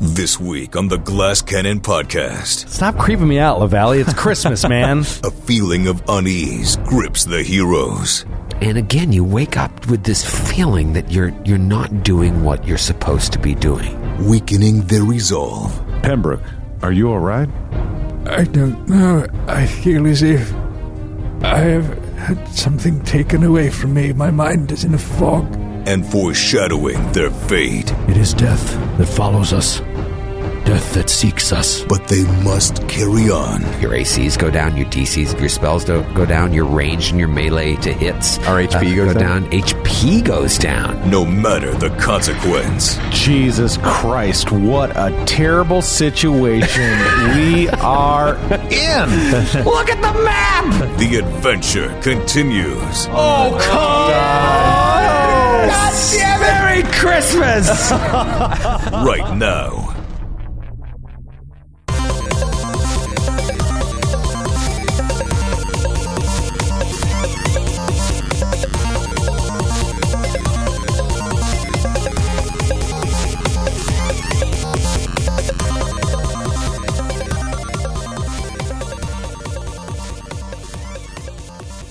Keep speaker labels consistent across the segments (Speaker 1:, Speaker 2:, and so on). Speaker 1: This week on the Glass Cannon Podcast,
Speaker 2: Stop creeping me out, LaValle. It's Christmas, man.
Speaker 1: a feeling of unease grips the heroes.
Speaker 3: And again, you wake up with this feeling that you're you're not doing what you're supposed to be doing.
Speaker 1: weakening their resolve.
Speaker 4: Pembroke, are you all right?
Speaker 5: I don't know. I feel as if I have had something taken away from me. My mind is in a fog.
Speaker 1: and foreshadowing their fate.
Speaker 6: It is death that follows us, death that seeks us.
Speaker 1: But they must carry on.
Speaker 3: Your ACs go down, your DCs, your spells do go down, your range and your melee to hits. uh,
Speaker 7: Our HP
Speaker 3: go
Speaker 7: goes down?
Speaker 3: down. HP goes down.
Speaker 1: No matter the consequence,
Speaker 4: Jesus Christ, what a terrible situation we are in.
Speaker 3: Look at the map.
Speaker 1: the adventure continues
Speaker 3: Merry Christmas.
Speaker 1: right now.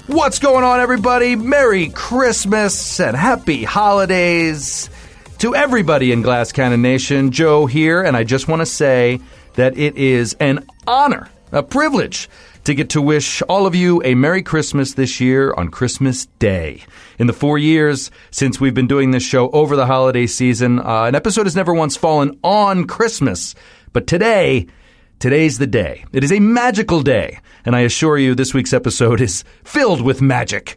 Speaker 7: What's going on, everybody? Merry Christmas and happy holidays to everybody in Glass Cannon Nation. Joe here, and I just want to say that it is an honor, a privilege, to get to wish all of you a Merry Christmas this year on Christmas Day. In the four years since we've been doing this show over the holiday season, uh, an episode has never once fallen on Christmas, but today, Today's the day. It is a magical day, and I assure you this week's episode is filled with magic.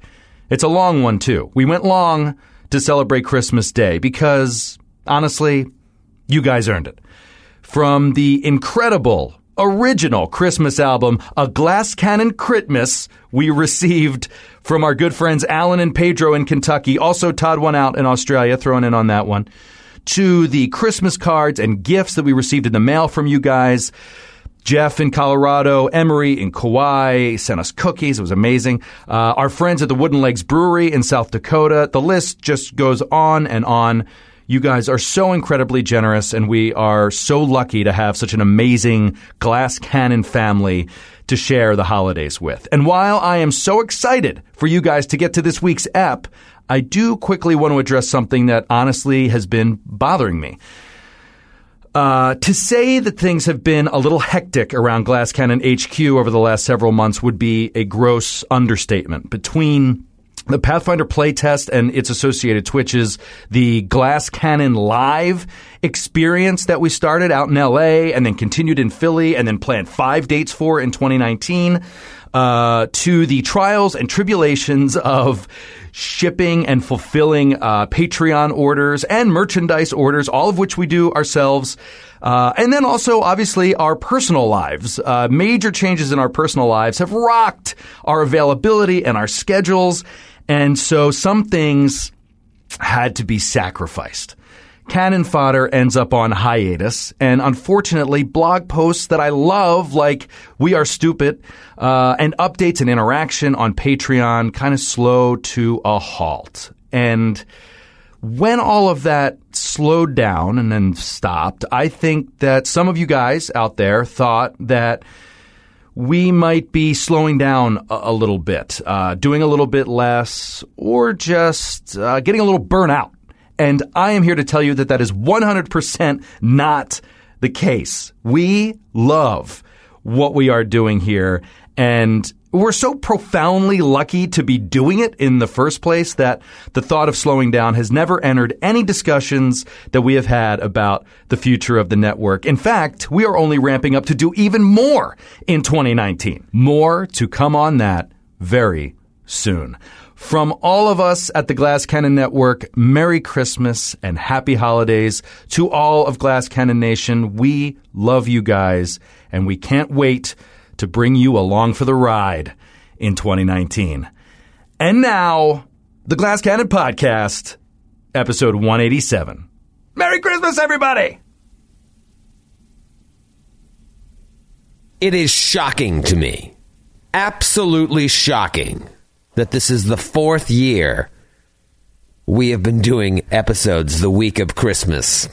Speaker 7: It's a long one, too. We went long to celebrate Christmas Day because, honestly, you guys earned it. From the incredible original Christmas album, A Glass Cannon Critmas, we received from our good friends Alan and Pedro in Kentucky, also Todd One Out in Australia, thrown in on that one, to the Christmas cards and gifts that we received in the mail from you guys. Jeff in Colorado, Emery in Kauai sent us cookies. It was amazing. Uh, our friends at the Wooden Legs Brewery in South Dakota. The list just goes on and on. You guys are so incredibly generous, and we are so lucky to have such an amazing glass cannon family to share the holidays with. And while I am so excited for you guys to get to this week's ep, I do quickly want to address something that honestly has been bothering me. Uh, to say that things have been a little hectic around Glass Cannon HQ over the last several months would be a gross understatement. Between the Pathfinder playtest and its associated Twitches, the Glass Cannon Live experience that we started out in LA and then continued in Philly and then planned five dates for in 2019, uh, to the trials and tribulations of shipping and fulfilling uh, Patreon orders and merchandise orders, all of which we do ourselves. Uh, and then also, obviously, our personal lives. Uh, major changes in our personal lives have rocked our availability and our schedules. And so some things had to be sacrificed. Cannon fodder ends up on hiatus, and unfortunately, blog posts that I love, like "We Are Stupid," uh, and updates and interaction on Patreon, kind of slow to a halt. And when all of that slowed down and then stopped, I think that some of you guys out there thought that we might be slowing down a, a little bit, uh, doing a little bit less, or just uh, getting a little burnout. And I am here to tell you that that is 100% not the case. We love what we are doing here, and we're so profoundly lucky to be doing it in the first place that the thought of slowing down has never entered any discussions that we have had about the future of the network. In fact, we are only ramping up to do even more in 2019. More to come on that very soon. From all of us at the Glass Cannon Network, Merry Christmas and Happy Holidays to all of Glass Cannon Nation. We love you guys and we can't wait to bring you along for the ride in 2019. And now, the Glass Cannon Podcast, episode 187. Merry Christmas, everybody!
Speaker 3: It is shocking to me, absolutely shocking, that this is the fourth year we have been doing episodes the week of Christmas.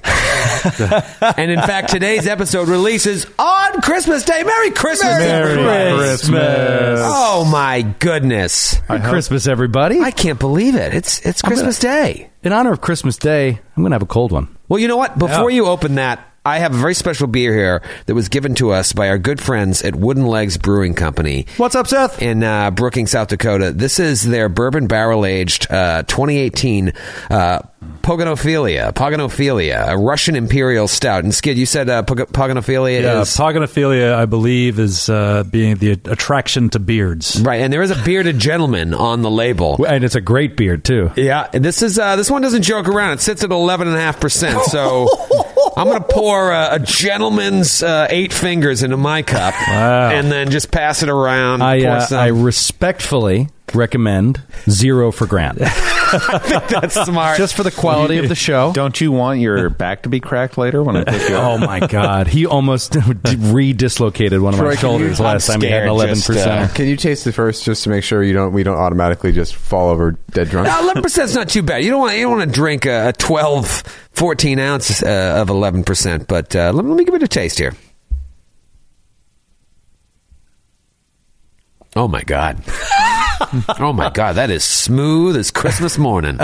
Speaker 3: and in fact, today's episode releases on Christmas Day. Merry Christmas!
Speaker 2: Merry
Speaker 4: Christmas.
Speaker 3: Oh my goodness!
Speaker 2: Merry Christmas, everybody.
Speaker 3: I can't believe it. It's it's Christmas Day.
Speaker 2: In honor of Christmas Day, I'm going to have a cold one.
Speaker 3: Well, you know what? Before you open that, I have a very special beer here that was given to us by our good friends at Wooden Legs Brewing Company.
Speaker 2: What's up, Seth?
Speaker 3: In uh, Brookings, South Dakota. This is their bourbon barrel aged uh, 2018 uh, Pogonophilia, Pogonophilia, a Russian imperial stout. And Skid, you said uh, Pog- Pogonophilia
Speaker 8: Yeah,
Speaker 3: is.
Speaker 8: pogonophilia, I believe, is uh, being the attraction to beards.
Speaker 3: right, and there is a bearded gentleman on the label.
Speaker 2: And it's a great beard, too.
Speaker 3: Yeah, and this is uh, this one doesn't joke around. It sits at eleven and a half percent. So I'm going to pour uh, a gentleman's uh, eight fingers into my cup, and then just pass it around.
Speaker 2: I,
Speaker 3: Um, pour
Speaker 2: uh,
Speaker 3: some.
Speaker 2: I respectfully recommend zero for Grant.
Speaker 3: that's smart.
Speaker 2: Just for the quality of the show.
Speaker 4: Don't you want your back to be cracked later when I pick you
Speaker 2: Oh
Speaker 4: up?
Speaker 2: my God! He almost re-dislocated one of my
Speaker 9: Troy, can you-
Speaker 2: shoulders last
Speaker 3: I'm
Speaker 2: time he had an
Speaker 3: scared,
Speaker 2: eleven
Speaker 3: just, uh,
Speaker 2: percent.
Speaker 9: Can you taste the first just to make sure you don't we don't automatically just fall over dead drunk?
Speaker 3: eleven percent is not too bad. You don't want you don't want to drink a, a 12, 14 ounce uh, of eleven percent. But uh, let, let me give it a taste here. Oh my god! oh my god! That is smooth as Christmas morning.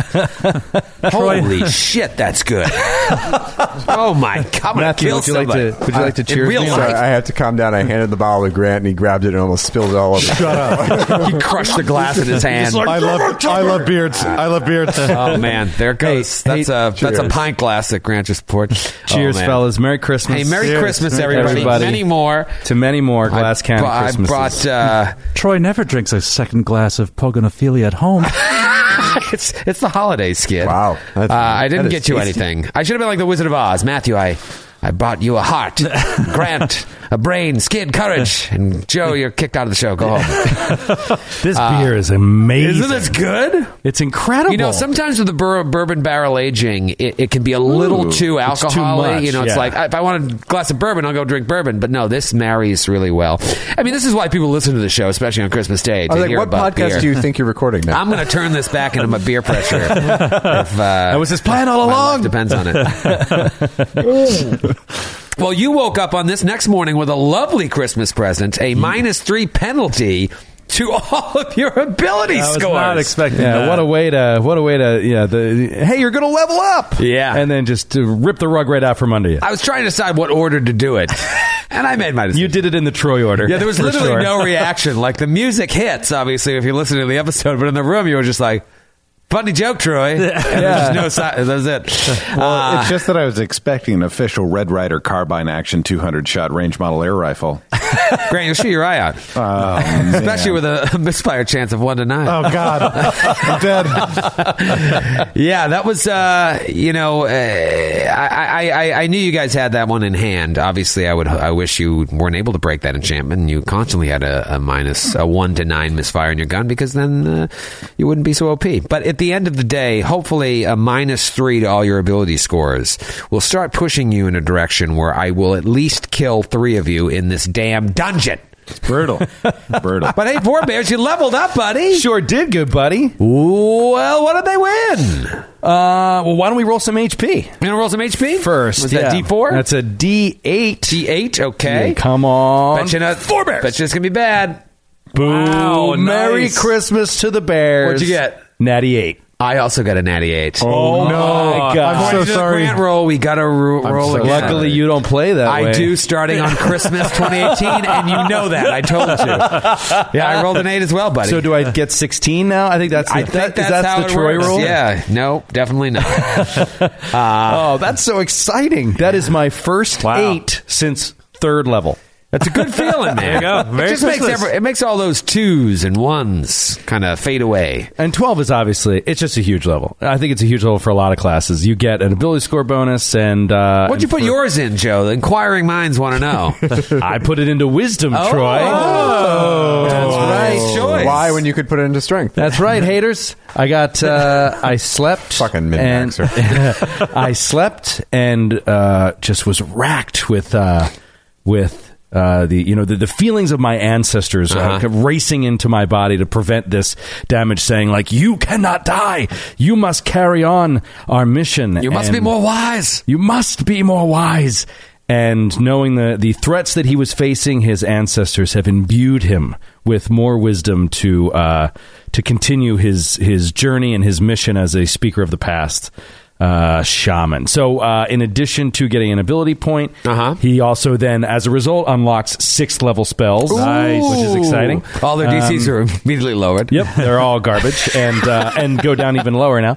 Speaker 3: Holy shit! That's good. oh my god! I'm gonna
Speaker 2: Matthew,
Speaker 3: kill
Speaker 2: would you like
Speaker 3: somebody. Uh,
Speaker 2: to- would you like to
Speaker 3: In
Speaker 2: cheers
Speaker 3: real
Speaker 2: me?
Speaker 9: Sorry,
Speaker 3: life,
Speaker 9: I have to calm down. I handed the bottle to Grant, and he grabbed it and almost spilled it all over. Shut up!
Speaker 3: he crushed the glass in his hand.
Speaker 8: I love, I love beards. I love beards.
Speaker 3: Oh man, there it goes.
Speaker 2: Hey,
Speaker 3: that's
Speaker 2: hey,
Speaker 3: a that's a
Speaker 9: cheers.
Speaker 3: pint glass at Grant's Porch.
Speaker 2: Cheers,
Speaker 3: Oh, man.
Speaker 2: fellas! Merry Christmas!
Speaker 3: Hey, Merry
Speaker 2: Cheers.
Speaker 3: Christmas,
Speaker 2: Merry
Speaker 3: everybody. Many more.
Speaker 2: to many more Glass
Speaker 3: I
Speaker 2: County
Speaker 3: brought-
Speaker 2: Christmases.
Speaker 3: I brought. Uh,
Speaker 8: Troy never drinks a second glass of pogonophilia at home.
Speaker 3: it's it's the holiday skid.
Speaker 9: Wow,
Speaker 3: Uh,
Speaker 9: that's-
Speaker 3: I didn't
Speaker 9: that
Speaker 3: get
Speaker 9: is
Speaker 3: you
Speaker 9: tasty.
Speaker 3: anything. I should have been like the Wizard of Oz, Matthew. I. I bought you a heart, Grant, a brain, Skid, courage, and Joe. You're kicked out of the show. Go home.
Speaker 2: this beer is amazing.
Speaker 3: uh, Isn't this good?
Speaker 2: It's incredible.
Speaker 3: You know, sometimes with the bur- bourbon barrel aging, it, it can be a little too
Speaker 2: it's too
Speaker 3: alcoholic.
Speaker 2: much,
Speaker 3: you know, it's
Speaker 2: yeah.
Speaker 3: like if I want a glass of bourbon, I'll go drink bourbon. But no, this marries really well. I mean, this is why people listen to the show, especially on Christmas Day. To
Speaker 9: I was like,
Speaker 3: hear
Speaker 9: "What
Speaker 3: about
Speaker 9: podcast
Speaker 3: beer.
Speaker 9: do you think you're recording now?"
Speaker 3: I'm going to turn this back into my beer pressure. if, uh, I
Speaker 2: was his plan all along.
Speaker 3: Depends on it. well, you woke up on this next morning with a lovely Christmas present,
Speaker 2: Mm.
Speaker 3: a minus three penalty to all of your ability
Speaker 8: I was
Speaker 3: scores.
Speaker 8: not expecting
Speaker 2: Yeah,
Speaker 8: that.
Speaker 2: what a way to what a way to yeah. The hey, you're gonna level up.
Speaker 3: Yeah.
Speaker 2: and then just to rip the rug right out from under you.
Speaker 3: I was trying to decide what order to do it, and I made my decision.
Speaker 2: you did it in the Troy order.
Speaker 3: Yeah, there was
Speaker 2: for
Speaker 3: literally
Speaker 2: sure.
Speaker 3: no reaction. Like the music hits, obviously, if you listen to the episode, but in the room, you were just like, "Funny joke, Troy." And there's no, si- that was it. Uh,
Speaker 4: Well,
Speaker 3: Ah.
Speaker 4: it's just that I was expecting an official Red Rider carbine action 200 shot range model air rifle.
Speaker 3: Grant, you'll shoot your eye out, especially with a misfire chance of one to nine.
Speaker 4: Oh God, I'm dead.
Speaker 3: Yeah, that was uh, you know uh, I, I I I knew you guys had that one in hand. Obviously, I would I wish you weren't able to break that enchantment. and You constantly had a, a minus a one to nine misfire in your gun because then uh, you wouldn't be so OP. But at the end of the day, hopefully, a minus three to all your ability scores will start pushing you in a direction where I will at least kill three of you in this damn dungeon.
Speaker 4: Brutal, brutal.
Speaker 3: But hey, Four Bears, you leveled up, buddy.
Speaker 2: Sure did, good buddy.
Speaker 3: Well, what did they win?
Speaker 2: Uh, well, why don't we roll some HP
Speaker 3: You gonna roll some HP
Speaker 2: first?
Speaker 3: Was that
Speaker 2: yeah.
Speaker 3: D four?
Speaker 2: That's a D eight.
Speaker 3: T eight. Okay.
Speaker 2: Come on,
Speaker 3: Bet you not, four bears. Bet you it's gonna be bad.
Speaker 2: Boom.
Speaker 3: Wow,
Speaker 2: Merry
Speaker 3: nice.
Speaker 2: Christmas to the Bears.
Speaker 3: What'd you get?
Speaker 2: Natty 8.
Speaker 3: I also got a natty eight.
Speaker 2: Oh, my
Speaker 4: I'm so
Speaker 3: According to the
Speaker 4: sorry.
Speaker 3: Grant roll. Oh, We got to ro- roll
Speaker 4: so
Speaker 3: again.
Speaker 2: Luckily, you don't play that
Speaker 3: I
Speaker 2: way.
Speaker 3: do starting on Christmas 2018, and you know that. I told you. Yeah, I rolled an eight as well, buddy.
Speaker 2: So do I get 16 now? I think that's the,
Speaker 3: I think
Speaker 2: that- is
Speaker 3: that's,
Speaker 2: that
Speaker 3: how
Speaker 2: the
Speaker 3: it
Speaker 2: Troy
Speaker 3: works.
Speaker 2: roll.
Speaker 3: Yeah. No, definitely not. Uh,
Speaker 2: Oh, that's so exciting. That is my first
Speaker 8: Wow.
Speaker 2: eight since third level.
Speaker 3: That's a good feeling, man.
Speaker 8: go. Merry
Speaker 3: it just makes
Speaker 8: Christmas.
Speaker 3: every, it makes all those twos and ones kind of fade away.
Speaker 2: And 12 is obviously, it's just a huge level. I think it's a huge level for a lot of classes. You get an ability score bonus and. Uh,
Speaker 3: What'd you put yours in, Joe? The inquiring minds want to know.
Speaker 2: your. I put it into wisdom, Troy.
Speaker 3: that's
Speaker 2: Oh. right.
Speaker 3: Choice.
Speaker 9: Oh. Why, when you could put it into strength?
Speaker 2: That's right, haters. I got. Uh, I slept.
Speaker 9: Fucking
Speaker 2: and- I slept and uh, just was racked with uh, with uh, the you know the, the feelings of my ancestors uh
Speaker 3: Uh-huh.
Speaker 2: kept racing into my body to prevent this damage, saying like, "You cannot die. You must carry on our mission.
Speaker 3: You must be
Speaker 2: And-
Speaker 3: more wise.
Speaker 2: you must be more wise. And knowing the, the threats that he was facing, his ancestors have imbued him with more wisdom to uh, to continue his his journey and his mission as a speaker of the past uh, shaman. So, uh, in addition to getting an ability point,
Speaker 3: Uh-huh.
Speaker 2: he also then, as a result, unlocks sixth level spells, which is exciting. Um,
Speaker 3: All their DCs are immediately lowered.
Speaker 2: Yep, they're all garbage, and uh, and go down even lower now.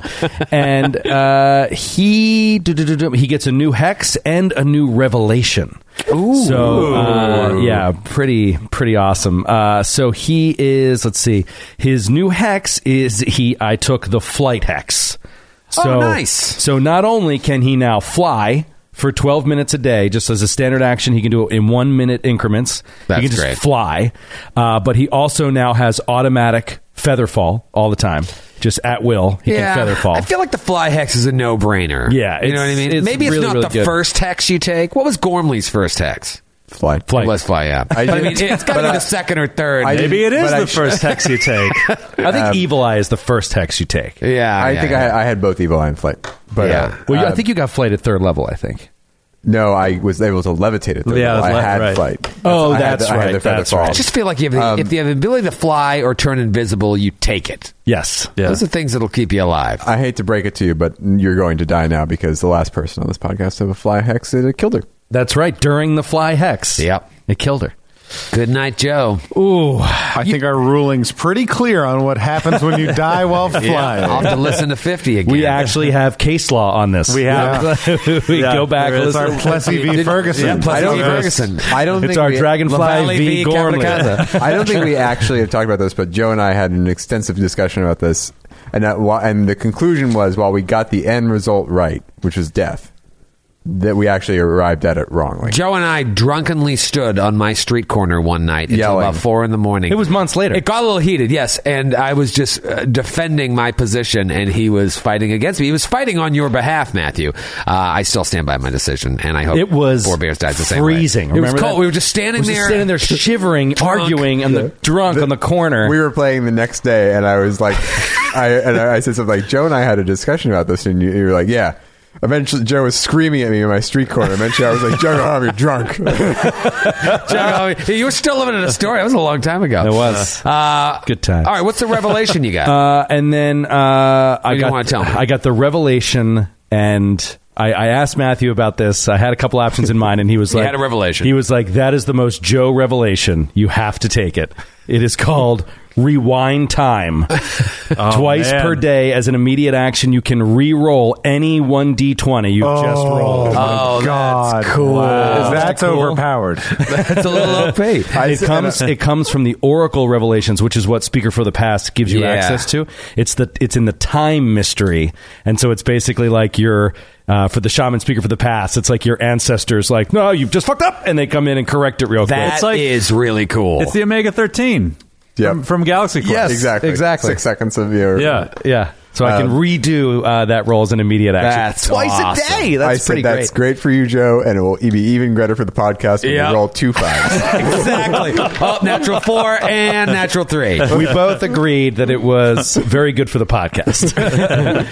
Speaker 2: And uh, he he gets a new hex and a new revelation. Ooh. So uh, yeah, pretty pretty awesome. Uh, so he is. Let's see, his new hex is he. I took the flight hex. So,
Speaker 3: Oh, nice.
Speaker 2: So not only can he now fly. For 12 minutes a day, just as a standard action, he can do it in one minute increments.
Speaker 3: That's
Speaker 2: he can just
Speaker 3: great.
Speaker 2: fly, uh, but he also now has automatic feather fall all the time, just at will. He can feather fall.
Speaker 3: I feel like the fly hex is a no brainer.
Speaker 2: Yeah,
Speaker 3: You know what I
Speaker 2: it's-
Speaker 3: mean?
Speaker 2: it's
Speaker 3: Maybe it's
Speaker 2: really,
Speaker 3: not
Speaker 2: really
Speaker 3: the
Speaker 2: good.
Speaker 3: first hex you take. What was Gormley's first hex?
Speaker 9: Fly.
Speaker 2: Flight.
Speaker 3: Let's fly, yeah. I, but I mean, it's got to be the second or third.
Speaker 9: I-
Speaker 8: Maybe it is
Speaker 9: But I
Speaker 8: the
Speaker 9: sh-
Speaker 8: first hex you take.
Speaker 2: I think evil eye is the first hex you take.
Speaker 3: yeah.
Speaker 9: I
Speaker 3: yeah,
Speaker 9: think
Speaker 3: yeah.
Speaker 9: I, had, I had both evil eye and flight, but
Speaker 3: Yeah.
Speaker 9: uh,
Speaker 2: Well, you- I
Speaker 9: uh,
Speaker 2: think you got flight at third level. I think.
Speaker 9: no, I was able to levitate it. Though.
Speaker 8: Yeah,
Speaker 9: I
Speaker 8: le-
Speaker 9: had
Speaker 8: right.
Speaker 9: flight.
Speaker 2: Oh,
Speaker 9: I had the- I
Speaker 2: that's
Speaker 9: had
Speaker 2: right,
Speaker 9: the Um, feather
Speaker 2: that's
Speaker 9: fall.
Speaker 2: right.
Speaker 3: I just feel like if, if you have the ability to fly or turn invisible, you take it.
Speaker 2: Yes.
Speaker 8: Yeah.
Speaker 3: Those are things that'll keep you alive.
Speaker 9: I hate to break it to you, but you're going to die now because the last person on this podcast to have a fly hex it killed her.
Speaker 2: That's right. During the fly hex.
Speaker 3: Yep.
Speaker 2: It killed her.
Speaker 3: Good night, Joe.
Speaker 2: Ooh.
Speaker 4: I think our ruling's pretty clear on what happens when you die while flying.
Speaker 3: I'll have to listen to 50 again.
Speaker 2: We actually have case law on this.
Speaker 8: We have.
Speaker 2: we
Speaker 8: Yeah.
Speaker 2: go back.
Speaker 8: There is
Speaker 2: listen-
Speaker 8: our
Speaker 4: Plessy E v. Ferguson.
Speaker 2: Yeah, Plessy
Speaker 9: I don't
Speaker 2: v.
Speaker 9: think-
Speaker 3: E Ferguson.
Speaker 9: I don't
Speaker 2: It's
Speaker 9: think
Speaker 2: our
Speaker 9: we,
Speaker 2: Dragonfly
Speaker 3: Lavallee
Speaker 2: v.
Speaker 3: v.
Speaker 2: Gormley.
Speaker 3: Capitazza.
Speaker 9: I don't think we actually have talked about this, but Joe and I had an extensive discussion about this, and that, wh- and the conclusion was while we got the end result right, which was death, that we actually arrived at it wrongly.
Speaker 3: Joe and I drunkenly stood on my street corner one night until
Speaker 9: Yelling.
Speaker 3: about four in the morning.
Speaker 2: It was months later.
Speaker 3: It got a little heated, yes, and I was just uh, defending my position, and he was fighting against me. He was fighting on your behalf, Matthew. Uh, I still stand by my decision, and I hope
Speaker 2: It was
Speaker 3: Four Bears dies the same
Speaker 2: freezing.
Speaker 3: way. It was
Speaker 2: Remember
Speaker 3: cold.
Speaker 2: that?
Speaker 3: We were just standing
Speaker 2: We're just
Speaker 3: there,
Speaker 2: standing there, shivering,
Speaker 3: Drunk.
Speaker 2: arguing, and the drunk on the corner.
Speaker 9: We were playing the next day, and I was like, I and I, I said something like, Joe and I had a discussion about this, and you, you were like, yeah. Eventually, Joe was screaming at me in my street corner. Eventually, I was like, Joe, Rob, you're drunk.
Speaker 3: Joe, oh, you were still living in a story. That was a long time ago.
Speaker 2: It was.
Speaker 3: Uh,
Speaker 2: Good times.
Speaker 3: All right, what's the revelation you got?
Speaker 2: Uh, and then uh, I
Speaker 3: You
Speaker 2: got
Speaker 3: don't wanna tell me.
Speaker 2: I got the revelation, and I, I asked Matthew about this. I had a couple options in mind, and he was
Speaker 3: You
Speaker 2: like,
Speaker 3: had a revelation.
Speaker 2: He was like, "That is the most Joe revelation. You have to take it. It is called." Rewind time
Speaker 3: Oh,
Speaker 2: twice
Speaker 8: man.
Speaker 2: per day as an immediate action. You can re-roll any one d20 you have just rolled.
Speaker 3: oh,
Speaker 4: God, cool. That's
Speaker 2: Cool.
Speaker 4: overpowered.
Speaker 3: that's a little OP.
Speaker 2: it comes it comes from the Oracle Revelations, which is what Speaker for the Past gives you
Speaker 3: Yeah.
Speaker 2: access to. It's the it's in the time mystery, and so it's basically like your uh, for the shaman Speaker for the Past. It's like your ancestors, like no, you've just fucked up, and they come in and correct it real
Speaker 3: That
Speaker 2: quick.
Speaker 3: is
Speaker 8: like-
Speaker 3: really cool.
Speaker 8: It's the Omega 13 from,
Speaker 9: Yep.
Speaker 8: from Galaxy Quest.
Speaker 9: yes, exactly,
Speaker 2: exactly.
Speaker 9: Six seconds of your
Speaker 8: Yeah.
Speaker 2: yeah, so I can
Speaker 3: Um,
Speaker 9: Um,
Speaker 2: redo uh, that role as an immediate action
Speaker 3: That's
Speaker 2: twice
Speaker 3: awesome.
Speaker 2: a day. That's
Speaker 9: I said
Speaker 2: pretty
Speaker 9: that's
Speaker 2: great.
Speaker 9: great. for you, Joe, and it will e be even greater for the podcast when
Speaker 3: Yeah.
Speaker 9: you roll two fives.
Speaker 3: exactly. oh, natural four and natural three.
Speaker 2: We both agreed that it was very good for the podcast.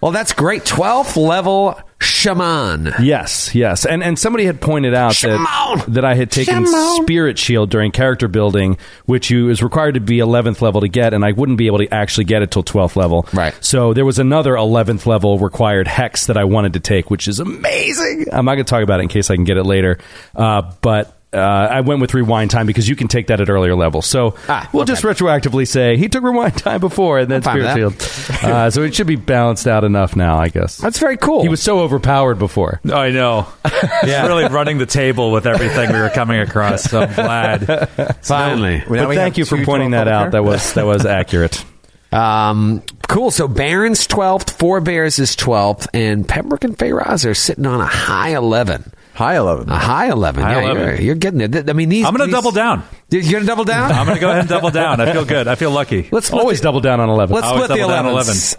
Speaker 3: Well, that's great. 12th level shaman.
Speaker 2: Yes, yes, and and somebody had pointed out that,
Speaker 3: Shimon!
Speaker 2: that I had taken
Speaker 3: Shimon!
Speaker 2: Spirit Shield during character building, which you is required to be eleventh level to get, and I wouldn't be able to actually get it till twelfth level.
Speaker 3: Right.
Speaker 2: So there was another eleventh level required hex that I wanted to take, which is amazing. I'm not going to talk about it in case I can get it later, uh, but. Uh, I went with rewind time because you can take that at earlier levels. So
Speaker 3: Ah,
Speaker 2: we'll
Speaker 3: okay.
Speaker 2: just retroactively say he took rewind time before and then
Speaker 3: fine
Speaker 2: spirit
Speaker 3: with
Speaker 2: shield. Uh, so it should be balanced out enough now, I guess.
Speaker 3: That's very cool.
Speaker 2: he was so overpowered before.
Speaker 8: Oh, I know. It's really running the table with everything we were coming across. So I'm glad.
Speaker 3: finally.
Speaker 9: Now
Speaker 2: But
Speaker 9: we
Speaker 2: thank
Speaker 9: have
Speaker 2: you for
Speaker 9: two 12
Speaker 2: pointing that out.
Speaker 9: over here.
Speaker 2: That was that was accurate.
Speaker 3: Um, cool. So Barron's 12th, Four Bears is 12th, and Pembroke and Feyraz are sitting on a high 11.
Speaker 9: High 11.
Speaker 3: A high 11.
Speaker 8: High
Speaker 3: yeah,
Speaker 8: 11.
Speaker 3: You're, you're getting it. Th- I mean, these.
Speaker 8: I'm gonna
Speaker 3: these-
Speaker 8: double down.
Speaker 3: Dude, You're going to double down?
Speaker 8: I'm going to go ahead and double down. I feel good. I feel lucky.
Speaker 3: Let's split
Speaker 2: Always
Speaker 3: the,
Speaker 2: double down on 11.
Speaker 3: Let's
Speaker 8: always
Speaker 3: split the
Speaker 8: double down
Speaker 3: 11s.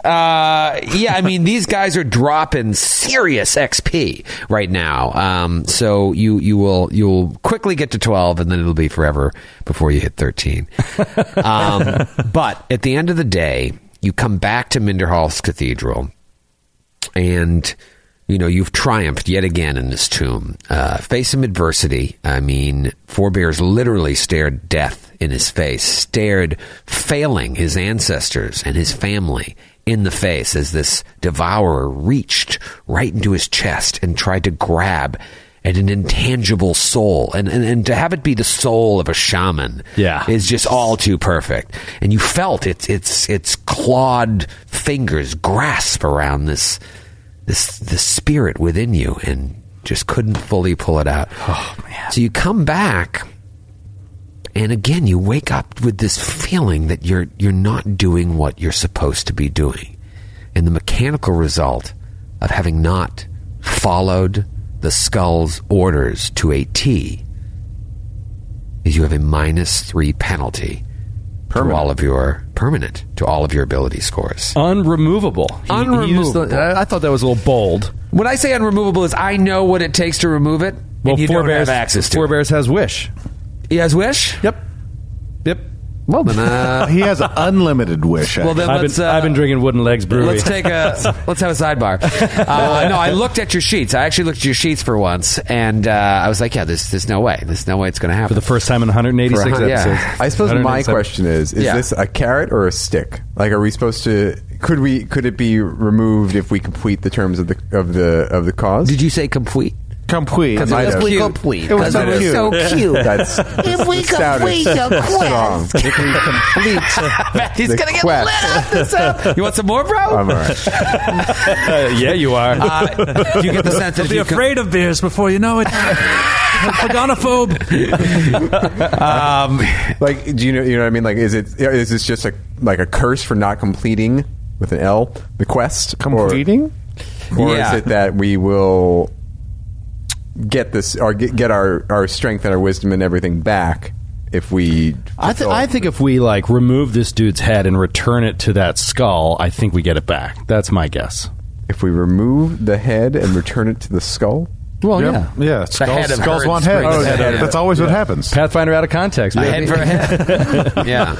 Speaker 3: Uh, yeah, I mean, these guys are dropping serious XP right now. Um, so you you will you'll quickly get to 12, and then it'll be forever before you hit 13. um, but at the end of the day, you come back to Minderhall's Cathedral and you know you've triumphed yet again in this tomb. Uh, face some adversity. I mean, forebears literally stared death in his face, stared failing his ancestors and his family in the face as this devourer reached right into his chest and tried to grab at an intangible soul and, and and to have it be the soul of a shaman
Speaker 2: Yeah.
Speaker 3: is just all too perfect. And you felt its its its clawed fingers grasp around this this this spirit within you and just couldn't fully pull it out. Oh man. So you come back and again you wake up with this feeling that you're you're not doing what you're supposed to be doing. And the mechanical result of having not followed the skull's orders to a T is you have a minus three penalty to all of your permanent to all of your ability scores.
Speaker 2: Unremovable. He- he used the-
Speaker 3: Unremovable.
Speaker 2: I I thought that was a little bold.
Speaker 3: When I say unremovable, is I know what it takes to remove it.
Speaker 2: Well,
Speaker 3: and you don't
Speaker 2: Bears
Speaker 3: have access to.
Speaker 2: Bears has wish.
Speaker 3: it. You guys wish?
Speaker 2: Yep. Yep.
Speaker 3: Well then, uh,
Speaker 4: He has unlimited wish.
Speaker 3: well then,
Speaker 2: I've
Speaker 3: let's,
Speaker 2: been
Speaker 3: uh,
Speaker 2: I've been drinking Wooden Legs Brewery.
Speaker 3: Let's take a let's have a sidebar. Uh, no, I looked at your sheets. I actually looked at your sheets for once, and uh, I was like, yeah, there's there's no way, there's no way it's going to happen
Speaker 2: for the first time in 186
Speaker 3: For a hun- yeah.
Speaker 2: episodes.
Speaker 9: I suppose my
Speaker 2: 187.
Speaker 9: question is: Is
Speaker 3: Yeah.
Speaker 9: this a carrot or a stick? Like, are we supposed to? Could we? Could it be removed if we complete the terms of the of the of the cause?
Speaker 3: Did you say complete?
Speaker 4: complete.
Speaker 3: Because
Speaker 9: might
Speaker 3: it
Speaker 9: have.
Speaker 3: was cute.
Speaker 4: It was so cute.
Speaker 3: cute.
Speaker 9: That's if we complete the strong. If we complete,
Speaker 3: He's
Speaker 9: The
Speaker 3: gonna get
Speaker 9: quest.
Speaker 3: lit up this up. You want some more, bro?
Speaker 9: I'm all right.
Speaker 2: Uh, yeah, you are.
Speaker 3: Uh, you get the sense that
Speaker 8: I'll
Speaker 3: if
Speaker 8: be
Speaker 3: you com-
Speaker 8: afraid of beers before you know it. Paganophobe.
Speaker 3: Um,
Speaker 9: Like, do you know? You know what I mean? Like, is it? Is this just a like a curse for not completing with an L the quest?
Speaker 4: Completing?
Speaker 9: or, or
Speaker 3: Yeah.
Speaker 9: is it that we will get this or get, get our our strength and our wisdom and everything back if we?
Speaker 2: I, th- I think if we like remove this dude's head and return it to that skull, I think we get it back. That's my guess.
Speaker 9: If we remove the head and return it to the skull?
Speaker 3: Well,
Speaker 4: Yeah. Yeah.
Speaker 3: head
Speaker 4: Skulls,
Speaker 3: of
Speaker 4: skulls
Speaker 3: her
Speaker 4: want
Speaker 3: in
Speaker 4: heads.
Speaker 3: spring.
Speaker 4: Oh,
Speaker 3: Yeah.
Speaker 4: yeah. That's always what happens.
Speaker 2: Pathfinder out of context.
Speaker 3: A
Speaker 2: baby.
Speaker 3: head for a head. yeah.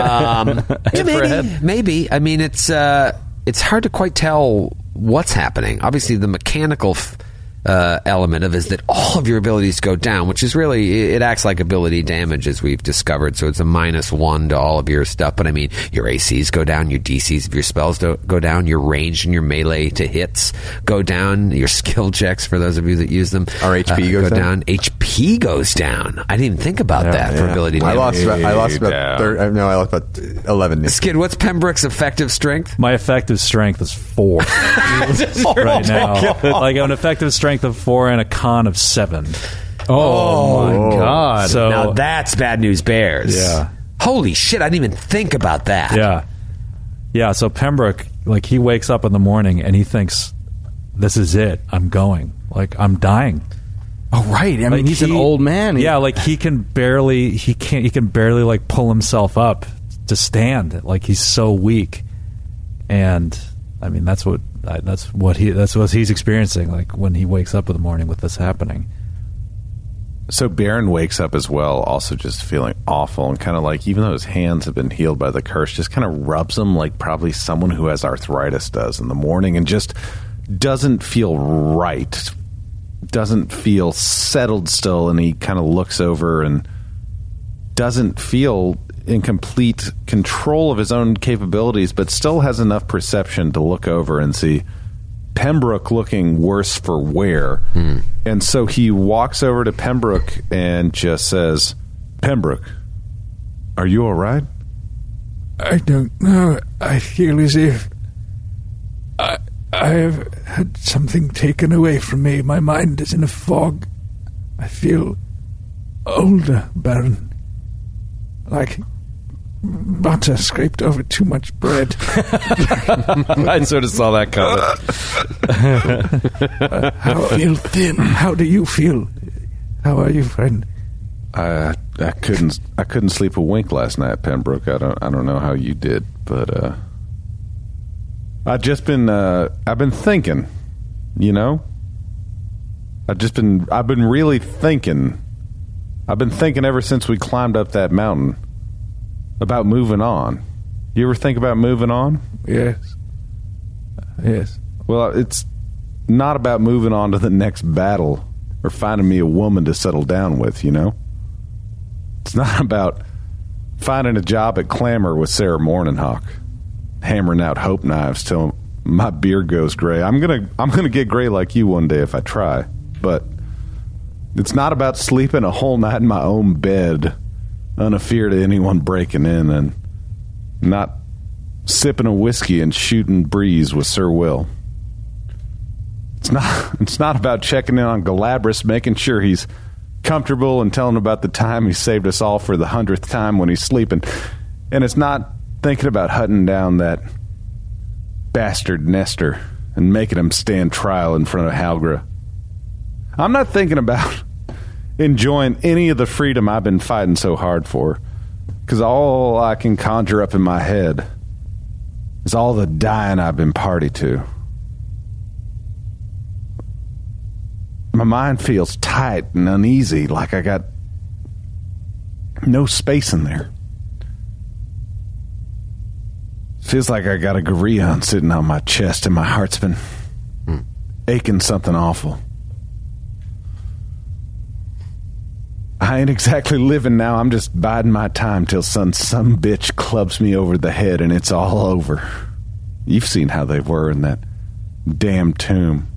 Speaker 3: Um, yeah,
Speaker 2: for a
Speaker 3: maybe.
Speaker 2: head.
Speaker 3: Maybe. I mean, it's uh, it's hard to quite tell what's happening. Obviously, the mechanical. F- uh, element of is that all of your abilities go down, which is really it acts like ability damage as we've discovered. So it's a minus one to all of your stuff. But I mean, your ACs go down, your DCs of your spells do, go down, your range and your melee to hits go down, your skill checks for those of you that use them. uh,
Speaker 9: Our HP goes
Speaker 3: go
Speaker 9: down?
Speaker 3: HP goes down. I didn't even think about that for ability
Speaker 9: I
Speaker 3: damage.
Speaker 9: lost. About, I lost
Speaker 4: Yeah.
Speaker 9: about. Thir- uh, no, I lost about eleven.
Speaker 3: Skid, what's Pembroke's effective strength?
Speaker 8: My effective strength is four right now. Like an effective strength of four and a con of seven.
Speaker 2: Oh, my god.
Speaker 8: So
Speaker 3: now that's bad news bears.
Speaker 8: Yeah.
Speaker 3: Holy shit, I didn't even think about that.
Speaker 8: yeah, yeah. So Pembroke, like he wakes up in the morning and he thinks, "This is it. I'm going. Like I'm dying."
Speaker 2: oh right. I mean,
Speaker 8: Like,
Speaker 2: he's an
Speaker 8: he-
Speaker 2: old man. He-
Speaker 8: yeah, like he can barely he can't he can barely like pull himself up to stand. Like he's so weak, and I mean that's what I- that's what he that's what he's experiencing. Like when he wakes up in the morning with this happening.
Speaker 4: So Baron wakes up as well, also just feeling awful and kind of like, even though his hands have been healed by the curse, just kind of rubs them like probably someone who has arthritis does in the morning and just doesn't feel right, doesn't feel settled still. And he kind of looks over and doesn't feel in complete control of his own capabilities, but still has enough perception to look over and see Pembroke looking worse for wear. And so he walks over to Pembroke and just says, Pembroke, are you all right?
Speaker 5: I don't know. I feel as if I I have had something taken away from me. My mind is in a fog. I feel older, Baron. Like butter scraped over too much bread.
Speaker 4: I sort of saw that coming.
Speaker 5: How feel thin. How do you feel? How are you, friend?
Speaker 4: I I couldn't I couldn't sleep a wink last night, Pembroke. I don't I don't know how you did, but uh, I've just been uh, I've been thinking, you know. I've just been I've been really thinking. I've been thinking ever since we climbed up that mountain about moving on. You ever think about moving on?
Speaker 5: Yes. Yes.
Speaker 4: Well, it's not about moving on to the next battle or finding me a woman to settle down with, you know? It's not about finding a job at Clamor with Sarah Morninghawk, hammering out hope knives till my beard goes gray. I'm going to I'm going to get gray like you one day if I try. But it's not about sleeping a whole night in my own bed, unafeared of anyone breaking in and not sipping a whiskey and shooting breeze with Sir Will. It's not. It's not about checking in on Galabras, making sure he's comfortable, and telling about the time he saved us all for the hundredth time when he's sleeping. And it's not thinking about hunting down that bastard Nestor and making him stand trial in front of Halgra. I'm not thinking about enjoying any of the freedom I've been fighting so hard for, because all I can conjure up in my head is all the dying I've been party to. my mind feels tight and uneasy, like I got no space in there. Feels like I got a gorilla sitting on my chest, and my heart's been aching something awful. I ain't exactly living now. I'm just biding my time till some some bitch clubs me over the head, and it's all over. You've seen how they were in that damn tomb.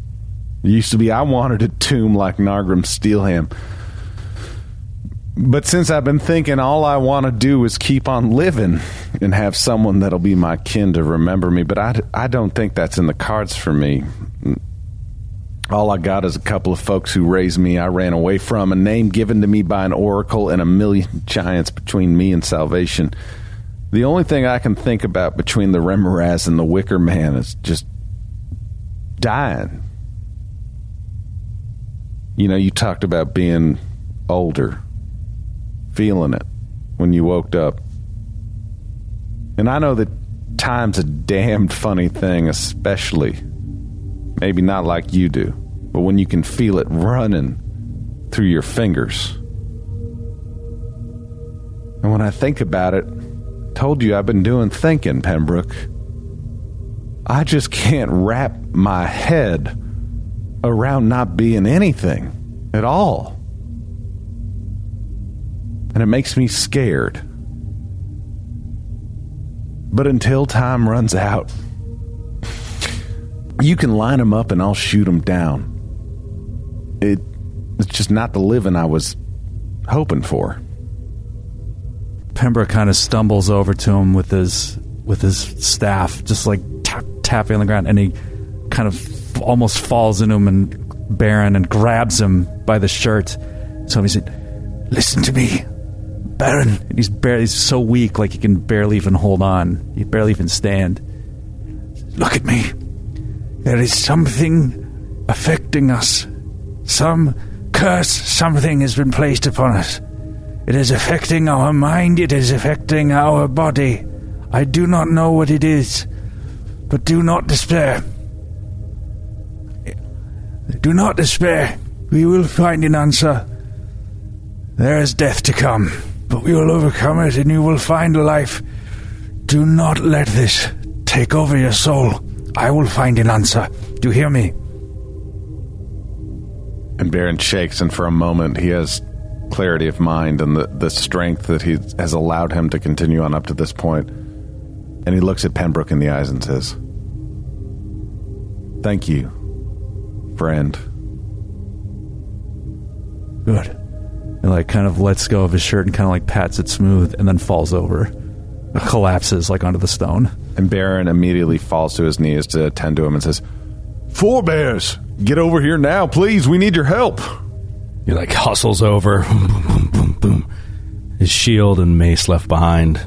Speaker 4: It used to be I wanted a tomb like Nargram Steelham. But since I've been thinking, all I want to do is keep on living and have someone that'll be my kin to remember me. But I, I don't think that's in the cards for me. All I got is a couple of folks who raised me, I ran away from, a name given to me by an oracle, and a million giants between me and salvation. The only thing I can think about between the Remoraz and the Wicker Man is just dying you know, you talked about being older, feeling it when you woke up. And I know that time's a damned funny thing, especially maybe not like you do, but when you can feel it running through your fingers. And when I think about it, told you I've been doing thinking, Pembroke. I just can't wrap my head around not being anything at all. And it makes me scared. But until time runs out, you can line them up and I'll shoot them down. It, it's just not the living I was hoping for.
Speaker 8: Pembroke kind of stumbles over to him with his with his staff, just like tap, tapping on the ground, and he kind of f- almost falls into him and Baron and grabs him by the shirt. So he said, "Listen to me, Baron." And he's barely he's so weak, like he can barely even hold on. He barely even stand.
Speaker 5: Look at me. There is something affecting us. Some curse, something has been placed upon us. It is affecting our mind, it is affecting our body. I do not know what it is, but do not despair. Do not despair. We will find an answer. There is death to come, but we will overcome it and you will find life. Do not let this take over your soul. I will find an answer. Do you hear me?
Speaker 4: And Baron shakes, and for a moment he has clarity of mind and the, the strength that he has allowed him to continue on up to this point. And he looks at Pembroke in the eyes and says, Thank you, friend.
Speaker 8: Good. And like kind of lets go of his shirt and kind of like pats it smooth and then falls over, It collapses like onto the stone.
Speaker 4: And Baron immediately falls to his knees to attend to him and says, Four Bears, get over here now, please. We need your help.
Speaker 2: He like hustles over, boom, boom, boom, boom, boom. His shield and mace left behind.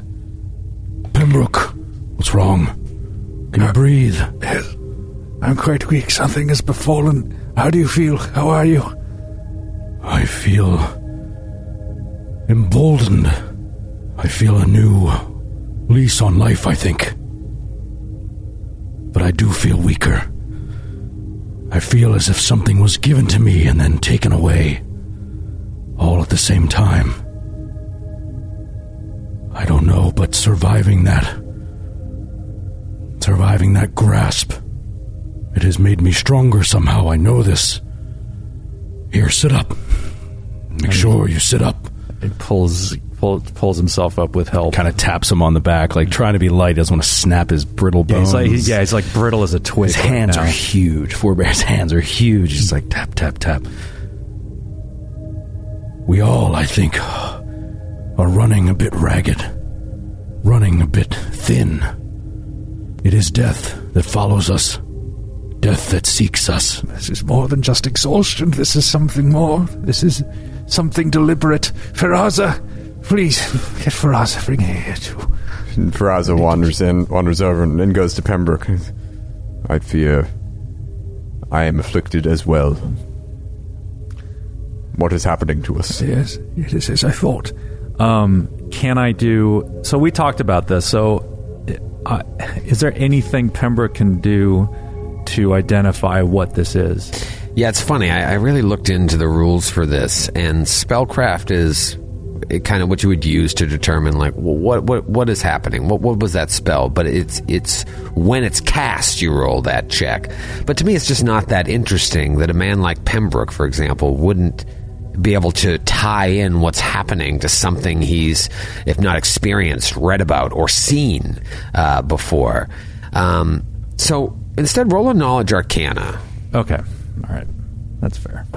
Speaker 5: Pembroke,
Speaker 6: What's wrong? Can you breathe?
Speaker 5: I'm quite weak. Something has befallen. How do you feel? How are you?
Speaker 6: I feel emboldened. I feel a new lease on life, I think. But I do feel weaker. I feel as if something was given to me and then taken away, all at the same time. I don't know, but surviving that. Surviving that grasp. It has made me stronger somehow, I know this. Here, sit up. Make sure you sit up.
Speaker 8: He pulls pull, pulls himself up with help.
Speaker 2: Kind of taps him on the back, like trying to be light. Doesn't want to snap his brittle
Speaker 8: yeah,
Speaker 2: bones.
Speaker 8: he's like he's, yeah, he's like brittle as a twig.
Speaker 2: His
Speaker 8: right
Speaker 2: hands
Speaker 8: now.
Speaker 2: are huge. Four Bear's hands are huge. He's like tap, tap, tap.
Speaker 6: We all, I think, are running a bit ragged, running a bit thin. It is death that follows us, death that seeks us.
Speaker 5: This is more than just exhaustion. This is something more. This is something deliberate. Feraza, please get Feraza. Bring her here too.
Speaker 9: And Faraza wanders in, wanders over, and, and goes to Pembroke. I fear I am afflicted as well. What is happening to us?
Speaker 5: Yes, it is as I thought.
Speaker 8: Um, can I do? So we talked about this. So, uh, is there anything Pembroke can do to identify what this is?
Speaker 3: Yeah, it's funny. I, I really looked into the rules for this, and spellcraft is it kind of what you would use to determine like well, what what what is happening. What what was that spell? But it's it's when it's cast, you roll that check. But to me, it's just not that interesting that a man like Pembroke, for example, wouldn't be able to tie in what's happening to something he's, if not experienced, read about or seen uh, before. Um, so instead, roll a knowledge arcana.
Speaker 8: Okay. All right. That's fair.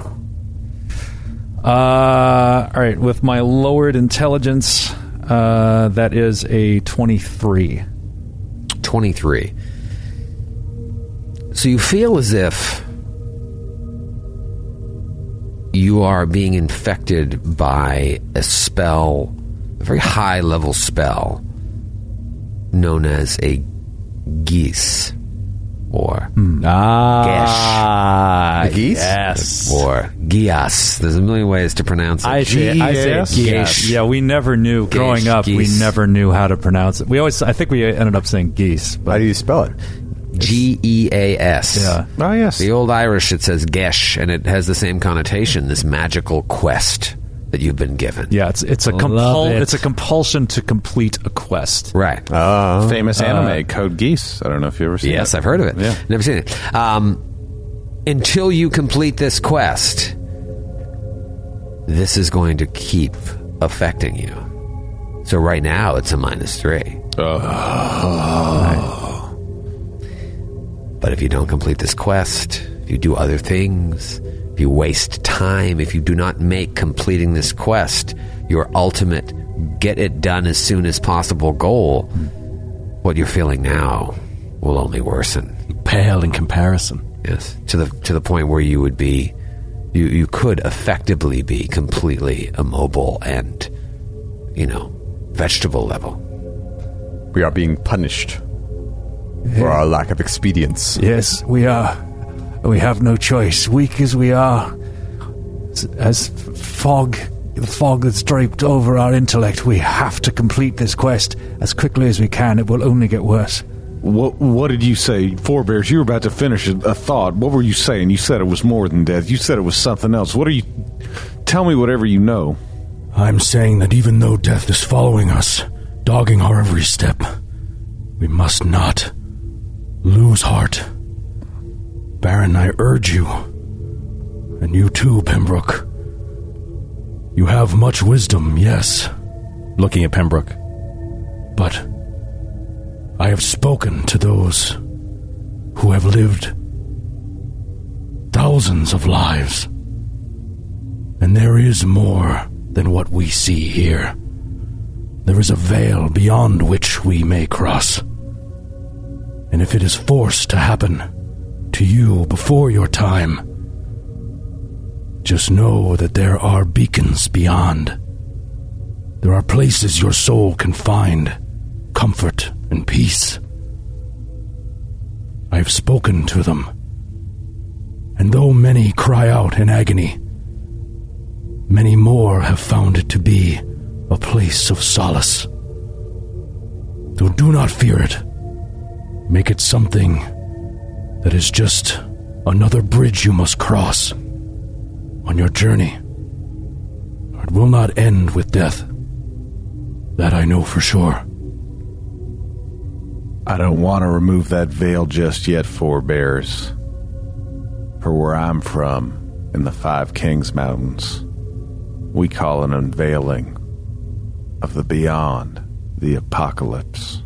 Speaker 8: Uh, all right. With my lowered intelligence, uh, that is a 23.
Speaker 3: 23. So you feel as if you are being infected by a spell, a very high level spell known as a geese or
Speaker 2: Ah,
Speaker 3: The geese?
Speaker 2: Yes.
Speaker 3: or gias. There's a million ways to pronounce it.
Speaker 8: I say, I say
Speaker 2: Yes.
Speaker 8: geese. Yeah, we never knew. growing up,
Speaker 3: geese.
Speaker 8: we never knew how to pronounce it. We always, I think we ended up saying geese. But
Speaker 9: How do you spell it?
Speaker 3: G E A S.
Speaker 8: Yeah.
Speaker 4: Oh yes,
Speaker 3: The old Irish it says gesh and it has the same connotation, this magical quest that you've been given.
Speaker 8: yeah, it's it's a compul- it's a compulsion to complete a quest.
Speaker 3: Right.
Speaker 9: Ah.
Speaker 4: famous anime
Speaker 8: Uh,
Speaker 4: Code Geese. I don't know if you ever seen.
Speaker 3: Yes,
Speaker 4: it.
Speaker 3: I've heard of it.
Speaker 4: Yeah.
Speaker 3: Never seen it. Um, until you complete this quest, this is going to keep affecting you. So right now it's a minus three.
Speaker 4: Oh.
Speaker 3: But if you don't complete this quest, if you do other things, if you waste time, if you do not make completing this quest your ultimate get it done as soon as possible goal, what you're feeling now will only worsen.
Speaker 2: Pale in comparison.
Speaker 3: Yes, to the to the point where you would be, you you could effectively be completely immobile and, you know, vegetable level.
Speaker 9: We are being punished for our lack of expedience.
Speaker 5: Yes, we are. We have no choice. Weak as we are, s- as fog, the fog that's draped over our intellect, we have to complete this quest as quickly as we can. It will only get worse.
Speaker 4: What What did you say, forebears? You were about to finish a, a thought. What were you saying? You said it was more than death. You said it was something else. What are you? Tell me whatever you know.
Speaker 6: I'm saying that even though death is following us, dogging our every step, we must not lose heart. Baron, I urge you, and you too, Pembroke. You have much wisdom, yes,
Speaker 2: Looking at Pembroke.
Speaker 6: but I have spoken to those who have lived thousands of lives, and there is more than what we see here. There is a veil beyond which we may cross. And if it is forced to happen to you before your time, just know that there are beacons beyond. There are places your soul can find comfort and peace. I have spoken to them, and though many cry out in agony, many more have found it to be a place of solace. So do not fear it. Make it something that is just another bridge you must cross on your journey. It will not end with death. That I know for sure.
Speaker 4: I don't want to remove that veil just yet, forebears. For where I'm from, in the Five Kings Mountains, we call an unveiling of the beyond the apocalypse.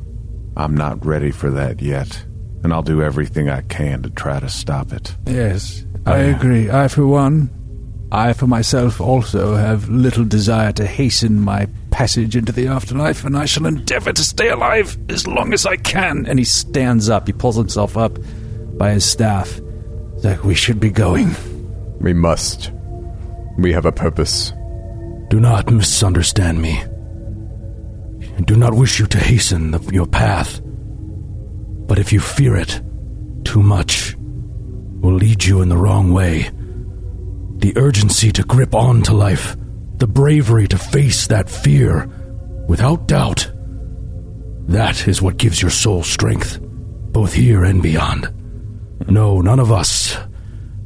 Speaker 4: I'm not ready for that yet, and I'll do everything I can to try to stop it.
Speaker 5: Yes, I agree. I, for one, I, for myself, also have little desire to hasten my passage into the afterlife, and I shall endeavor to stay alive as long as I can. And he stands up. He pulls himself up by his staff. He's Like, we should be going.
Speaker 9: We must. We have a purpose.
Speaker 6: Do not misunderstand me. I do not wish you to hasten the, your path. But if you fear it too much, will lead you in the wrong way. The urgency to grip on to life, the bravery to face that fear, without doubt, that is what gives your soul strength, both here and beyond. No, none of us,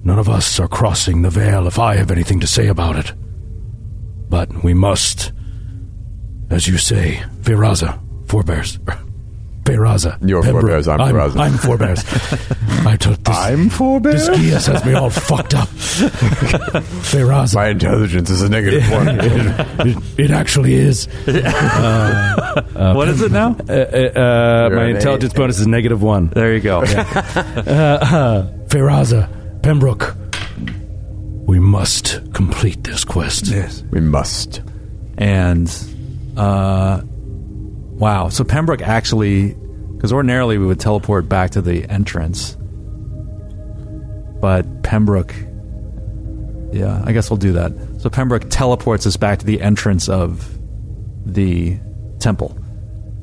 Speaker 6: none of us are crossing the veil if I have anything to say about it. But we must, as you say, Viraza, forebears. Viraza.
Speaker 9: You're forebears, I'm Viraza.
Speaker 6: I'm forebears. I took this.
Speaker 4: I'm
Speaker 6: this
Speaker 4: forebears?
Speaker 6: Gias has me all fucked up. Viraza.
Speaker 9: My intelligence is a negative one.
Speaker 6: it, it actually is.
Speaker 8: what is it now?
Speaker 2: Uh, uh, uh, my
Speaker 9: an
Speaker 2: intelligence bonus is negative one. Uh,
Speaker 8: There you go.
Speaker 6: Feraza, Uh, Pembroke, we must complete this quest.
Speaker 5: Yes.
Speaker 9: we must.
Speaker 8: and uh, wow. So Pembroke actually, because ordinarily we would teleport back to the entrance, but Pembroke, yeah, I guess we'll do that. So Pembroke teleports us back to the entrance of the temple,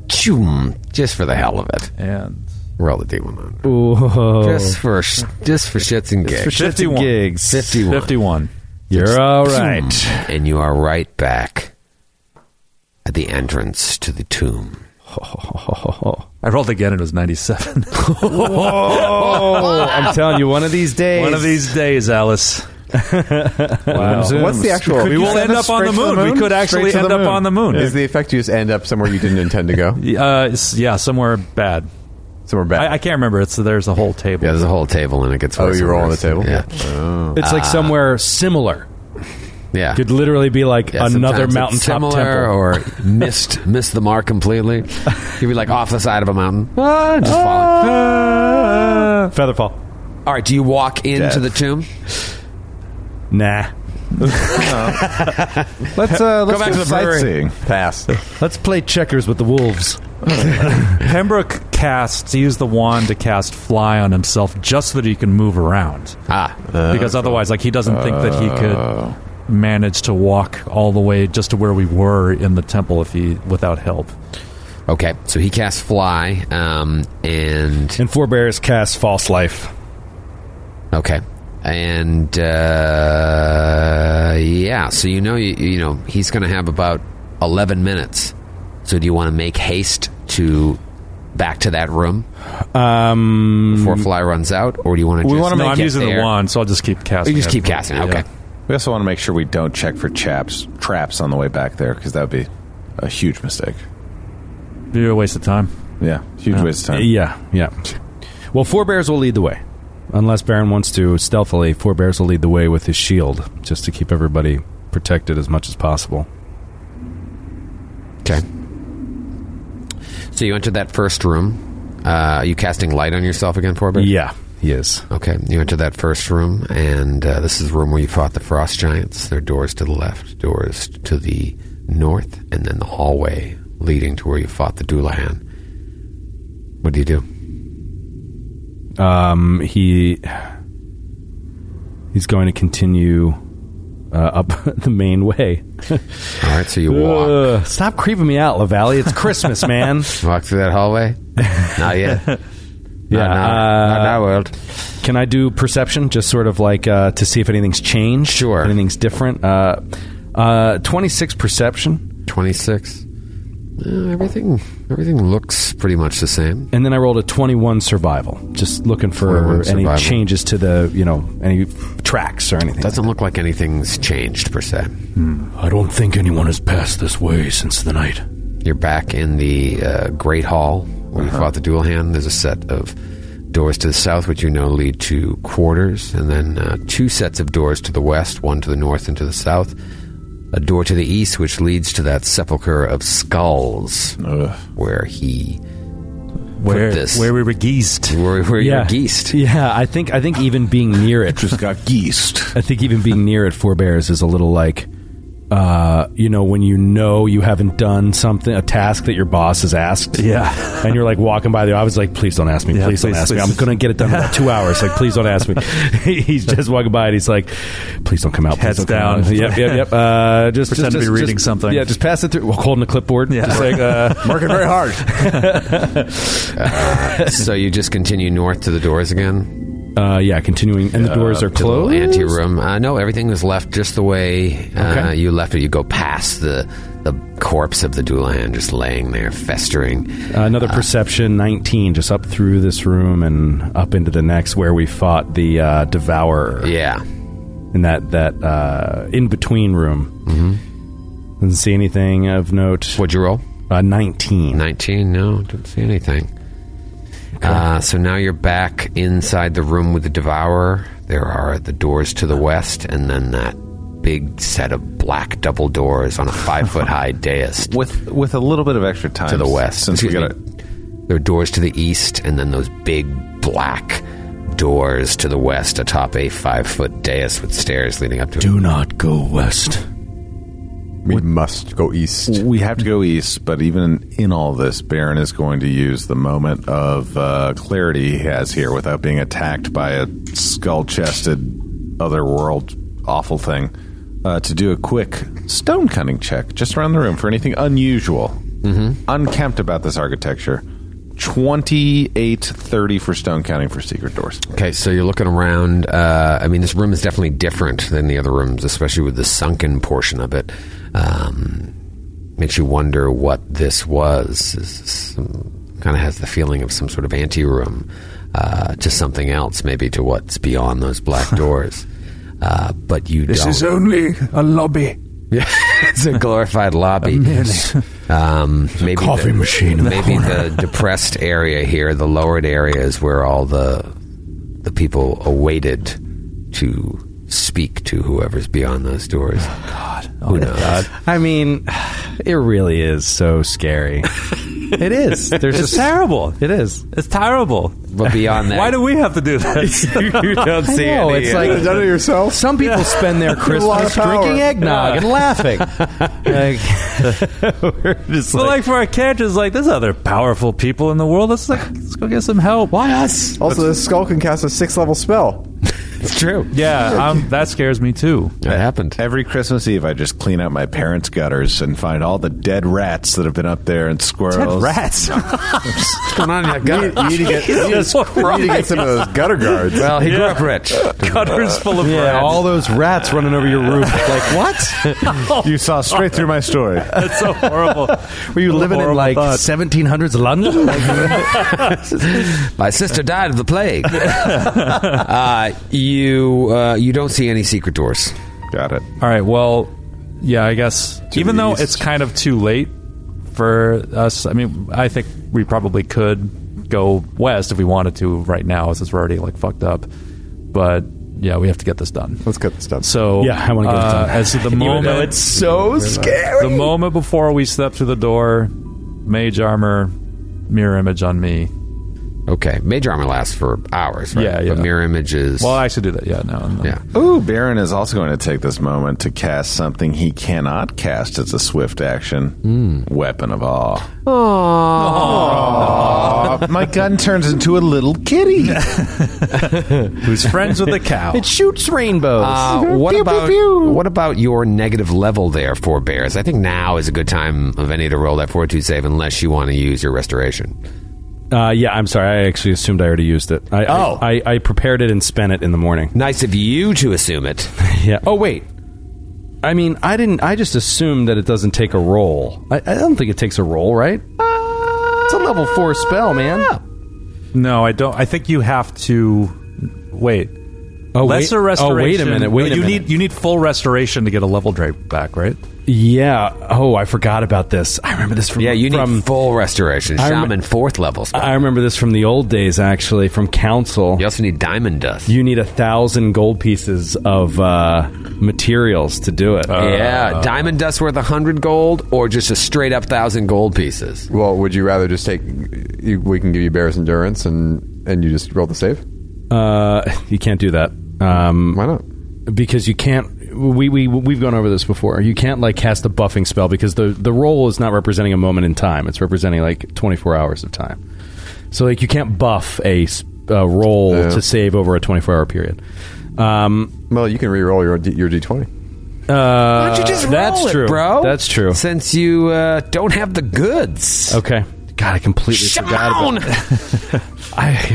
Speaker 3: Choom, just for the hell of it.
Speaker 8: and
Speaker 3: Roll the D100.
Speaker 2: Oh.
Speaker 3: Just for sh- just for shits and gigs.
Speaker 8: fifty-one.
Speaker 2: Gigs.
Speaker 3: 51.
Speaker 8: Fifty-one.
Speaker 2: You're all right.
Speaker 3: And you are right back at the entrance to the tomb.
Speaker 8: I rolled again. It was ninety-seven.
Speaker 2: Oh, I'm telling you, one of these days.
Speaker 8: One of these days, Alice.
Speaker 9: What's the actual?
Speaker 8: We will end up on the moon. We could actually end up on the moon.
Speaker 9: Is the effect you just end up somewhere you didn't intend to go?
Speaker 8: Uh, it's- yeah, somewhere bad.
Speaker 9: Somewhere bad.
Speaker 8: I, I can't remember. It's there's a whole table.
Speaker 3: Yeah, there's a whole table and it gets
Speaker 9: Oh,
Speaker 3: worse
Speaker 9: you
Speaker 3: and
Speaker 9: roll on
Speaker 3: worse.
Speaker 9: the table?
Speaker 3: Yeah.
Speaker 4: Oh.
Speaker 3: Ah.
Speaker 2: It's like somewhere similar.
Speaker 3: Yeah.
Speaker 2: Could literally be like
Speaker 3: Yeah,
Speaker 2: another
Speaker 3: sometimes it's
Speaker 2: mountaintop
Speaker 3: similar
Speaker 2: temple.
Speaker 3: or missed missed the mark completely. You'd be like off the side of a mountain. Ah, just falling.
Speaker 2: Featherfall.
Speaker 3: All right, do you walk into
Speaker 4: Death.
Speaker 3: the tomb?
Speaker 2: Nah.
Speaker 4: Let's uh, let's
Speaker 2: back
Speaker 4: go
Speaker 2: to the brewery.
Speaker 4: sightseeing.
Speaker 9: Pass.
Speaker 2: Let's play checkers with the wolves.
Speaker 8: Pembroke casts. He used the wand to cast fly on himself, just so that he can move around.
Speaker 3: Ah, Uh.
Speaker 8: because otherwise, like he doesn't think that he could manage to walk all the way just to where we were in the temple if he without help.
Speaker 3: okay. So he casts fly, um, and
Speaker 2: And forebears cast false life.
Speaker 3: Okay. And uh, yeah, so you know you, you know he's going to have about 11 minutes. So do you want to make haste to back to that room
Speaker 2: Um,
Speaker 3: before fly runs out or do you want to
Speaker 4: We
Speaker 3: just
Speaker 4: wanna
Speaker 8: No,
Speaker 4: make
Speaker 8: I'm
Speaker 3: get
Speaker 8: using
Speaker 3: there?
Speaker 8: the wand, so I'll just keep casting.
Speaker 3: You just
Speaker 8: it.
Speaker 3: keep casting.
Speaker 8: Yeah.
Speaker 3: Okay.
Speaker 4: We also want to make sure we don't check for chaps traps on the way back there because that would be a huge mistake.
Speaker 8: Be a waste of time.
Speaker 4: Yeah, huge waste of time.
Speaker 2: yeah, yeah. Well, forebears will lead the way. Unless Baron wants to stealthily, forebears will lead the way with his shield just to keep everybody protected as much as possible.
Speaker 3: Okay. So you entered that first room. Uh, are you casting light on yourself again, Forbid?
Speaker 2: Yeah, he is.
Speaker 3: Okay, you enter that first room, and uh, this is the room where you fought the frost giants. There are doors to the left, doors to the north, and then the hallway leading to where you fought the Doulahan. What do you do?
Speaker 2: Um, he he's going to continue uh, up the main way.
Speaker 3: All right, so you walk
Speaker 2: Ugh, stop creeping me out, Lavalley. It's Christmas, man.
Speaker 3: walk through that hallway. Not yet. yeah,
Speaker 2: Yeah,
Speaker 3: not,
Speaker 2: uh,
Speaker 3: not, not that world.
Speaker 2: Can I do perception, just sort of like uh, to see if anything's changed?
Speaker 3: Sure.
Speaker 2: anything's different. Uh, uh, Twenty six perception,
Speaker 3: Twenty six. Uh, everything everything looks pretty much the same.
Speaker 2: and then I rolled a twenty one survival, just looking for
Speaker 3: 21
Speaker 2: any
Speaker 3: survival.
Speaker 2: changes to the you know any tracks or anything.
Speaker 3: Doesn't look like anything's changed per se.
Speaker 2: Hmm.
Speaker 6: I don't think anyone has passed this way since the night.
Speaker 3: You're back in the uh, Great Hall where
Speaker 8: Uh-huh.
Speaker 3: you fought the dual hand. There's a set of doors to the south, which you know lead to quarters, and then uh, two sets of doors to the west, one to the north and to the south. A door to the east, which leads to that sepulcher of skulls, where he
Speaker 8: where
Speaker 3: this.
Speaker 8: where we were geezed.
Speaker 3: where, where
Speaker 2: yeah,
Speaker 3: you're geased.
Speaker 2: Yeah, I think I think even being near it
Speaker 4: Just got geased.
Speaker 2: I think even being near it forebears is a little like, uh, you know, when you know you haven't done something, a task that your boss has asked.
Speaker 8: Yeah.
Speaker 2: And you're like walking by the, I was like, please don't ask me.
Speaker 8: Yeah,
Speaker 2: please, don't
Speaker 8: please,
Speaker 2: ask me.
Speaker 8: please.
Speaker 2: I'm going to get it done in about two hours. Like, please don't ask me. he's just walking by and he's like, please don't come out. Please
Speaker 8: Heads
Speaker 2: don't come
Speaker 8: down.
Speaker 2: out." Yep, yep, yep. Uh, just just,
Speaker 8: Pretend to be
Speaker 2: just-
Speaker 8: reading
Speaker 2: just-
Speaker 8: something.
Speaker 2: Yeah, just pass it through. Well, holding a clipboard.
Speaker 8: Yeah.
Speaker 2: Just like, uh,
Speaker 9: Working very hard.
Speaker 3: so you just continue north to the doors again.
Speaker 2: uh, yeah, continuing. And the doors are
Speaker 3: To the little
Speaker 2: closed.
Speaker 3: ante room. Uh, no, everything is left just the way uh,
Speaker 2: Okay.
Speaker 3: you left it. You go past the the corpse of the Dulan just laying there festering.
Speaker 2: Another perception, 19, just up through this room and up into the next where we fought the uh, devourer
Speaker 3: Yeah.
Speaker 2: in that, that uh, in between room. Mm-hmm. Didn't see anything of note.
Speaker 3: What'd you roll?
Speaker 2: Uh, 19.
Speaker 3: 19. No, didn't see anything. Uh, so now you're back inside the room with the Devourer. There are the doors to the west, and then that big set of black double doors on a five foot high dais
Speaker 4: With with a little bit of extra time
Speaker 3: to the west.
Speaker 4: since we
Speaker 3: Excuse
Speaker 4: got it.
Speaker 3: me. There are doors to the east, and then those big black doors to the west atop a five foot dais with stairs leading up to it.
Speaker 6: Do not go west.
Speaker 9: We must go east.
Speaker 4: We have to go east, but even in all this, Baron is going to use the moment of uh, clarity he has here without being attacked by a skull chested, otherworld awful thing uh, to do a quick stone cutting check just around the room for anything unusual, mm-hmm. unkempt about this architecture. 2830 for stone counting for secret doors.
Speaker 3: Okay, so you're looking around. Uh, I mean, this room is definitely different than the other rooms, especially with the sunken portion of it. Um, makes you wonder what this was. Kind of has the feeling of some sort of ante room uh, to something else, maybe to what's beyond those black doors. Uh, but you
Speaker 5: This
Speaker 3: don't.
Speaker 5: is only a lobby.
Speaker 3: it's a glorified lobby. Um, maybe
Speaker 6: coffee
Speaker 3: the,
Speaker 6: machine in the
Speaker 3: Maybe the depressed area here, the lowered area, is where all the the people awaited to speak to whoever's beyond those doors.
Speaker 9: Oh,
Speaker 3: God, who knows?
Speaker 2: I mean, it really is so scary. it is. There's
Speaker 8: It's
Speaker 2: just,
Speaker 8: terrible.
Speaker 2: It is.
Speaker 8: It's terrible.
Speaker 3: But beyond that,
Speaker 8: Why do we have to do this?
Speaker 2: you don't see I know,
Speaker 3: any,
Speaker 2: It's
Speaker 3: uh,
Speaker 2: like
Speaker 9: Done it yourself?
Speaker 2: some people spend their Christmas drinking eggnog and laughing. Like, we're just
Speaker 8: but
Speaker 2: like-
Speaker 8: like for our characters, like there's other powerful people in the world. Let's like let's go get some help. Why us?
Speaker 9: Also, this skull can cast a six level spell.
Speaker 3: it's true.
Speaker 8: Yeah, um, that scares me too.
Speaker 3: That happened.
Speaker 4: Every Christmas Eve, I just clean out my parents' gutters and find all the dead rats that have been up there and squirrels.
Speaker 8: Rats.
Speaker 3: What's going on in that gut?
Speaker 9: You need to get, you need
Speaker 8: Jesus
Speaker 9: to get
Speaker 8: Christ.
Speaker 9: some of those gutter guards.
Speaker 3: Well, he grew up rich.
Speaker 8: Gutters full of
Speaker 2: Uh, yeah,
Speaker 8: rats.
Speaker 2: all those rats running over your roof. Like, what?
Speaker 4: You saw straight through my story.
Speaker 8: Oh That's so horrible.
Speaker 2: Were you living in
Speaker 8: horrible
Speaker 2: like
Speaker 8: thought.
Speaker 2: 1700s London?
Speaker 3: My sister died of the plague. uh, you uh, you don't see any secret doors.
Speaker 4: Got it.
Speaker 8: All right. Well, yeah, I guess even though it's kind of too late for us, I mean, I think we probably could go west if we wanted to right now, since we're already like fucked up. But yeah, we have to get this done.
Speaker 9: Let's cut this down.
Speaker 8: So
Speaker 2: Yeah, I wanna get it
Speaker 8: uh,
Speaker 2: done.
Speaker 8: As the moment,
Speaker 2: so scary.
Speaker 8: the moment before we step through the door, mage armor, mirror image on me,
Speaker 3: Okay, major armor lasts for hours, right?
Speaker 8: Yeah, yeah.
Speaker 3: But mirror images.
Speaker 8: Well, I should do that. Yeah, no. and then-
Speaker 3: yeah.
Speaker 4: Ooh, Baron is also going to take this moment to cast something he cannot cast as a swift
Speaker 2: Hmm.
Speaker 4: action weapon of awe.
Speaker 8: Oh.
Speaker 4: Aww. My gun turns into a little kitty.
Speaker 8: Who's friends with the cow?
Speaker 2: It shoots rainbows.
Speaker 3: Uh, what about what about your negative level there for bears? I think now is a good time of any to roll that fortitude save unless you want to use your restoration.
Speaker 2: Uh, yeah, I'm sorry. I actually assumed I already used it. I,
Speaker 3: Oh.
Speaker 2: I, I, I prepared it and spent it in the morning.
Speaker 3: Nice of you to assume it.
Speaker 2: Yeah. Oh wait. I mean, I didn't. I just assumed that it doesn't take a roll. I, I don't think it takes a roll, right? Uh, it's a level four spell, man.
Speaker 8: No, I don't. I think you have to wait.
Speaker 2: Oh,
Speaker 8: Lesser
Speaker 2: wait,
Speaker 8: restoration.
Speaker 2: Oh, wait a minute. Wait
Speaker 8: you
Speaker 2: a minute.
Speaker 8: need you need full restoration to get a level drape back, right?
Speaker 2: yeah. Oh, I forgot about this. I remember this from
Speaker 3: Yeah, you need
Speaker 2: from
Speaker 3: full restoration.
Speaker 2: I rem-
Speaker 3: Shaman fourth level spell.
Speaker 2: I remember this from the old days, actually, from council.
Speaker 3: you also need diamond dust.
Speaker 2: You need a thousand gold pieces of uh, materials to do it.
Speaker 8: Uh,
Speaker 3: yeah, diamond dust worth a hundred gold, or just a straight up thousand gold pieces.
Speaker 9: Well, would you rather just take? you- We can give you Bear's endurance, and and you just roll the save.
Speaker 2: Uh, you can't do that. Um,
Speaker 9: Why not?
Speaker 2: because you can't. We we we've gone over this before. You can't like cast a buffing spell because the the roll is not representing a moment in time. It's representing like twenty four hours of time. So like you can't buff a, s- a roll
Speaker 9: Yeah.
Speaker 2: to save over a twenty four hour period. Um,
Speaker 9: Well, you can re-roll your D- your d twenty.
Speaker 2: uh,
Speaker 3: Why don't you just
Speaker 2: that's
Speaker 3: roll it,
Speaker 2: true,
Speaker 3: bro?
Speaker 2: That's true.
Speaker 3: Since you uh, don't have the goods.
Speaker 2: Okay. God, I completely forgot about.
Speaker 3: Shaman!
Speaker 2: I,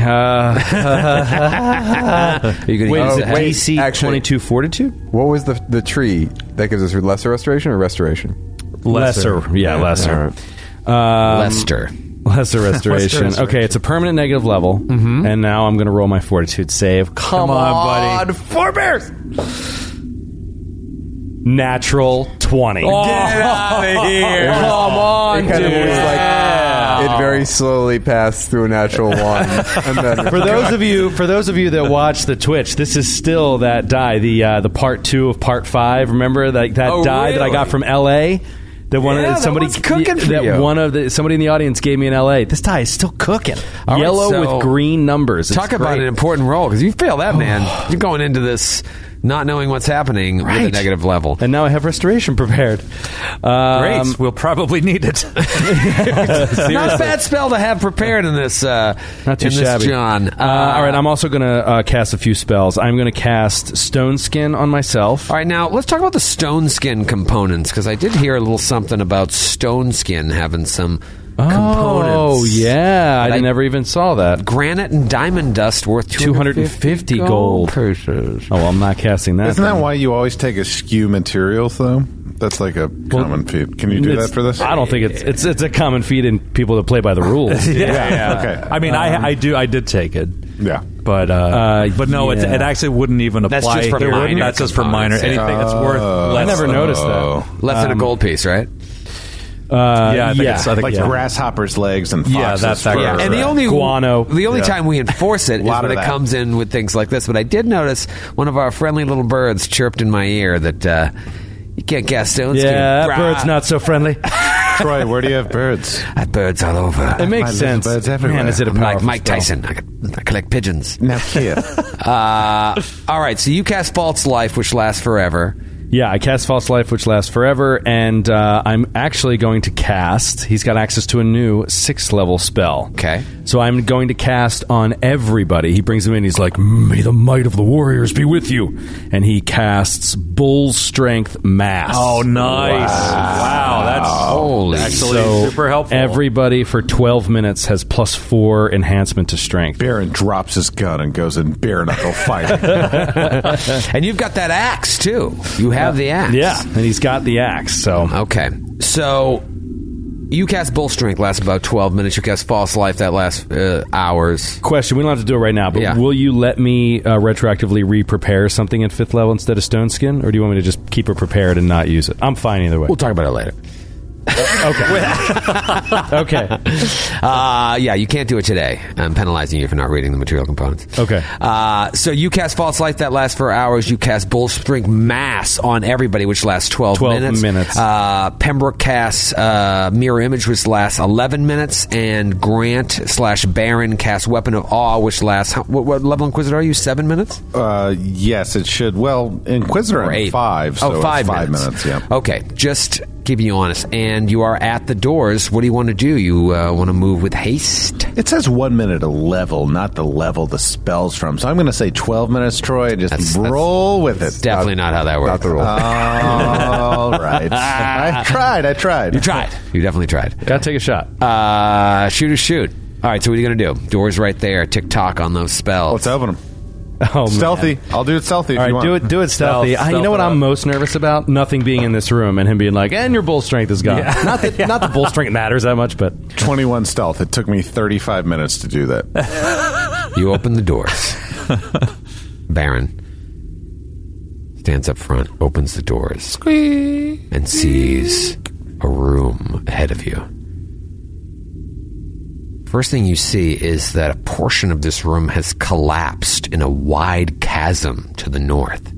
Speaker 2: uh,
Speaker 3: Are
Speaker 2: wait,
Speaker 3: you going
Speaker 9: Oh,
Speaker 2: is
Speaker 3: to
Speaker 2: it
Speaker 3: use
Speaker 9: wait,
Speaker 2: DC
Speaker 9: actually-
Speaker 2: twenty two fortitude?
Speaker 9: What was the the tree that gives us lesser restoration or restoration?
Speaker 2: Lesser, yeah, lesser,
Speaker 3: Lester?
Speaker 2: lesser Um, restoration. Okay, it's a permanent negative level,
Speaker 3: Mm-hmm.
Speaker 2: and now I'm going to roll my fortitude save. Come, on, buddy, four bears. Natural twenty.
Speaker 9: Come on, it kind of was like it very slowly passed through a natural one, and then
Speaker 2: For those of you, for those of you that watch the Twitch, this is still that die, the uh, the part two of part five. Remember that that
Speaker 3: Oh,
Speaker 2: die that I got from
Speaker 3: really?
Speaker 2: L.A. That one
Speaker 3: Yeah,
Speaker 2: of
Speaker 3: that
Speaker 2: the- somebody
Speaker 3: one's cooking for
Speaker 2: that
Speaker 3: you.
Speaker 2: one of the somebody in the audience gave me in L.A. This die is still cooking,
Speaker 3: right,
Speaker 2: yellow
Speaker 3: so-
Speaker 2: with green numbers. It's
Speaker 3: Talk about
Speaker 2: great.
Speaker 3: an important role because you fail that man. You're going into this not knowing what's happening with a
Speaker 2: Right.
Speaker 3: negative level.
Speaker 2: And now I have restoration prepared. Um,
Speaker 3: Great.
Speaker 8: we'll probably need it.
Speaker 3: not a bad spell to have prepared in this. Uh,
Speaker 2: Not too
Speaker 3: in this
Speaker 2: shabby.
Speaker 3: John.
Speaker 2: Uh, all right, I'm also going to uh, cast a few spells. I'm going to cast Stone Skin on myself.
Speaker 3: All right, now let's talk about the stone skin components because I did hear a little something about stone skin having some components.
Speaker 2: Oh, yeah. I,
Speaker 3: Like-
Speaker 2: never even saw that.
Speaker 3: Granite and diamond dust worth 250,
Speaker 2: 250 gold.
Speaker 3: pieces.
Speaker 2: Oh, well, I'm not casting that.
Speaker 4: Isn't that
Speaker 2: then.
Speaker 4: why you always take askew materials, though? That's like a common feat. Can you do
Speaker 2: It's-
Speaker 4: that for this?
Speaker 2: I don't think it's, it's it's a common feat in people that play by the rules.
Speaker 8: yeah.
Speaker 4: Okay.
Speaker 8: I mean, I I do I did take it.
Speaker 4: Yeah.
Speaker 8: But uh, but no,
Speaker 2: yeah.
Speaker 8: it, it actually wouldn't even apply.
Speaker 3: That's just for
Speaker 8: here.
Speaker 3: minor Oh.
Speaker 8: That's just for minor.
Speaker 3: components, yeah.
Speaker 8: Anything that's worth.
Speaker 2: I
Speaker 8: Less
Speaker 2: never
Speaker 8: than-
Speaker 2: noticed
Speaker 4: Oh.
Speaker 2: that. Um,
Speaker 3: Less than a gold piece, right?
Speaker 2: Uh,
Speaker 8: Yeah, I think it's- I think-
Speaker 4: Um, Like
Speaker 8: yeah.
Speaker 4: grasshoppers' legs and
Speaker 8: Yeah,
Speaker 4: foxes' uh,
Speaker 8: that- that-
Speaker 4: fur.
Speaker 8: yeah.
Speaker 3: And the
Speaker 8: Correct.
Speaker 3: only
Speaker 2: Guano.
Speaker 3: the only time we enforce it is
Speaker 4: Lot
Speaker 3: when it
Speaker 4: of that.
Speaker 3: comes in with things like this. But I did notice one of our friendly little birds chirped in my ear that uh, you can't cast stone
Speaker 2: yeah,
Speaker 3: skin.
Speaker 2: that
Speaker 3: Brah.
Speaker 2: bird's not so friendly.
Speaker 4: Troy, where do you have birds?
Speaker 3: That bird's all over.
Speaker 2: It
Speaker 4: My
Speaker 2: makes
Speaker 4: little
Speaker 2: sense.
Speaker 4: bird's everywhere.
Speaker 2: Man, is it a
Speaker 4: I'm
Speaker 3: I'm like
Speaker 2: powerful
Speaker 3: Mike
Speaker 2: spell.
Speaker 3: Tyson. I, could, I collect pigeons.
Speaker 4: Now, here.
Speaker 3: Uh, all right, so you cast False Life, which lasts forever.
Speaker 2: Yeah, I cast False Life, which lasts forever, and uh, I'm actually going to cast. He's got access to a new sixth level spell.
Speaker 3: Okay.
Speaker 2: So I'm going to cast on everybody. He brings him in. He's like, May the might of the warriors be with you. And he casts Bull Strength Mass.
Speaker 8: Oh, nice! Wow, that's
Speaker 3: Holy
Speaker 8: actually super helpful.
Speaker 2: Everybody for 12 minutes has plus four enhancement to strength.
Speaker 4: Baron drops his gun and goes in bare knuckle fighting.
Speaker 3: And you've got that axe, too. You have the axe.
Speaker 2: Yeah, and he's got the axe, so.
Speaker 3: Okay. So you cast Bull Strength, lasts about 12 minutes. You cast False Life, that lasts uh, hours.
Speaker 2: Question: We don't have to do it right now, but
Speaker 3: Yeah.
Speaker 2: will you let me uh, retroactively re-prepare something at fifth level instead of stone skin, or do you want me to just keep it prepared and not use it? I'm fine either way.
Speaker 3: We'll talk about it later.
Speaker 2: Okay.
Speaker 3: Uh, yeah, you can't do it today. I'm penalizing you for not reading the material components.
Speaker 2: Okay.
Speaker 3: Uh, so you cast false light that lasts for hours. You cast bullspring mass on everybody, which lasts 12,
Speaker 2: 12
Speaker 3: minutes.
Speaker 2: minutes.
Speaker 3: Uh, Pembroke casts uh, mirror image, which lasts 11 minutes, and Grant slash Baron casts weapon of awe, which lasts. How, what, what level inquisitor are you? Seven minutes?
Speaker 4: Uh, yes, it should. Well, Inquisitor
Speaker 3: Or
Speaker 4: in
Speaker 3: eight?
Speaker 4: five. So
Speaker 3: Oh, five
Speaker 4: it's five minutes.
Speaker 3: minutes.
Speaker 4: Yeah.
Speaker 3: Okay, just keeping you honest. And you are at the doors. What do you want to do? You uh, want to move with haste?
Speaker 4: It says one minute a level, not the level the spell's from. So I'm going to say 12 minutes, Troy. and Just
Speaker 3: That's- that's-
Speaker 4: roll with it.
Speaker 3: Definitely not how that works.
Speaker 9: Not the rule.
Speaker 4: All right. I tried. I tried.
Speaker 3: You tried. You definitely tried.
Speaker 2: Gotta take a shot.
Speaker 3: Uh, shoot or shoot. All right, so what are you going to do? Doors right there. Tick tock on those spells.
Speaker 4: Let's open them.
Speaker 2: Oh, man.
Speaker 4: Stealthy. I'll do it stealthy if
Speaker 2: All
Speaker 4: you want.
Speaker 2: right, do it. Do it stealthy.
Speaker 8: Stealth,
Speaker 2: I, you
Speaker 8: stealth
Speaker 2: know what
Speaker 8: it up.
Speaker 2: I'm most nervous about? Nothing being in this room and him being like, "And your bull strength is gone." Not that not the bull strength matters that much, but
Speaker 4: 21 stealth. It took me 35 minutes to do that.
Speaker 3: You open the doors. Baron stands up front, opens the doors, and sees a room ahead of you. First thing you see is that a portion of this room has collapsed in a wide chasm to the north.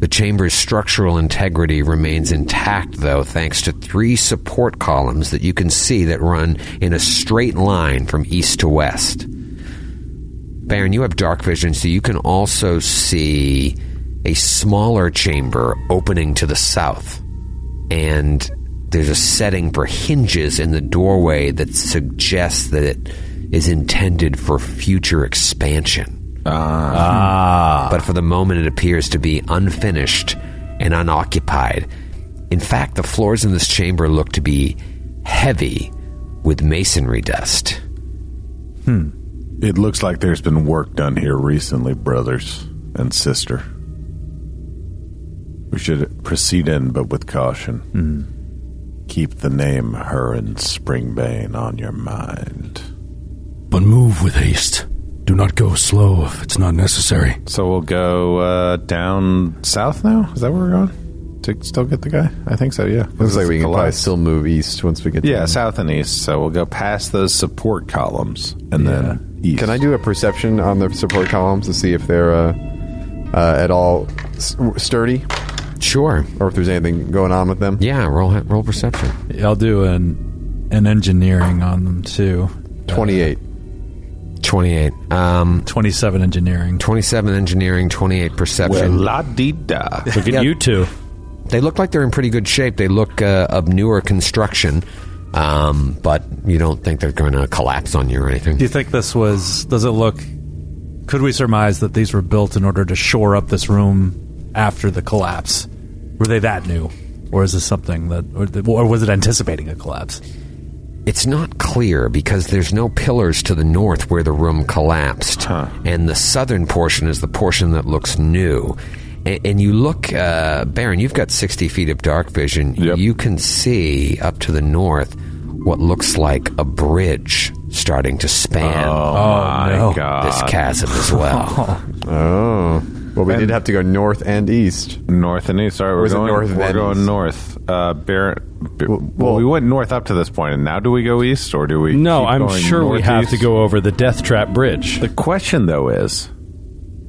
Speaker 3: The chamber's structural integrity remains intact, though, thanks to three support columns that you can see that run in a straight line from east to west. Baron, you have dark vision, so you can also see a smaller chamber opening to the south. And there's a setting for hinges in the doorway that suggests that it is intended for future expansion. Ah. But for the moment, it appears to be unfinished and unoccupied. In fact, the floors in this chamber look to be heavy with masonry dust.
Speaker 4: It looks like there's been work done here recently, brothers and sister. We should proceed in, but with caution.
Speaker 6: Hmm.
Speaker 4: Keep the name Her and Springbane on your mind.
Speaker 6: But move with haste. Do not go slow if it's not necessary.
Speaker 4: So we'll go uh, down south now. Is that where we're going? To still get the guy? I think so. Yeah.
Speaker 9: Looks like we can
Speaker 4: It's the
Speaker 9: probably
Speaker 4: last-
Speaker 9: still move east once we get.
Speaker 4: Yeah,
Speaker 9: there.
Speaker 4: south and east. So we'll go past those support columns and then east.
Speaker 9: Can I do a perception on the support columns to see if they're uh, uh, at all s- sturdy
Speaker 3: Sure.
Speaker 9: or if there's anything going on with them?
Speaker 3: Yeah, roll, roll perception.
Speaker 8: I'll do an an engineering on them too.
Speaker 9: Twenty-eight.
Speaker 3: 28. Um,
Speaker 8: Twenty seven engineering.
Speaker 3: 27 engineering, 28 perception.
Speaker 4: La di da.
Speaker 2: look at you two.
Speaker 3: they look like they're in pretty good shape. They look uh, of newer construction, um, but you don't think they're going to collapse on you or anything.
Speaker 8: Do you think this was? Does it look? Could we surmise that these were built in order to shore up this room after the collapse? Were they that new, or is this something that, or, th- or was it anticipating a collapse?
Speaker 3: It's not clear because there's no pillars to the north where the room collapsed, and the southern portion is the portion that looks new. And, and you look, uh, Baron, you've got 60 feet of dark vision.
Speaker 4: Yep.
Speaker 3: You can see up to the north what looks like a bridge starting to span
Speaker 4: Oh, my
Speaker 8: no.
Speaker 4: god.
Speaker 3: this chasm as well.
Speaker 9: Oh, well, we did have to go north and east.
Speaker 4: North and east. All right, we're
Speaker 9: Was it
Speaker 4: going
Speaker 9: north
Speaker 4: We're
Speaker 9: then
Speaker 4: going
Speaker 9: east?
Speaker 4: north. Uh, Baron. b-
Speaker 9: Well-
Speaker 4: Well, we went north up to this point, and now do we go east or do we?
Speaker 2: No,
Speaker 4: keep
Speaker 2: I'm
Speaker 4: going
Speaker 2: sure we have to
Speaker 4: northeast?
Speaker 2: go over the Death Trap Bridge.
Speaker 4: The question though is,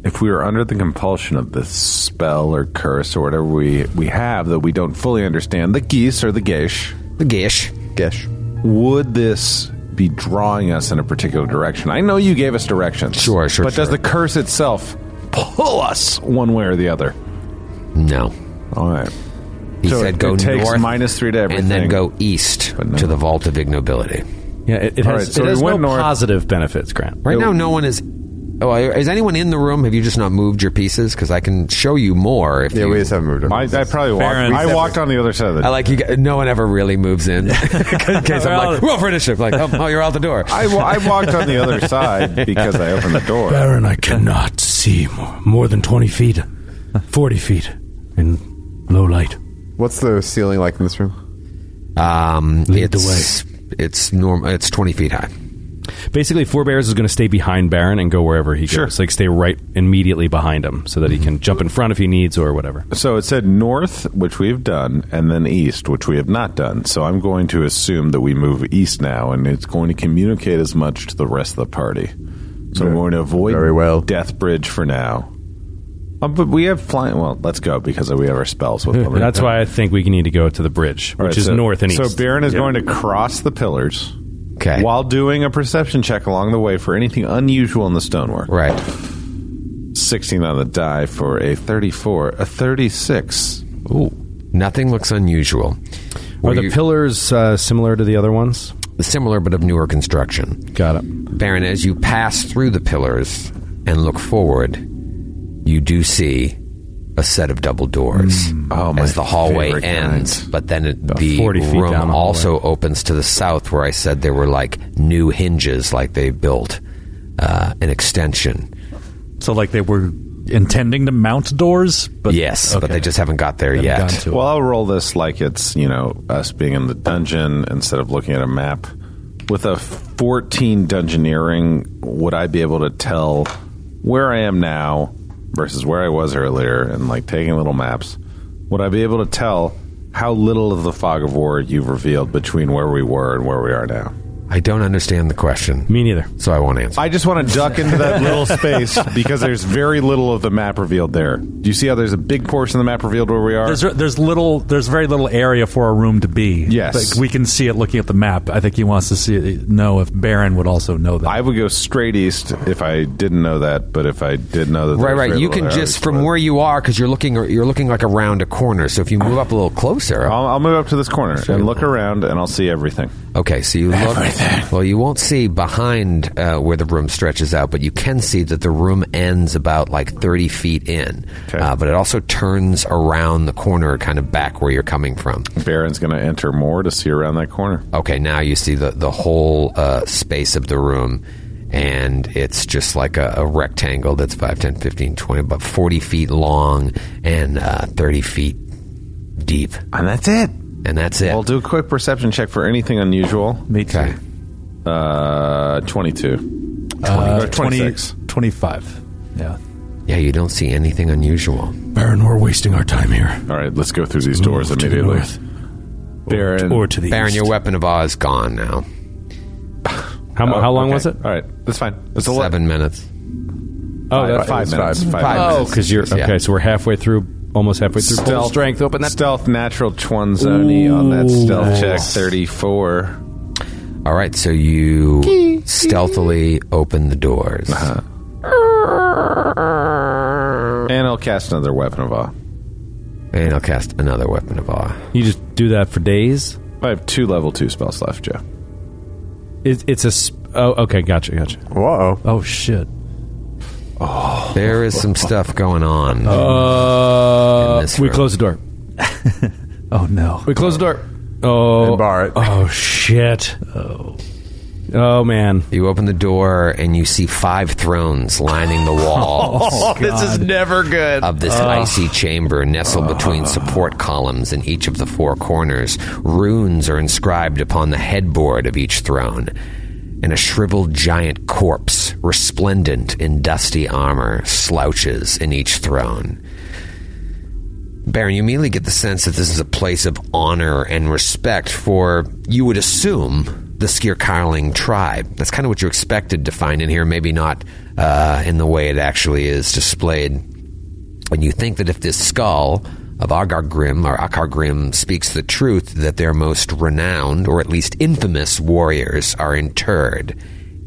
Speaker 4: if we are under the compulsion of this spell or curse or whatever we we have that we don't fully understand, the geese or the geish,
Speaker 3: the Gish.
Speaker 9: Gesh.
Speaker 4: would this be drawing us in a particular direction? I know you gave us directions.
Speaker 3: Sure, sure,
Speaker 4: But does
Speaker 3: sure.
Speaker 4: the curse itself pull us one way or the other?
Speaker 3: No.
Speaker 4: All right.
Speaker 3: He
Speaker 4: So
Speaker 3: said
Speaker 4: it-
Speaker 3: go
Speaker 4: it takes
Speaker 3: north
Speaker 4: minus three to
Speaker 3: and then
Speaker 4: everything.
Speaker 3: go east
Speaker 4: But no.
Speaker 3: to the Vault of Ignobility.
Speaker 2: Yeah, it, it
Speaker 4: All
Speaker 2: has,
Speaker 4: right, so
Speaker 2: it
Speaker 4: we
Speaker 2: has no
Speaker 4: went north.
Speaker 2: positive benefits, Grant.
Speaker 3: Right now, no one is. Oh, is anyone in the room? Have you just not moved your pieces? Because I can show you more. If
Speaker 9: Yeah,
Speaker 3: you,
Speaker 9: we just haven't moved.
Speaker 4: I, I probably walked.
Speaker 8: Baron.
Speaker 4: I walked on the other side of the.
Speaker 3: I like you. Guys, no one ever really moves in. in case I'm like, roll for initiative. Like, oh, oh, you're out the door.
Speaker 4: I, wa- I walked on the other side because I opened the door.
Speaker 6: Baron, I cannot see more, more than 20 feet, 40 feet in low light.
Speaker 9: What's the ceiling like in this room?
Speaker 3: Um,
Speaker 6: Lead the
Speaker 3: it's, It's norm. It's twenty feet high.
Speaker 2: basically forebears is going to stay behind Baron and go wherever he
Speaker 4: Sure.
Speaker 2: goes. Like stay right immediately behind him so that he can jump in front if he needs or whatever.
Speaker 4: So it said north, which we've done, and then east, which we have not done. So I'm going to assume that we move east now, and it's going to communicate as much to the rest of the party. So I'm going to avoid
Speaker 9: very well.
Speaker 4: Death Bridge for now. Uh, but we have flying. Well, let's go because we have our spells with them.
Speaker 2: That's why I think we need to go to the bridge,
Speaker 4: All
Speaker 2: which
Speaker 4: right,
Speaker 2: is
Speaker 4: so-
Speaker 2: north and east.
Speaker 4: So Baron is going to cross the pillars
Speaker 3: Okay.
Speaker 4: while doing a perception check along the way for anything unusual in the stonework.
Speaker 3: right.
Speaker 4: 16 on the die for a 34, a 36.
Speaker 3: Nothing looks unusual.
Speaker 2: Are
Speaker 3: Were
Speaker 2: the
Speaker 3: you-
Speaker 2: pillars uh, similar to the other ones?
Speaker 3: similar but of newer construction.
Speaker 2: Got it.
Speaker 3: Baron, as you pass through the pillars and look forward, you do see a set of double doors
Speaker 2: Mm.
Speaker 4: Oh, my
Speaker 3: as the hallway
Speaker 4: favorite
Speaker 3: ends.
Speaker 4: kind.
Speaker 3: But then it, the
Speaker 2: 40 feet down the
Speaker 3: room
Speaker 2: hallway.
Speaker 3: also opens to the south, where I said there were like new hinges, like they built uh, an extension.
Speaker 8: So like they were intending to mount doors, but
Speaker 3: yes, but
Speaker 8: okay.
Speaker 3: they just haven't got there
Speaker 8: Haven't gotten
Speaker 3: yet.
Speaker 8: to it.
Speaker 4: Well, I'll roll this like it's, you know, us being in the dungeon instead of looking at a map. With a 14 dungeoneering, would I be able to tell where I am now versus where I was earlier and like taking little maps? Would I be able to tell how little of the fog of war you've revealed between where we were and where we are now?
Speaker 3: I don't understand the question,
Speaker 2: Me neither.
Speaker 3: so I won't answer.
Speaker 4: I just want to duck into that little space because there's very little of the map revealed there. Do you see how there's a big portion of the map revealed where we are?
Speaker 8: there's there's little there's very little area for a room to be.
Speaker 4: Yes.
Speaker 8: like we can see it looking at the map. I think he wants to see it, know if Baron would also know that.
Speaker 4: I would go straight east if I didn't know that, but if I did know that,
Speaker 3: Right,
Speaker 4: there was
Speaker 3: right.
Speaker 4: very
Speaker 3: You
Speaker 4: little
Speaker 3: can
Speaker 4: there, I
Speaker 3: just
Speaker 4: would
Speaker 3: from
Speaker 4: split.
Speaker 3: where you are because you're looking you're looking like around a corner. So if you move up a little closer,
Speaker 4: I'll, I'll move up to this corner and look around, and I'll see everything.
Speaker 3: Okay, so you look. Well, you won't see behind uh, where the room stretches out, but you can see that the room ends about like 30 feet in.
Speaker 4: Okay.
Speaker 3: Uh, but it also turns around the corner, kind of back where you're coming from.
Speaker 4: Baron's going to enter more to see around that corner.
Speaker 3: Okay, now you see the, the whole uh, space of the room, and it's just like a, a rectangle that's 5, 10, 15, 20, about 40 feet long and uh, 30 feet deep.
Speaker 4: And that's it.
Speaker 3: And that's it.
Speaker 4: I'll do a quick perception check for anything unusual.
Speaker 8: Me too.
Speaker 3: Okay.
Speaker 4: Uh, twenty-two.
Speaker 8: Uh,
Speaker 4: Or 26.
Speaker 8: 25. Yeah.
Speaker 3: Yeah, you don't see anything unusual.
Speaker 6: Baron, we're wasting our time here.
Speaker 4: All right, let's go through these doors
Speaker 6: Move to the
Speaker 4: immediately.
Speaker 6: north.
Speaker 4: Baron.
Speaker 6: Or to the
Speaker 3: Baron,
Speaker 6: east.
Speaker 3: your weapon of awe is gone now.
Speaker 2: How, mu-
Speaker 4: Oh,
Speaker 2: how long
Speaker 4: okay.
Speaker 2: was it?
Speaker 4: All right, that's fine. It's a
Speaker 3: Seven minutes.
Speaker 2: Oh, that's
Speaker 4: five,
Speaker 9: It's
Speaker 4: minutes.
Speaker 9: five.
Speaker 4: Five,
Speaker 3: Five
Speaker 4: minutes.
Speaker 2: Oh, because you're
Speaker 3: Yeah.
Speaker 2: okay. So we're halfway through, almost halfway through. full strength. Open that.
Speaker 4: stealth natural twenty on that stealth check. Thirty-four.
Speaker 3: All right, so you stealthily open the doors.
Speaker 4: Uh-huh. And I'll cast another weapon of awe.
Speaker 3: And I'll cast another weapon of awe.
Speaker 2: You just do that for days.
Speaker 4: I have two level two spells left, Joe.
Speaker 2: It, it's a. Sp- oh, okay. Gotcha. Gotcha.
Speaker 9: Whoa.
Speaker 8: Oh shit.
Speaker 3: There is some stuff going on. In
Speaker 2: Uh,
Speaker 3: this
Speaker 2: we
Speaker 3: room.
Speaker 2: close the door.
Speaker 8: Oh no.
Speaker 2: We close the door. Oh,
Speaker 9: And bar it.
Speaker 2: Oh shit. Oh. Oh man.
Speaker 3: You open the door and you see five thrones lining the
Speaker 2: Oh,
Speaker 3: walls
Speaker 4: this is never good.
Speaker 3: of
Speaker 2: uh,
Speaker 3: this icy chamber nestled between support columns in each of the four corners. Runes are inscribed upon the headboard of each throne. And a shriveled giant corpse, resplendent in dusty armor, slouches in each throne. Baron, you immediately get the sense that this is a place of honor and respect for, you would assume, the Skirkarling tribe. That's kind of what you expected to find in here, maybe not uh, in the way it actually is displayed. And you think that if this skull of Agar Grim or Akar Grim speaks the truth, that their most renowned, or at least infamous, warriors are interred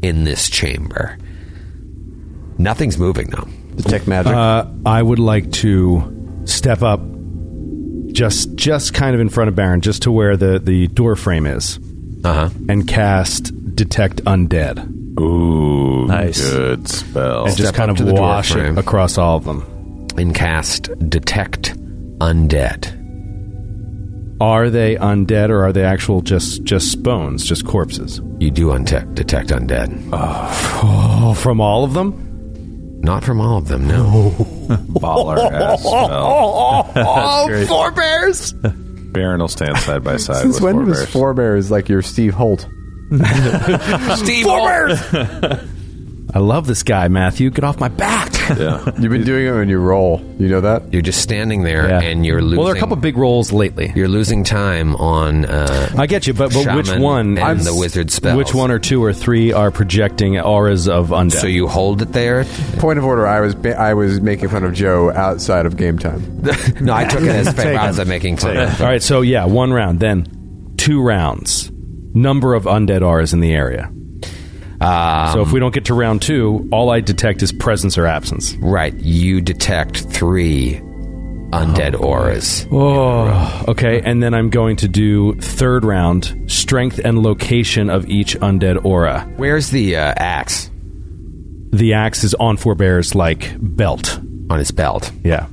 Speaker 3: in this chamber. Nothing's moving, though.
Speaker 9: Detect magic.
Speaker 2: Uh, I would like to step up, just just kind of in front of Baron, just to where the the door frame is,
Speaker 3: Uh huh.
Speaker 2: and cast detect undead, and
Speaker 4: Ooh,
Speaker 8: Nice.
Speaker 4: good spell.
Speaker 2: just
Speaker 3: Step
Speaker 2: kind
Speaker 3: up to
Speaker 2: of
Speaker 3: the door
Speaker 2: wash it
Speaker 3: frame.
Speaker 2: across all of them.
Speaker 3: And cast Detect Undead.
Speaker 2: Are they undead or are they actual just just bones, just corpses?
Speaker 3: You do untec- detect undead.
Speaker 2: Oh, from all of them?
Speaker 3: Not from all of them, no.
Speaker 4: baller ass spell.
Speaker 3: Oh, forebears!
Speaker 4: Baron will stand side by side
Speaker 9: Since
Speaker 4: with
Speaker 9: when
Speaker 4: forebears.
Speaker 9: was forebears like your Steve Holt?
Speaker 3: Steve,
Speaker 2: I love this guy, Matthew. Get off my back.
Speaker 4: Yeah.
Speaker 9: You've been doing it when you roll. You know that?
Speaker 3: you're just standing there
Speaker 2: Yeah.
Speaker 3: and you're losing.
Speaker 2: Well, there are a couple big roles lately.
Speaker 3: You're losing time on. Uh,
Speaker 2: I get you, but, but which
Speaker 3: Shaman
Speaker 2: one?
Speaker 3: and
Speaker 2: I'm-
Speaker 3: the wizard spells.
Speaker 2: Which one or two or three are projecting auras of undead?
Speaker 3: so you hold it there.
Speaker 9: Point of order. I was ba- I was making fun of Joe outside of game time.
Speaker 3: no, I took it as Feyrods. I'm making fun. of.
Speaker 2: All right, so yeah, one round, then two rounds. Number of undead auras in the area.
Speaker 3: Um,
Speaker 2: so if we don't get to round two, all I detect is presence or absence.
Speaker 3: Right, you detect three undead auras.
Speaker 2: Oh, okay. And then I'm going to do third round, strength and location of each undead aura.
Speaker 3: Where's the uh, axe
Speaker 2: The axe is on Forbear's like belt.
Speaker 3: on his belt?
Speaker 2: Yeah.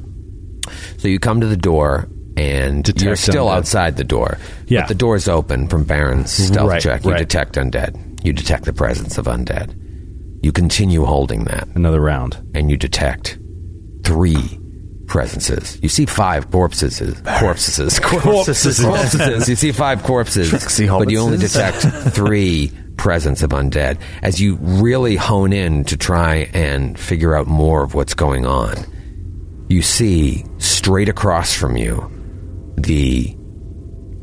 Speaker 3: So you come to the door, and
Speaker 2: Detect
Speaker 3: you're still
Speaker 2: undead.
Speaker 3: outside the door.
Speaker 2: Yeah.
Speaker 3: But the door's open from Baron's stealth
Speaker 2: Right,
Speaker 3: check. You
Speaker 2: right.
Speaker 3: detect undead. You detect the presence of undead. You continue holding that,
Speaker 2: Another round.
Speaker 3: and you detect three presences. You see five corpses. Corpses. Corpses. corpses. you see five corpses. But you only detect three presence of undead as you really hone in to try and figure out more of what's going on you see straight across from you the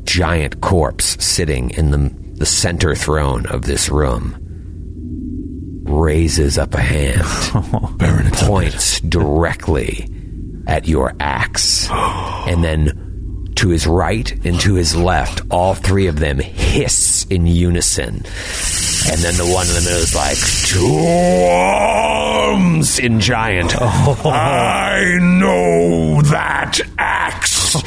Speaker 3: giant corpse sitting in the, the center throne of this room raises up a hand points directly at your axe and then to his right and to his left all three of them hiss in unison and then the one in the middle is like, Two arms in giant. I know that axe.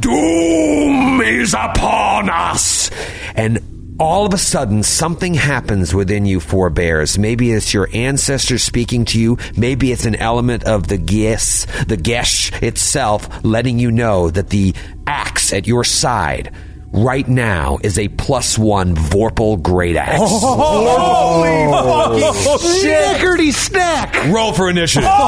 Speaker 3: Doom is upon us. And all of a sudden, something happens within you, forebears. Maybe it's your ancestors speaking to you. Maybe it's an element of the Gis, the Gesh itself, letting you know that the axe at your side right now is a plus one Vorpal Great Axe.
Speaker 9: Oh,
Speaker 3: Roll for initiative.
Speaker 2: Oh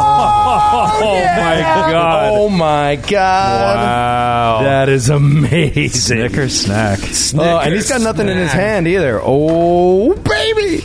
Speaker 2: my god. Oh my god. Wow. That is amazing.
Speaker 8: Snicker snack.
Speaker 2: Oh, and he's got nothing in his hand either. Oh, baby.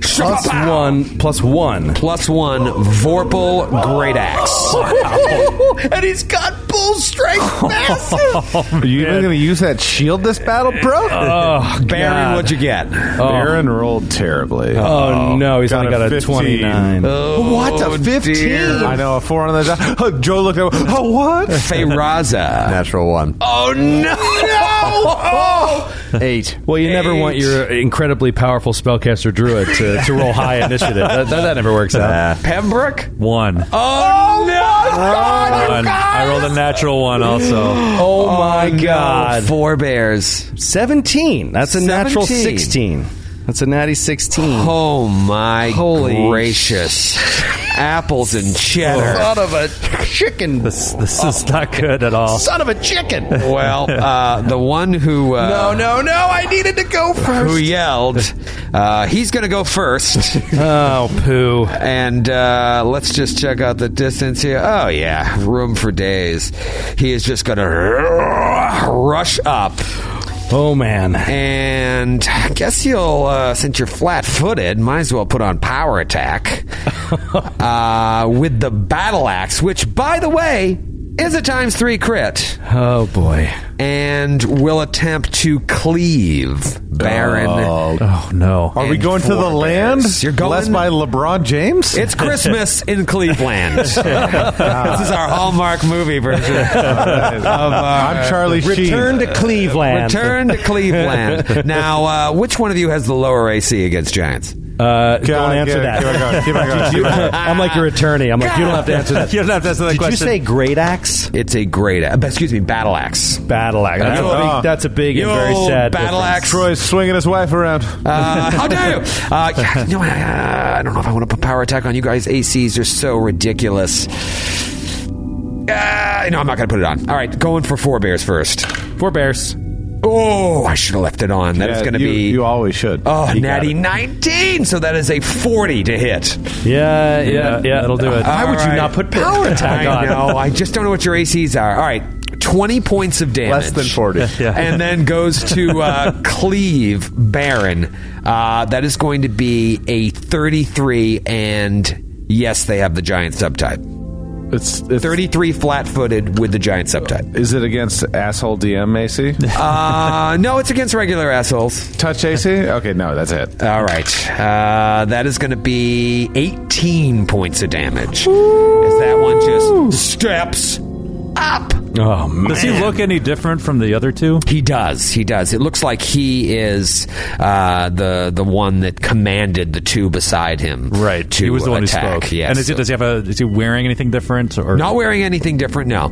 Speaker 2: Plus one, plus one.
Speaker 3: Plus one, Vorpal Great Axe.
Speaker 1: and he's got bull strength
Speaker 3: Oh,
Speaker 1: massive.
Speaker 4: Are you even going to use that shield this battle, bro?
Speaker 6: Oh,
Speaker 3: Baron, what'd you get?
Speaker 4: Baron rolled terribly.
Speaker 2: Oh, no, he's only got a
Speaker 4: 15.
Speaker 2: 29.
Speaker 4: what a fifteen! Oh, I know a four on the dot. Oh, Joe looked at. Oh, what?
Speaker 3: Feyraza.
Speaker 9: Natural one.
Speaker 3: Oh, no! no! Oh!
Speaker 9: Eight.
Speaker 2: Well, you never want your incredibly powerful spellcaster druid to, to roll high initiative. That, that, that never works out.
Speaker 3: Pembroke?
Speaker 8: One.
Speaker 3: Oh, no!
Speaker 8: One. I rolled a natural one also.
Speaker 2: Oh, my
Speaker 3: Four bears.
Speaker 2: 17. That's a natural
Speaker 3: 17.
Speaker 2: 16. That's a natty 16.
Speaker 3: Oh, my
Speaker 2: Holy
Speaker 3: gracious. Apples and cheddar.
Speaker 2: of a chicken.
Speaker 8: This, this is not good at all.
Speaker 2: Son of a chicken.
Speaker 3: Well, uh, the one who uh, no, no, no, I needed to go first. Who yelled? Uh, he's going to go first,
Speaker 2: Oh, poo.
Speaker 3: and uh, let's just check out the distance here. Oh yeah, room for days. He is just going to rush up,
Speaker 2: Oh, man.
Speaker 3: and I guess he'll uh, since you're flat-footed, might as well put on power attack uh, with the battle axe, which, by the way, is a times three crit
Speaker 2: Oh, boy.
Speaker 3: and will attempt to cleave Baron.
Speaker 8: Oh, no.
Speaker 4: Are we going to the land?
Speaker 3: You're going-
Speaker 4: blessed by LeBron James.
Speaker 3: It's Christmas in Cleveland. this is our Hallmark movie version of uh,
Speaker 4: I'm Charlie
Speaker 2: Return
Speaker 4: Sheen.
Speaker 2: to Cleveland.
Speaker 3: uh, Return to Cleveland. Now, uh, which one of you has the lower AC against Giants?
Speaker 2: Uh,
Speaker 4: Go
Speaker 2: don't
Speaker 4: on,
Speaker 2: answer
Speaker 4: yeah,
Speaker 2: that.
Speaker 4: keep on going, keep on going,
Speaker 2: Did
Speaker 4: keep
Speaker 2: you-
Speaker 4: on going.
Speaker 2: I'm like your attorney. I'm like, you don't have to answer that.
Speaker 8: You don't have to answer that
Speaker 2: Did
Speaker 8: question.
Speaker 2: you say great axe?
Speaker 3: It's a great axe. Excuse me, battle axe.
Speaker 2: Battle axe. That's,
Speaker 3: Yo.
Speaker 2: a, big, that's a big and
Speaker 3: Yo,
Speaker 2: very sad
Speaker 3: battle
Speaker 2: difference.
Speaker 3: axe.
Speaker 4: Troy's swinging his wife around.
Speaker 3: Uh, how dare you? Uh, yeah, you know, Uh, I, I don't know if I want to put power attack on you guys. ACs are so ridiculous. Uh, no, I'm not going to put it on. All right, going for four bears first.
Speaker 2: Four bears.
Speaker 3: Oh, I should have left it on. That is
Speaker 4: Yeah,
Speaker 3: going to
Speaker 4: you-
Speaker 3: be.
Speaker 4: You always should.
Speaker 3: Oh,
Speaker 4: You got
Speaker 3: natty
Speaker 4: it.
Speaker 3: 19! So that is a 40 to hit.
Speaker 2: Yeah, yeah, yeah.
Speaker 8: that'll do it.
Speaker 2: Why would
Speaker 3: All
Speaker 2: you
Speaker 3: right.
Speaker 2: not put power attack
Speaker 3: I
Speaker 2: on?
Speaker 3: know. I just don't know what your ACs are. All right. 20 points of damage.
Speaker 9: Less than 40.
Speaker 3: And then goes to uh, Cleave Baron. Uh, that is going to be a 33, and yes, they have the giant subtype.
Speaker 4: It's, it's
Speaker 3: 33 flat footed with the giant subtype.
Speaker 4: Is it against asshole DM AC?
Speaker 3: Uh, no, it's against regular assholes.
Speaker 4: Touch AC? Okay, no, that's it.
Speaker 3: All right. Uh, that is going to be 18 points of damage. As that one just steps up.
Speaker 2: Oh, man.
Speaker 8: Does he look any different from the other two?
Speaker 3: He does. He does. It looks like he is uh, the the one that commanded the two beside him. To
Speaker 8: he was the one
Speaker 3: attack.
Speaker 8: who spoke.
Speaker 3: Yes.
Speaker 8: and is he, does he have a? Is he wearing anything different or
Speaker 3: not wearing anything different now.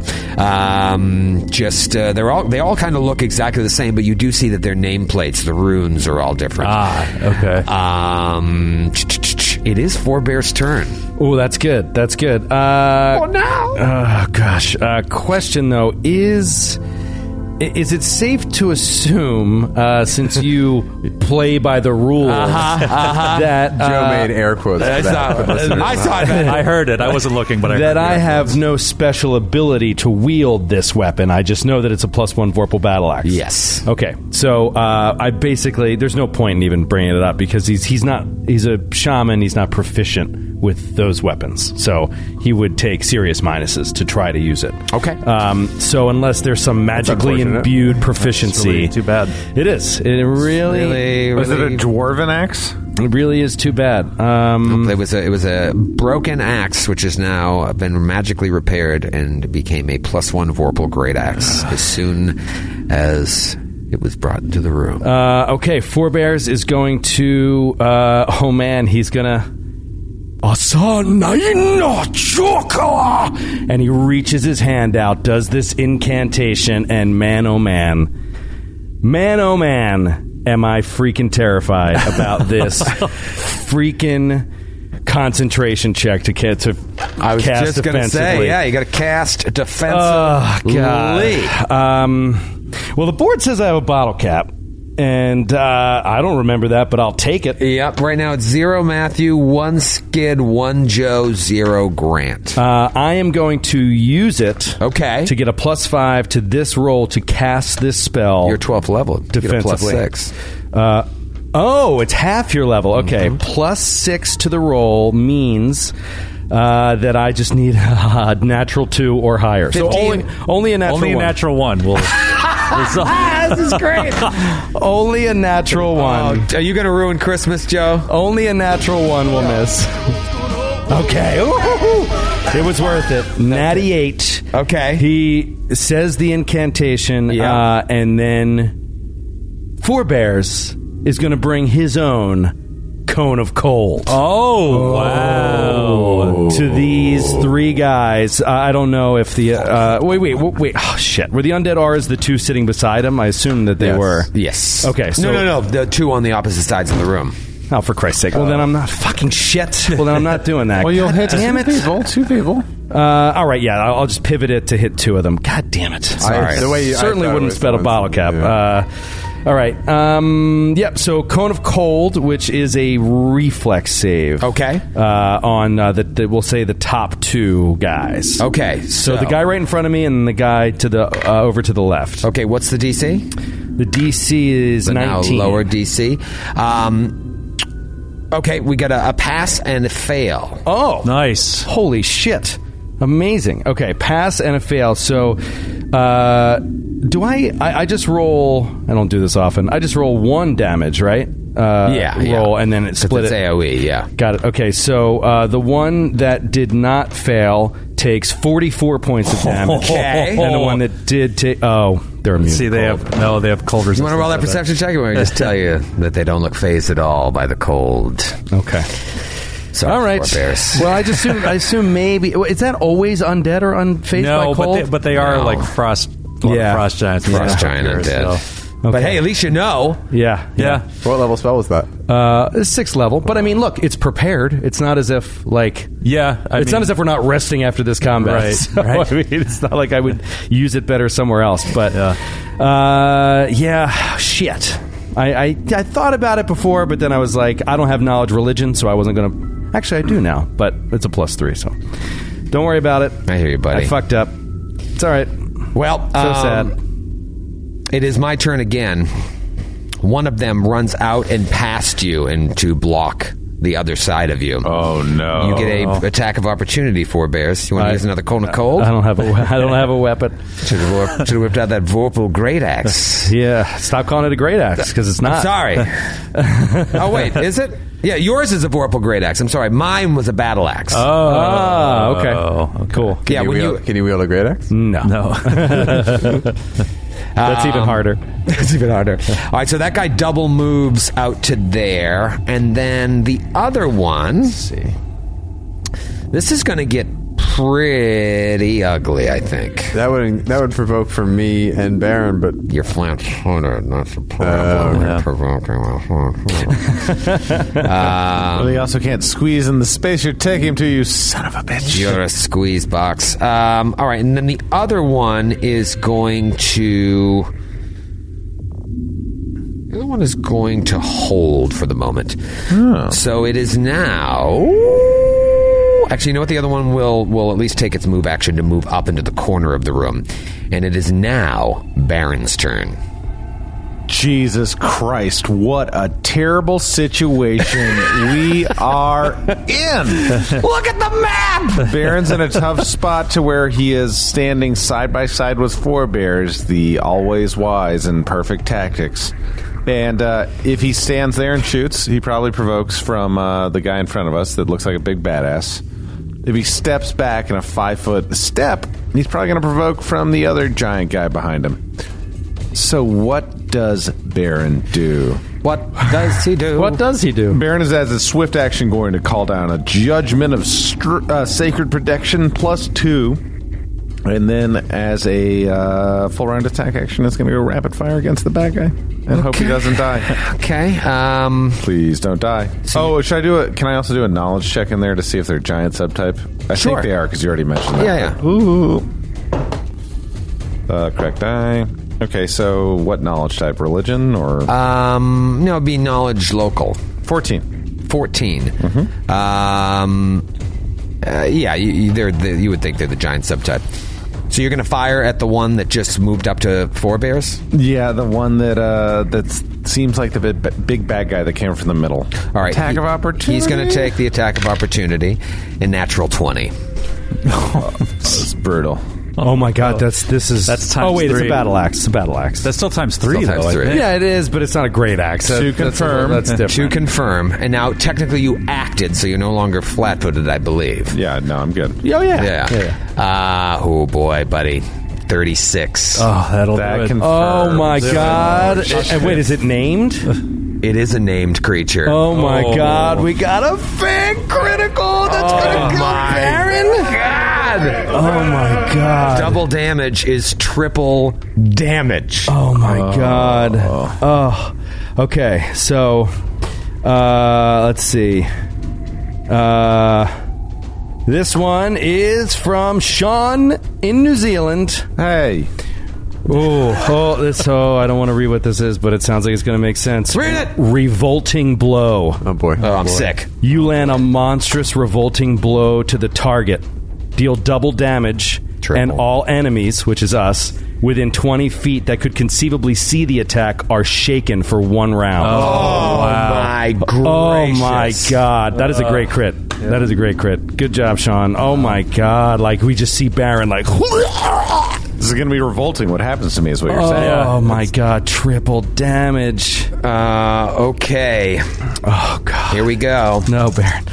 Speaker 3: Um, just uh, they're all they all kind of look exactly the same, but you do see that their nameplates, the runes, are all different.
Speaker 8: Ah, okay.
Speaker 3: Um, it is Forbear's turn.
Speaker 2: Oh, that's good. That's good. Uh, oh no. Uh, gosh. Uh, question though is i- is it safe to assume uh, since you play by the rules that uh,
Speaker 9: Uh-huh, Joe made air quotes. for that.
Speaker 3: I saw it.
Speaker 8: I heard it. I wasn't looking, but I heard
Speaker 2: that
Speaker 8: it.
Speaker 2: I have no special ability to wield this weapon. I just know that it's a plus one Vorpal battle axe.
Speaker 3: Yes.
Speaker 2: Okay, so uh, I basically there's no point in even bringing it up because he's he's not he's a shaman. He's not proficient with those weapons, so he would take serious minuses to try to use it.
Speaker 3: Okay.
Speaker 2: Um, so unless there's some magically
Speaker 9: unfortunate.
Speaker 2: imbued proficiency,
Speaker 8: really too bad.
Speaker 2: It is. It really,
Speaker 3: Really,
Speaker 4: Was it a
Speaker 3: really-
Speaker 4: dwarven axe?
Speaker 2: it really is too bad. Um,
Speaker 3: It was a it was a broken axe, which has now been magically repaired and became a plus one Vorpal Great Axe as soon as it was brought into the room.
Speaker 2: uh, okay, Forebears is going to. Uh, oh man, he's gonna. Asanaina Chokoa! And he reaches his hand out, does this incantation, and man oh man, man oh man, am I freaking terrified about this freaking concentration check to get to
Speaker 3: I was
Speaker 2: cast
Speaker 3: just gonna say,
Speaker 2: defensively.
Speaker 3: yeah, you got to cast defensive.
Speaker 2: Oh,
Speaker 3: Lee.
Speaker 2: God. Um, well, the board says I have a bottle cap, and uh, I don't remember that, but I'll take it.
Speaker 3: Yep. Right now it's zero Matthew, one Skid, one Joe, zero Grant.
Speaker 2: Uh, I am going to use it.
Speaker 3: Okay.
Speaker 2: To get a plus five to this roll to cast this spell.
Speaker 3: You're 12th level. You get a plus
Speaker 2: defensively.
Speaker 3: six.
Speaker 2: Uh, oh, it's half your level. Okay,
Speaker 3: Mm-hmm.
Speaker 2: Plus six to the roll means. Uh, that I just need a natural two or higher. So
Speaker 3: 15.
Speaker 2: only, only a natural
Speaker 8: only a
Speaker 2: one. Ah,
Speaker 8: natural one will result.
Speaker 3: this is great.
Speaker 2: only a natural one.
Speaker 3: are you going to ruin Christmas, Joe?
Speaker 2: Only a natural one will miss. Okay. Ooh-hoo-hoo. It was worth it. Natty 8.
Speaker 3: Okay.
Speaker 2: He says the incantation,
Speaker 3: Yeah.
Speaker 2: uh, and then Four Bears is going to bring his own cone of cold
Speaker 8: Oh, wow!
Speaker 2: to these three guys. Uh, I don't know if the. Uh, wait, wait, wait, wait. Oh, shit. Were the undead R's the two sitting beside him? I assume that they were.
Speaker 3: Yes.
Speaker 2: Okay, so-
Speaker 3: no, no, no. The two on the opposite sides of the room.
Speaker 2: Oh, for Christ's sake. Well, then I'm not fucking shit. Well, then I'm not doing that.
Speaker 4: Well, you'll
Speaker 2: God
Speaker 4: hit
Speaker 2: damn
Speaker 4: two
Speaker 2: it.
Speaker 4: people. Two people.
Speaker 2: Uh, all right, yeah, I'll, I'll just pivot it to hit two of them. God damn it!
Speaker 9: I-
Speaker 2: Sorry.
Speaker 9: the way you- I
Speaker 2: certainly
Speaker 9: thought it
Speaker 2: wouldn't
Speaker 9: was
Speaker 2: spell a
Speaker 9: once-
Speaker 2: bottle cap.
Speaker 9: yeah.
Speaker 2: Uh, all right, um, yep. So cone of cold, which is a reflex save.
Speaker 3: Okay.
Speaker 2: uh, on uh, the, the we'll say the top two guys.
Speaker 3: Okay.
Speaker 2: So
Speaker 3: So,
Speaker 2: the guy right in front of me and the guy to the uh, over to the left.
Speaker 3: Okay, what's the DC?
Speaker 2: The DC is
Speaker 3: the now
Speaker 2: nineteen.
Speaker 3: lower DC. Um, okay, we got a, a pass and a fail.
Speaker 2: oh,
Speaker 8: Nice.
Speaker 2: Holy shit. Amazing. Okay, pass and a fail. So, uh, do I, I. I just roll. I don't do this often. I just roll one damage, right? uh,
Speaker 3: Yeah, yeah.
Speaker 2: roll, and then it split
Speaker 3: it's
Speaker 2: it.
Speaker 3: AOE, yeah.
Speaker 2: Got it. Okay, so uh, the one that did not fail takes 44 points of damage.
Speaker 3: Okay.
Speaker 2: And the one that did take. Oh, they're immune.
Speaker 8: See, they have no, they have cold
Speaker 3: You
Speaker 8: resistance.
Speaker 3: want to roll that
Speaker 8: I bet.
Speaker 3: perception check? Or just tell you that they don't look phased at all by the cold.
Speaker 2: Okay.
Speaker 3: Sorry,
Speaker 2: All right.
Speaker 3: forebears.
Speaker 2: Well, I just assume, I assume maybe. Is that always undead or unfazed
Speaker 8: No,
Speaker 2: by cold?
Speaker 8: but they, but they are
Speaker 3: No.
Speaker 8: like frost,
Speaker 2: Yeah.
Speaker 8: yeah. frost giants,
Speaker 3: Frost
Speaker 8: Yeah.
Speaker 3: giant undead.
Speaker 8: So-
Speaker 3: But hey, at least you know.
Speaker 2: yeah.
Speaker 8: yeah,
Speaker 9: What level spell was that?
Speaker 2: Uh, sixth level. But I mean, look, it's prepared. It's not as if, like.
Speaker 8: yeah. I
Speaker 2: it's
Speaker 8: mean,
Speaker 2: not as if we're not resting after this combat.
Speaker 8: Right,
Speaker 2: So,
Speaker 8: right.
Speaker 2: I mean, it's not like I would use it better somewhere else. But
Speaker 8: Yeah.
Speaker 2: uh, yeah, shit. I, I I thought about it before, but then I was like, I don't have knowledge religion, so I wasn't gonna. Actually, I do now, but it's a plus three, so don't worry about it.
Speaker 3: I hear you, buddy.
Speaker 2: I fucked up. It's all right.
Speaker 3: Well,
Speaker 2: So
Speaker 3: um,
Speaker 2: sad.
Speaker 3: It is my turn again. One of them runs out and past you and to block the other side of you.
Speaker 4: Oh no!
Speaker 3: You get a attack of opportunity, forebears. You want to use another cone of cold?
Speaker 2: I don't have a we- I don't have a weapon.
Speaker 3: Should have whipped, out that Vorpal Great Axe.
Speaker 2: Yeah, stop calling it a great axe because it's not.
Speaker 3: Sorry. oh wait, is it? Yeah, yours is a Vorpal Great Axe. I'm sorry, mine was a Battle Axe. Oh,
Speaker 2: Ah, okay. Cool.
Speaker 3: yeah.
Speaker 9: Can
Speaker 3: When
Speaker 9: wield,
Speaker 3: you
Speaker 9: can you wield a great axe?
Speaker 2: No, no, that's even harder.
Speaker 3: It's Um, even harder. All right, so that guy double moves out to there, and then the other one. see. This is going to get pretty ugly, I think.
Speaker 9: That would that would provoke from me and Baron, but Uh,
Speaker 3: You're flat-footed. That's a problem. You're provoking Uh, a- Um,
Speaker 4: Well, you also can't squeeze in the space you're taking him to. You son of a bitch!
Speaker 3: You're a squeeze box. Um, all right, and then the other one is going to. The other one is going to hold for the moment.
Speaker 4: Oh.
Speaker 3: So it is now. Actually, you know what? The other one will will at least take its move action to move up into the corner of the room, and it is now Baron's turn.
Speaker 4: Jesus Christ! What a terrible situation we are in.
Speaker 3: Look at the map.
Speaker 4: Baron's in a tough spot to where he is standing side by side with forebears, the always wise and perfect tactics. And uh, if he stands there and shoots, he probably provokes from uh, the guy in front of us that looks like a big badass. If he steps back in a five foot step, he's probably going to provoke from the other giant guy behind him. So, what does Baron do?
Speaker 3: What does he do?
Speaker 2: What does he do?
Speaker 4: Baron is as a swift action going to call down a judgment of str- uh, sacred protection plus two. And then, as a uh, full round attack action, it's going to go rapid fire against the bad guy and hope he doesn't die.
Speaker 3: Okay. Um.
Speaker 4: Please don't die. oh, should I do it? Can I also do a knowledge check in there to see if they're giant subtype? I
Speaker 3: Sure.
Speaker 4: think they are because you already mentioned that.
Speaker 3: Yeah, yeah.
Speaker 4: Ooh. Uh, correct die. Okay, so what knowledge type? Religion or
Speaker 3: Um. No, it'd be knowledge local.
Speaker 4: fourteen? Mm-hmm.
Speaker 3: 14. Um, uh, yeah, you, you, they're the, you would think they're the giant subtype. So you're going to fire at the one that just moved up to forebears?
Speaker 4: Yeah, the one that uh, that seems like the big, big bad guy that came from the middle.
Speaker 3: All right.
Speaker 4: attack
Speaker 3: he-
Speaker 4: of opportunity.
Speaker 3: He's going to take the attack of opportunity in natural 20.
Speaker 4: This is brutal.
Speaker 2: Oh my god, that's this is
Speaker 8: That's times
Speaker 2: Oh wait, it's a
Speaker 8: three.
Speaker 2: battle axe. It's a battle axe.
Speaker 8: that's still times three
Speaker 3: Still times
Speaker 8: though. I
Speaker 3: three.
Speaker 8: think.
Speaker 2: yeah, it is, but it's not a great axe.
Speaker 4: To
Speaker 2: That- that's a-
Speaker 4: confirm.
Speaker 2: that's different.
Speaker 3: To confirm, and now technically you acted, so you're no longer flat footed, I believe.
Speaker 4: Yeah, no, I'm good.
Speaker 2: Oh yeah,
Speaker 3: Yeah. Ah, oh boy, buddy. 36.
Speaker 8: Oh, that'll do
Speaker 4: That
Speaker 8: it.
Speaker 4: confirms.
Speaker 2: Oh my god! And wait, is it named?
Speaker 3: It is a named creature.
Speaker 2: Oh my god! We got a fan critical. That's gonna kill Baron.
Speaker 3: Oh, God!
Speaker 2: Oh
Speaker 4: Uh-huh.
Speaker 2: my god!
Speaker 3: Double damage is triple damage.
Speaker 2: Oh my god! Oh, okay. So, uh, let's see. Uh, this one is from Sean in New Zealand.
Speaker 4: Hey,
Speaker 2: Ooh, oh, this. Oh, I don't want to read what this is, but it sounds like it's going to make sense.
Speaker 3: Read it!
Speaker 2: Revolting blow.
Speaker 9: oh boy,
Speaker 3: Oh, I'm sick.
Speaker 2: You land a monstrous revolting blow to the target. Deal double damage,
Speaker 3: Triple.
Speaker 2: and all enemies, which is us, within 20 feet that could conceivably see the attack are shaken for one round.
Speaker 3: Oh, my gracious.
Speaker 2: Oh my god, that is a great crit. That is a great crit. Good job, Sean. Oh my god, like we just see Baron like
Speaker 4: is going to be revolting. What happens to me is what you're
Speaker 2: Oh
Speaker 4: saying.
Speaker 2: my god, triple damage.
Speaker 3: Uh, okay.
Speaker 2: Oh god.
Speaker 3: Here we go.
Speaker 2: No, Baron.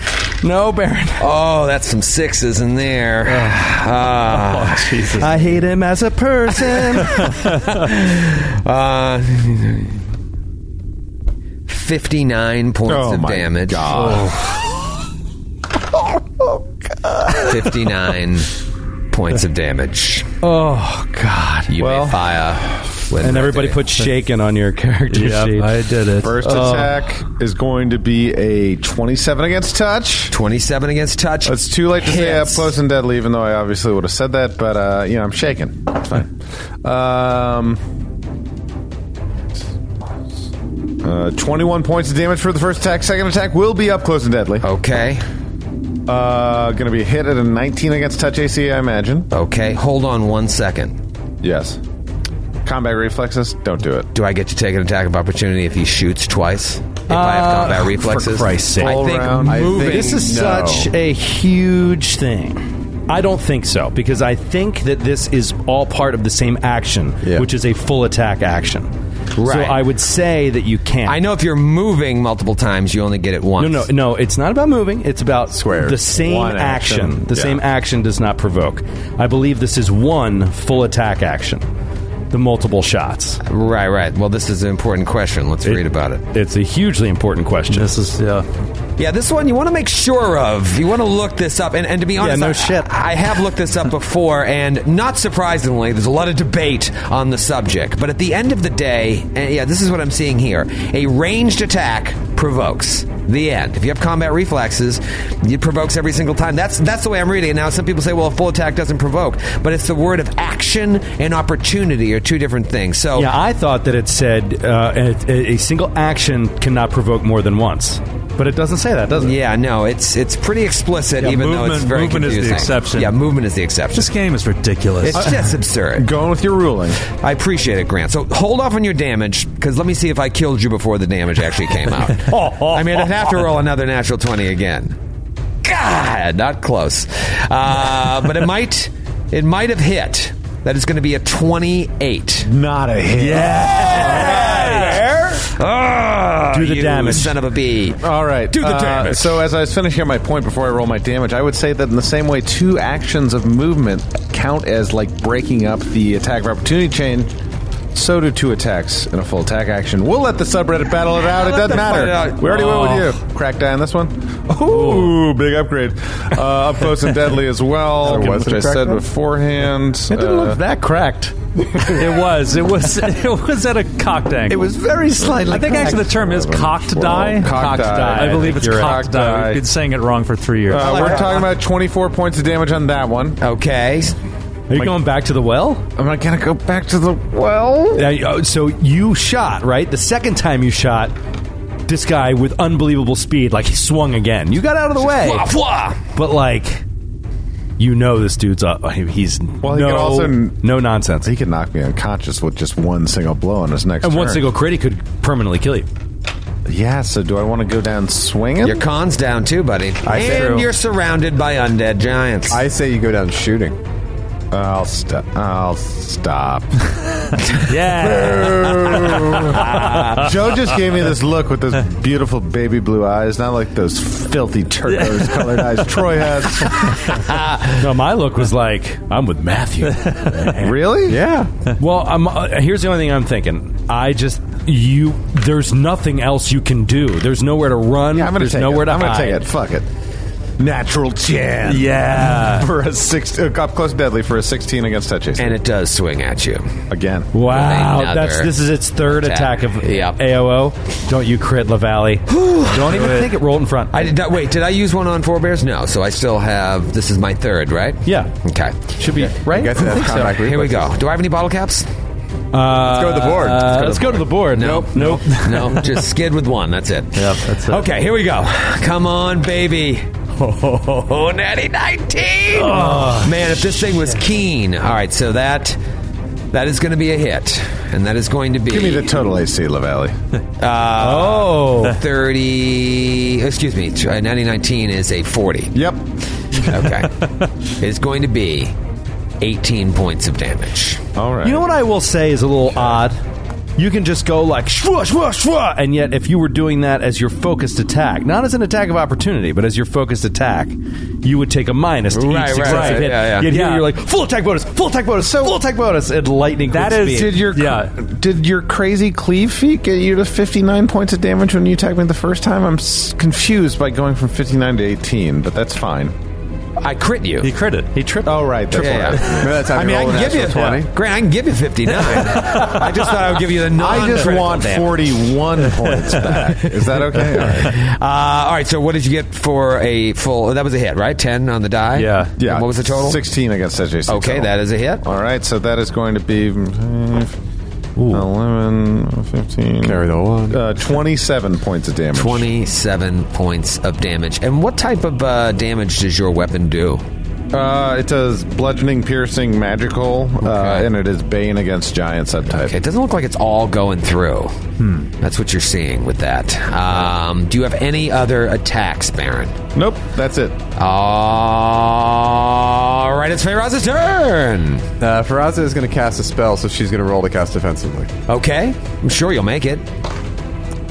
Speaker 2: No, Baron.
Speaker 3: Oh, that's some sixes in there. Ah.
Speaker 2: Oh,
Speaker 8: Jesus.
Speaker 2: I hate him as a person.
Speaker 3: Uh, 59 points
Speaker 4: Oh
Speaker 3: of
Speaker 4: my
Speaker 3: damage.
Speaker 4: God.
Speaker 3: 59 points of damage.
Speaker 2: oh god.
Speaker 3: You may fire. with
Speaker 2: And
Speaker 3: that
Speaker 2: everybody
Speaker 3: day.
Speaker 2: put shaken on your character sheet. Oh.
Speaker 8: Yep, I did it.
Speaker 4: First
Speaker 3: Oh.
Speaker 4: attack is going to be a 27 against touch.
Speaker 3: 27 against touch.
Speaker 4: It's too late to say up
Speaker 3: Hits.
Speaker 4: close and deadly, even though I obviously would have said that, but, uh, you know, I'm shaking. It's fine. Um, uh, 21 points of damage for the first attack. Second attack will be up close and deadly.
Speaker 3: Okay.
Speaker 4: Uh, going to be a hit at a 19 against touch AC, I imagine.
Speaker 3: Okay. Hold on one second.
Speaker 4: Yes. Combat reflexes, don't do it.
Speaker 3: Do I get to take an attack of opportunity if he shoots twice? If I have combat reflexes?
Speaker 2: Christ's sake.
Speaker 3: I think
Speaker 4: All round,
Speaker 3: moving.
Speaker 4: I think-
Speaker 2: This
Speaker 4: No.
Speaker 2: is such a huge thing. I don't think so because I think that this is all part of the same action,
Speaker 9: Yeah.
Speaker 2: which is a full attack action. So
Speaker 3: Right.
Speaker 2: I would say that you can't.
Speaker 3: I know if you're moving multiple times, you only get it once.
Speaker 2: No, no, no. It's not about moving. It's about
Speaker 4: Squared.
Speaker 2: the same
Speaker 4: One
Speaker 2: action.
Speaker 4: action.
Speaker 2: The
Speaker 4: Yeah.
Speaker 2: same action does not provoke. I believe this is one full attack action. The multiple shots.
Speaker 3: Right, right. Well, this is an important question. Let's read about it.
Speaker 2: It's a hugely important question.
Speaker 8: This is yeah.
Speaker 3: Yeah, this one you want to make sure of. You want to look this up. And, and to be honest,
Speaker 2: no
Speaker 3: I,
Speaker 2: shit.
Speaker 3: I have looked this up before, and not surprisingly, there's a lot of debate on the subject. But at the end of the day, and yeah, this is what I'm seeing here a ranged attack provokes. The end. If you have combat reflexes, it provokes every single time. That's that's the way I'm reading it now. Some people say, well, a full attack doesn't provoke, but it's the word of action and opportunity are two different things. So
Speaker 2: Yeah, I thought that it said uh, a, a- a single action cannot provoke more than once, but it doesn't say that, does it?
Speaker 3: Yeah, no, it's it's pretty explicit,
Speaker 8: Yeah,
Speaker 3: even though it's
Speaker 8: movement-
Speaker 3: very
Speaker 8: movement is the
Speaker 3: confusing.
Speaker 8: exception.
Speaker 3: Yeah, movement is the exception.
Speaker 8: This game is ridiculous.
Speaker 3: it's
Speaker 2: Uh,
Speaker 3: just absurd.
Speaker 4: Going with your ruling.
Speaker 3: I appreciate it, Grant. So hold off on your damage because let me see if I killed you before the damage actually came out.
Speaker 2: Oh,
Speaker 3: I mean, I'd have to roll another natural twenty again. God, not close. Uh, but it might, it might have hit. That is going to be a twenty-eight.
Speaker 4: Not a hit.
Speaker 3: Ah,
Speaker 2: Do the
Speaker 3: you
Speaker 2: damage.
Speaker 3: son of a bee.
Speaker 4: All right.
Speaker 3: Do the damage.
Speaker 4: Uh, So as I was finishing my point before I roll my damage, I would say that in the same way, two actions of movement count as like breaking up the attack of opportunity chain. So do two attacks in a full attack action. We'll let the subreddit battle it out. It
Speaker 3: Let
Speaker 4: doesn't
Speaker 3: them
Speaker 4: matter.
Speaker 3: fight it out.
Speaker 4: We already went with you. Crack die on this one. Ooh, big upgrade. Uh, up close and deadly as well.
Speaker 9: That was
Speaker 4: Which I
Speaker 9: a crack
Speaker 4: said
Speaker 9: die?
Speaker 4: beforehand. Uh, It
Speaker 2: didn't look that cracked.
Speaker 8: it was. It was. It was at a cocked angle.
Speaker 9: was very slightly.
Speaker 8: I think actually the term is cocked die.
Speaker 4: Cocked die.
Speaker 8: I believe it's
Speaker 4: You're right.
Speaker 8: cocked
Speaker 4: Cocked
Speaker 8: die.
Speaker 4: die.
Speaker 8: We've been saying it wrong for three years.
Speaker 4: Uh, we're talking about 24 points of damage on that one.
Speaker 3: Okay,
Speaker 2: Are you going back to the well?
Speaker 4: Am I going to go back to the well?
Speaker 2: Yeah, you- oh, so you shot right the second time you shot this guy with unbelievable speed, like he swung again. You got out of the way, but like you know this dude's up. He's
Speaker 4: Well, he
Speaker 2: no
Speaker 4: could also-
Speaker 2: no nonsense.
Speaker 4: He could knock me unconscious with just one single blow on his next
Speaker 2: and one
Speaker 4: turn.
Speaker 2: single crit, he could permanently kill you.
Speaker 4: Yeah, so do I want to go down swinging?
Speaker 3: your con's down too, buddy,
Speaker 9: say-
Speaker 3: and you're surrounded by undead giants.
Speaker 9: I say you go down shooting.
Speaker 4: I'll stop. I'll stop.
Speaker 8: yeah.
Speaker 4: Joe just gave me this look with those beautiful baby blue eyes, not like those filthy turquoise colored eyes Troy has.
Speaker 2: No, my look was like I'm with Matthew.
Speaker 4: Really?
Speaker 9: Yeah.
Speaker 2: Well, I'm, uh, here's the only thing I'm thinking. I just you. There's nothing else you can do. There's nowhere to run.
Speaker 4: Yeah, I'm gonna
Speaker 2: there's
Speaker 4: take
Speaker 2: nowhere
Speaker 4: it.
Speaker 2: to
Speaker 4: I'm
Speaker 2: hide.
Speaker 4: gonna take it. Fuck it. Natural chance
Speaker 8: Yeah.
Speaker 4: for a six uh, up close deadly for a 16 against touch AC.
Speaker 3: and it does swing at you.
Speaker 4: again.
Speaker 2: Wow,
Speaker 3: Another
Speaker 2: that's this is its third attack,
Speaker 3: attack.
Speaker 2: of
Speaker 3: Yep.
Speaker 2: AOO. Don't you crit Lavalley? Don't even think it. Roll it in front.
Speaker 3: I did not, wait. Did I use one on Four Bears? No. So I still have. This is my third, right?
Speaker 2: yeah,
Speaker 3: Okay.
Speaker 2: should be right.
Speaker 9: I guess that's combat
Speaker 3: Here we go. Do I have any bottle caps?
Speaker 9: Let's go to the board.
Speaker 2: Uh, let's go to the board.
Speaker 3: Nope.
Speaker 2: nope.
Speaker 3: no. Just skid with one. That's it. Yep.
Speaker 8: that's it.
Speaker 3: Okay. Here we go. Come on, baby. Oh, natty nineteen. Man, if this thing was keen. All right. So that. That is going to be a hit, and that is going to be Uh,
Speaker 4: Give me the total AC, Lavalley.
Speaker 2: Oh,
Speaker 3: thirty. Excuse me, uh, ninety nineteen is a forty.
Speaker 4: Yep.
Speaker 3: Okay, it's going to be 18 points of damage.
Speaker 4: All right.
Speaker 2: You know what I will say is a little odd. You can just go like shwa shwa shwa, and yet if you were doing that as your focused attack, not as an attack of opportunity, but as your focused attack, you would take a minus to
Speaker 3: Right,
Speaker 2: each
Speaker 3: right,
Speaker 2: successive
Speaker 3: right.
Speaker 2: hit.
Speaker 3: Yeah, yeah.
Speaker 2: Yet here
Speaker 8: Yeah.
Speaker 2: you're like full attack bonus, full attack bonus, full attack bonus, and lightning.
Speaker 8: That
Speaker 2: quick
Speaker 8: is-
Speaker 2: speed.
Speaker 4: Did your
Speaker 8: Yeah.
Speaker 4: did your crazy cleave feat get you to fifty nine points of damage when you attacked me the first time? I'm s- confused by going from fifty nine to eighteen, but that's fine.
Speaker 3: I crit you.
Speaker 8: He crit it.
Speaker 4: He tripped. Oh right, that's
Speaker 3: Yeah,
Speaker 4: right.
Speaker 3: yeah.
Speaker 9: Remember that time
Speaker 3: I
Speaker 9: you
Speaker 3: mean, I
Speaker 9: rolled
Speaker 3: can
Speaker 9: a
Speaker 3: give you
Speaker 9: natural 20?
Speaker 3: Grant, I can give you 59. I just thought I would give you the non
Speaker 4: I just want
Speaker 3: damage.
Speaker 4: forty one points back. Is that okay? All right.
Speaker 3: Uh, all right, so what did you get for a full? That was a hit, right? 10 on the die?
Speaker 8: Yeah.
Speaker 4: Yeah.
Speaker 3: And what was the total?
Speaker 4: Sixteen against SJC.
Speaker 3: Okay,
Speaker 4: total.
Speaker 3: that is a hit.
Speaker 4: All right, so that is going to be mm, 11, 15.
Speaker 9: Carry the one.
Speaker 4: Uh, 27 points of damage.
Speaker 3: 27 points of damage. And what type of uh, damage does your weapon do?
Speaker 4: Uh, it does bludgeoning, piercing, magical, uh,
Speaker 3: Okay.
Speaker 4: and it is Bane against Giant subtype.
Speaker 3: Okay, it doesn't look like it's all going through. Hmm. That's what you're seeing with that. Um, do you have any other attacks, Baron?
Speaker 4: Nope, that's it.
Speaker 3: All right, it's Feyraz's turn.
Speaker 9: Uh, Faraza is going to cast a spell, so she's going to roll to cast defensively.
Speaker 3: Okay, I'm sure you'll make it.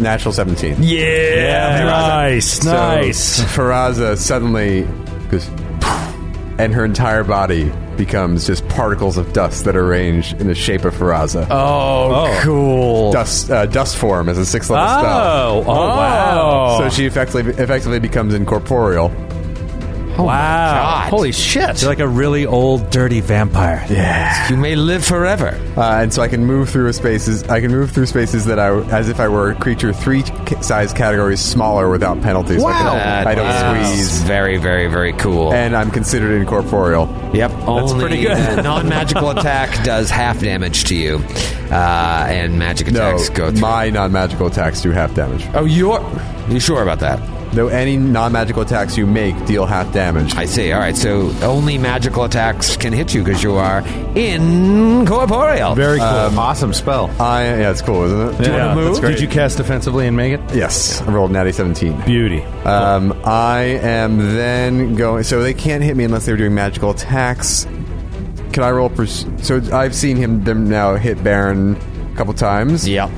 Speaker 9: Natural 17.
Speaker 3: Yeah,
Speaker 2: nice,
Speaker 9: So,
Speaker 2: nice.
Speaker 9: Faraza suddenly goes, and her entire body becomes just particles of dust that are arranged in the shape of Faraza.
Speaker 8: Oh, cool.
Speaker 9: Dust, uh, dust form as a sixth level spell.
Speaker 8: Oh, oh, wow.
Speaker 9: So she effectively effectively becomes incorporeal.
Speaker 3: Oh
Speaker 8: wow.
Speaker 2: Holy shit!
Speaker 8: You're like a really old, dirty vampire.
Speaker 3: You may live forever.
Speaker 9: Uh, and so I can move through spaces. I can move through spaces that I, as if I were a creature three ca- size categories smaller without penalties. Like, I
Speaker 3: That
Speaker 9: don't- I don't
Speaker 3: is
Speaker 9: squeeze,
Speaker 3: Very, very, very cool.
Speaker 9: and I'm considered incorporeal.
Speaker 3: Yep, that's only
Speaker 8: pretty good.
Speaker 3: that non-magical attack does half damage to you, uh, and magic
Speaker 9: No,
Speaker 3: attacks go through.
Speaker 9: my non-magical attacks do half damage.
Speaker 3: oh, you're you sure about that?
Speaker 9: Though any non-magical attacks you make deal half damage.
Speaker 3: I see. All right, so only magical attacks can hit you because you are incorporeal.
Speaker 2: Very cool.
Speaker 9: Um,
Speaker 4: awesome spell.
Speaker 9: I, yeah, it's cool, isn't it?
Speaker 2: Yeah.
Speaker 9: That's great.
Speaker 2: Did you cast defensively and make it?
Speaker 9: Yes, I rolled natty seventeen.
Speaker 2: Beauty.
Speaker 9: Um, I am then going. So they can't hit me unless they're doing magical attacks. Can I roll? Pers- so I've seen him them now hit Baron a couple times.
Speaker 3: Yep.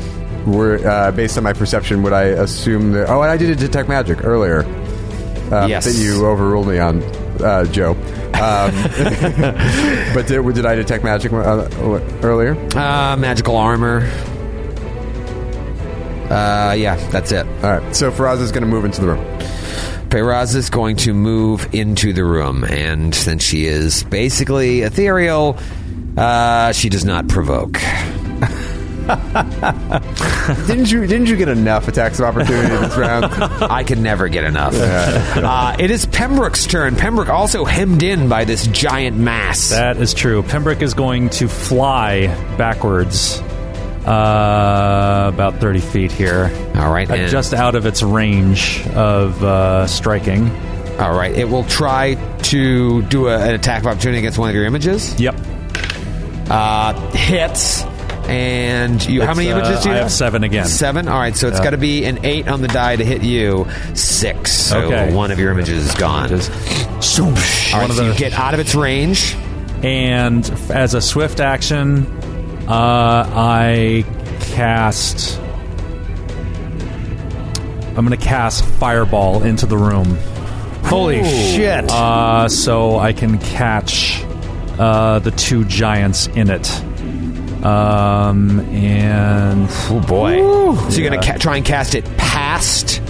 Speaker 9: We're, uh, based on my perception, would I assume that? Oh, and I did a detect magic earlier. Uh,
Speaker 3: Yes.
Speaker 9: That you overruled me on, uh, Joe. Um, but did, did I detect magic uh, earlier?
Speaker 3: Uh, magical armor. Uh, yeah, that's it.
Speaker 9: All right. So Faraz is going to move into the room.
Speaker 3: Peraz is going to move into the room, and since she is basically ethereal, uh, she does not provoke.
Speaker 9: didn't you? Didn't you get enough attacks of opportunity this round?
Speaker 3: I can never get enough. Uh, it is Pembroke's turn. Pembroke also hemmed in by this giant mass.
Speaker 8: That is true. Pembroke is going to fly backwards uh, about 30 feet here.
Speaker 3: all right,
Speaker 8: Uh,
Speaker 3: and-
Speaker 8: just out of its range of uh, striking.
Speaker 3: all right. It will try to do a, an attack of opportunity against one of your images.
Speaker 8: Yep.
Speaker 3: Uh, hits. And you, how
Speaker 8: It's,
Speaker 3: many images
Speaker 8: uh,
Speaker 3: do you
Speaker 8: I
Speaker 3: have?
Speaker 8: have seven again.
Speaker 3: Seven. All right, so it's got to be an eight on the die to hit you. Six. So
Speaker 8: Okay.
Speaker 3: one of your images is gone. All right,
Speaker 8: One of
Speaker 3: so you
Speaker 8: the-
Speaker 3: get out of its range.
Speaker 8: And f- as a swift action, uh, I cast. I'm going to cast Fireball into the room.
Speaker 2: Holy shit!
Speaker 8: Uh, so I can catch uh, the two giants in it. Um, and
Speaker 3: Oh boy! so you're gonna ca- try and cast it past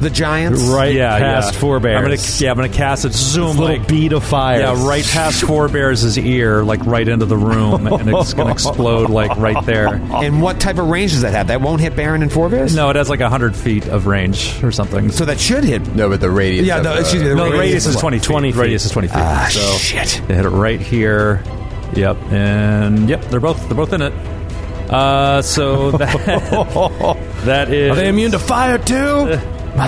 Speaker 3: the giants,
Speaker 2: right
Speaker 8: yeah,
Speaker 2: past
Speaker 8: yeah.
Speaker 2: forebears.
Speaker 8: I'm gonna yeah, I'm gonna cast it. Zoom
Speaker 2: little
Speaker 8: like
Speaker 2: bead of fire.
Speaker 8: yeah, right past forebears' ear, like right into the room, and it's gonna explode like right there.
Speaker 3: And what type of range does that have? That won't hit Baron and Forebears.
Speaker 8: No, it has like hundred feet of range or something.
Speaker 3: So that should hit.
Speaker 9: no, but the radius.
Speaker 3: Yeah,
Speaker 9: of
Speaker 3: no,
Speaker 9: the-
Speaker 3: excuse me, the
Speaker 8: no, the radius is
Speaker 3: what,
Speaker 8: twenty. feet.
Speaker 2: 20 feet.
Speaker 8: Radius is twenty feet.
Speaker 3: Ah,
Speaker 8: so
Speaker 3: shit.
Speaker 8: they hit it right here. Yep, and yep, they're both they're both in it. Uh, so that that is
Speaker 2: Are they immune to fire too?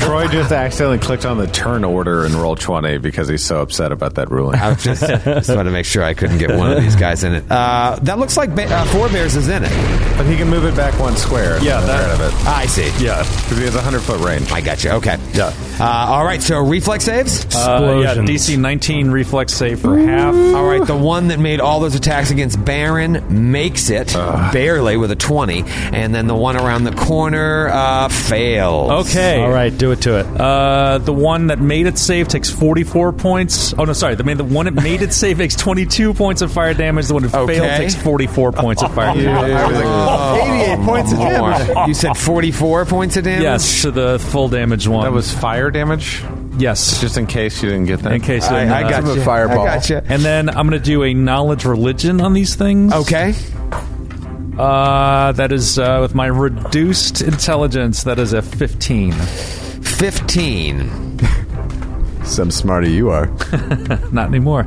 Speaker 4: Troy just accidentally clicked on the turn order in roll twenty because he's so upset about that ruling.
Speaker 3: I was just, just wanted to make sure I couldn't get one of these guys in it. Uh, that looks like ba- uh, Four Bears is in it.
Speaker 4: But he can move it back one square.
Speaker 3: Yeah, that-
Speaker 4: out of it.
Speaker 3: I see.
Speaker 4: Yeah, because he has a hundred foot range.
Speaker 3: I got you. Okay. Yeah. Uh, all right. So reflex saves.
Speaker 8: Uh, yeah, DC 19 reflex save for half.
Speaker 3: All right, the one that made all those attacks against Baron makes it barely with a 20, and then the one around the corner uh, fails.
Speaker 8: Okay.
Speaker 2: All right, do it to it.
Speaker 8: Uh, the one that made it save takes 44 points. Oh, no, sorry. The, the one that made it save takes 22 points of fire damage. The one that
Speaker 3: Okay.
Speaker 8: failed takes 44 points of fire Oh, damage.
Speaker 9: I was like, 88 points of damage.
Speaker 3: You said 44 points of damage?
Speaker 8: Yes, to the full damage one.
Speaker 4: That was fire damage.
Speaker 8: yes.
Speaker 4: Just in case you didn't get that.
Speaker 8: in case.
Speaker 3: I, I
Speaker 8: uh,
Speaker 3: got
Speaker 9: a
Speaker 3: you.
Speaker 9: fireball.
Speaker 3: I got you.
Speaker 8: And then I'm going to do a knowledge religion on these things.
Speaker 3: Okay.
Speaker 8: Uh, that is uh, with my reduced intelligence. That is a 15.
Speaker 3: 15.
Speaker 9: Some smarter you are.
Speaker 8: Not anymore.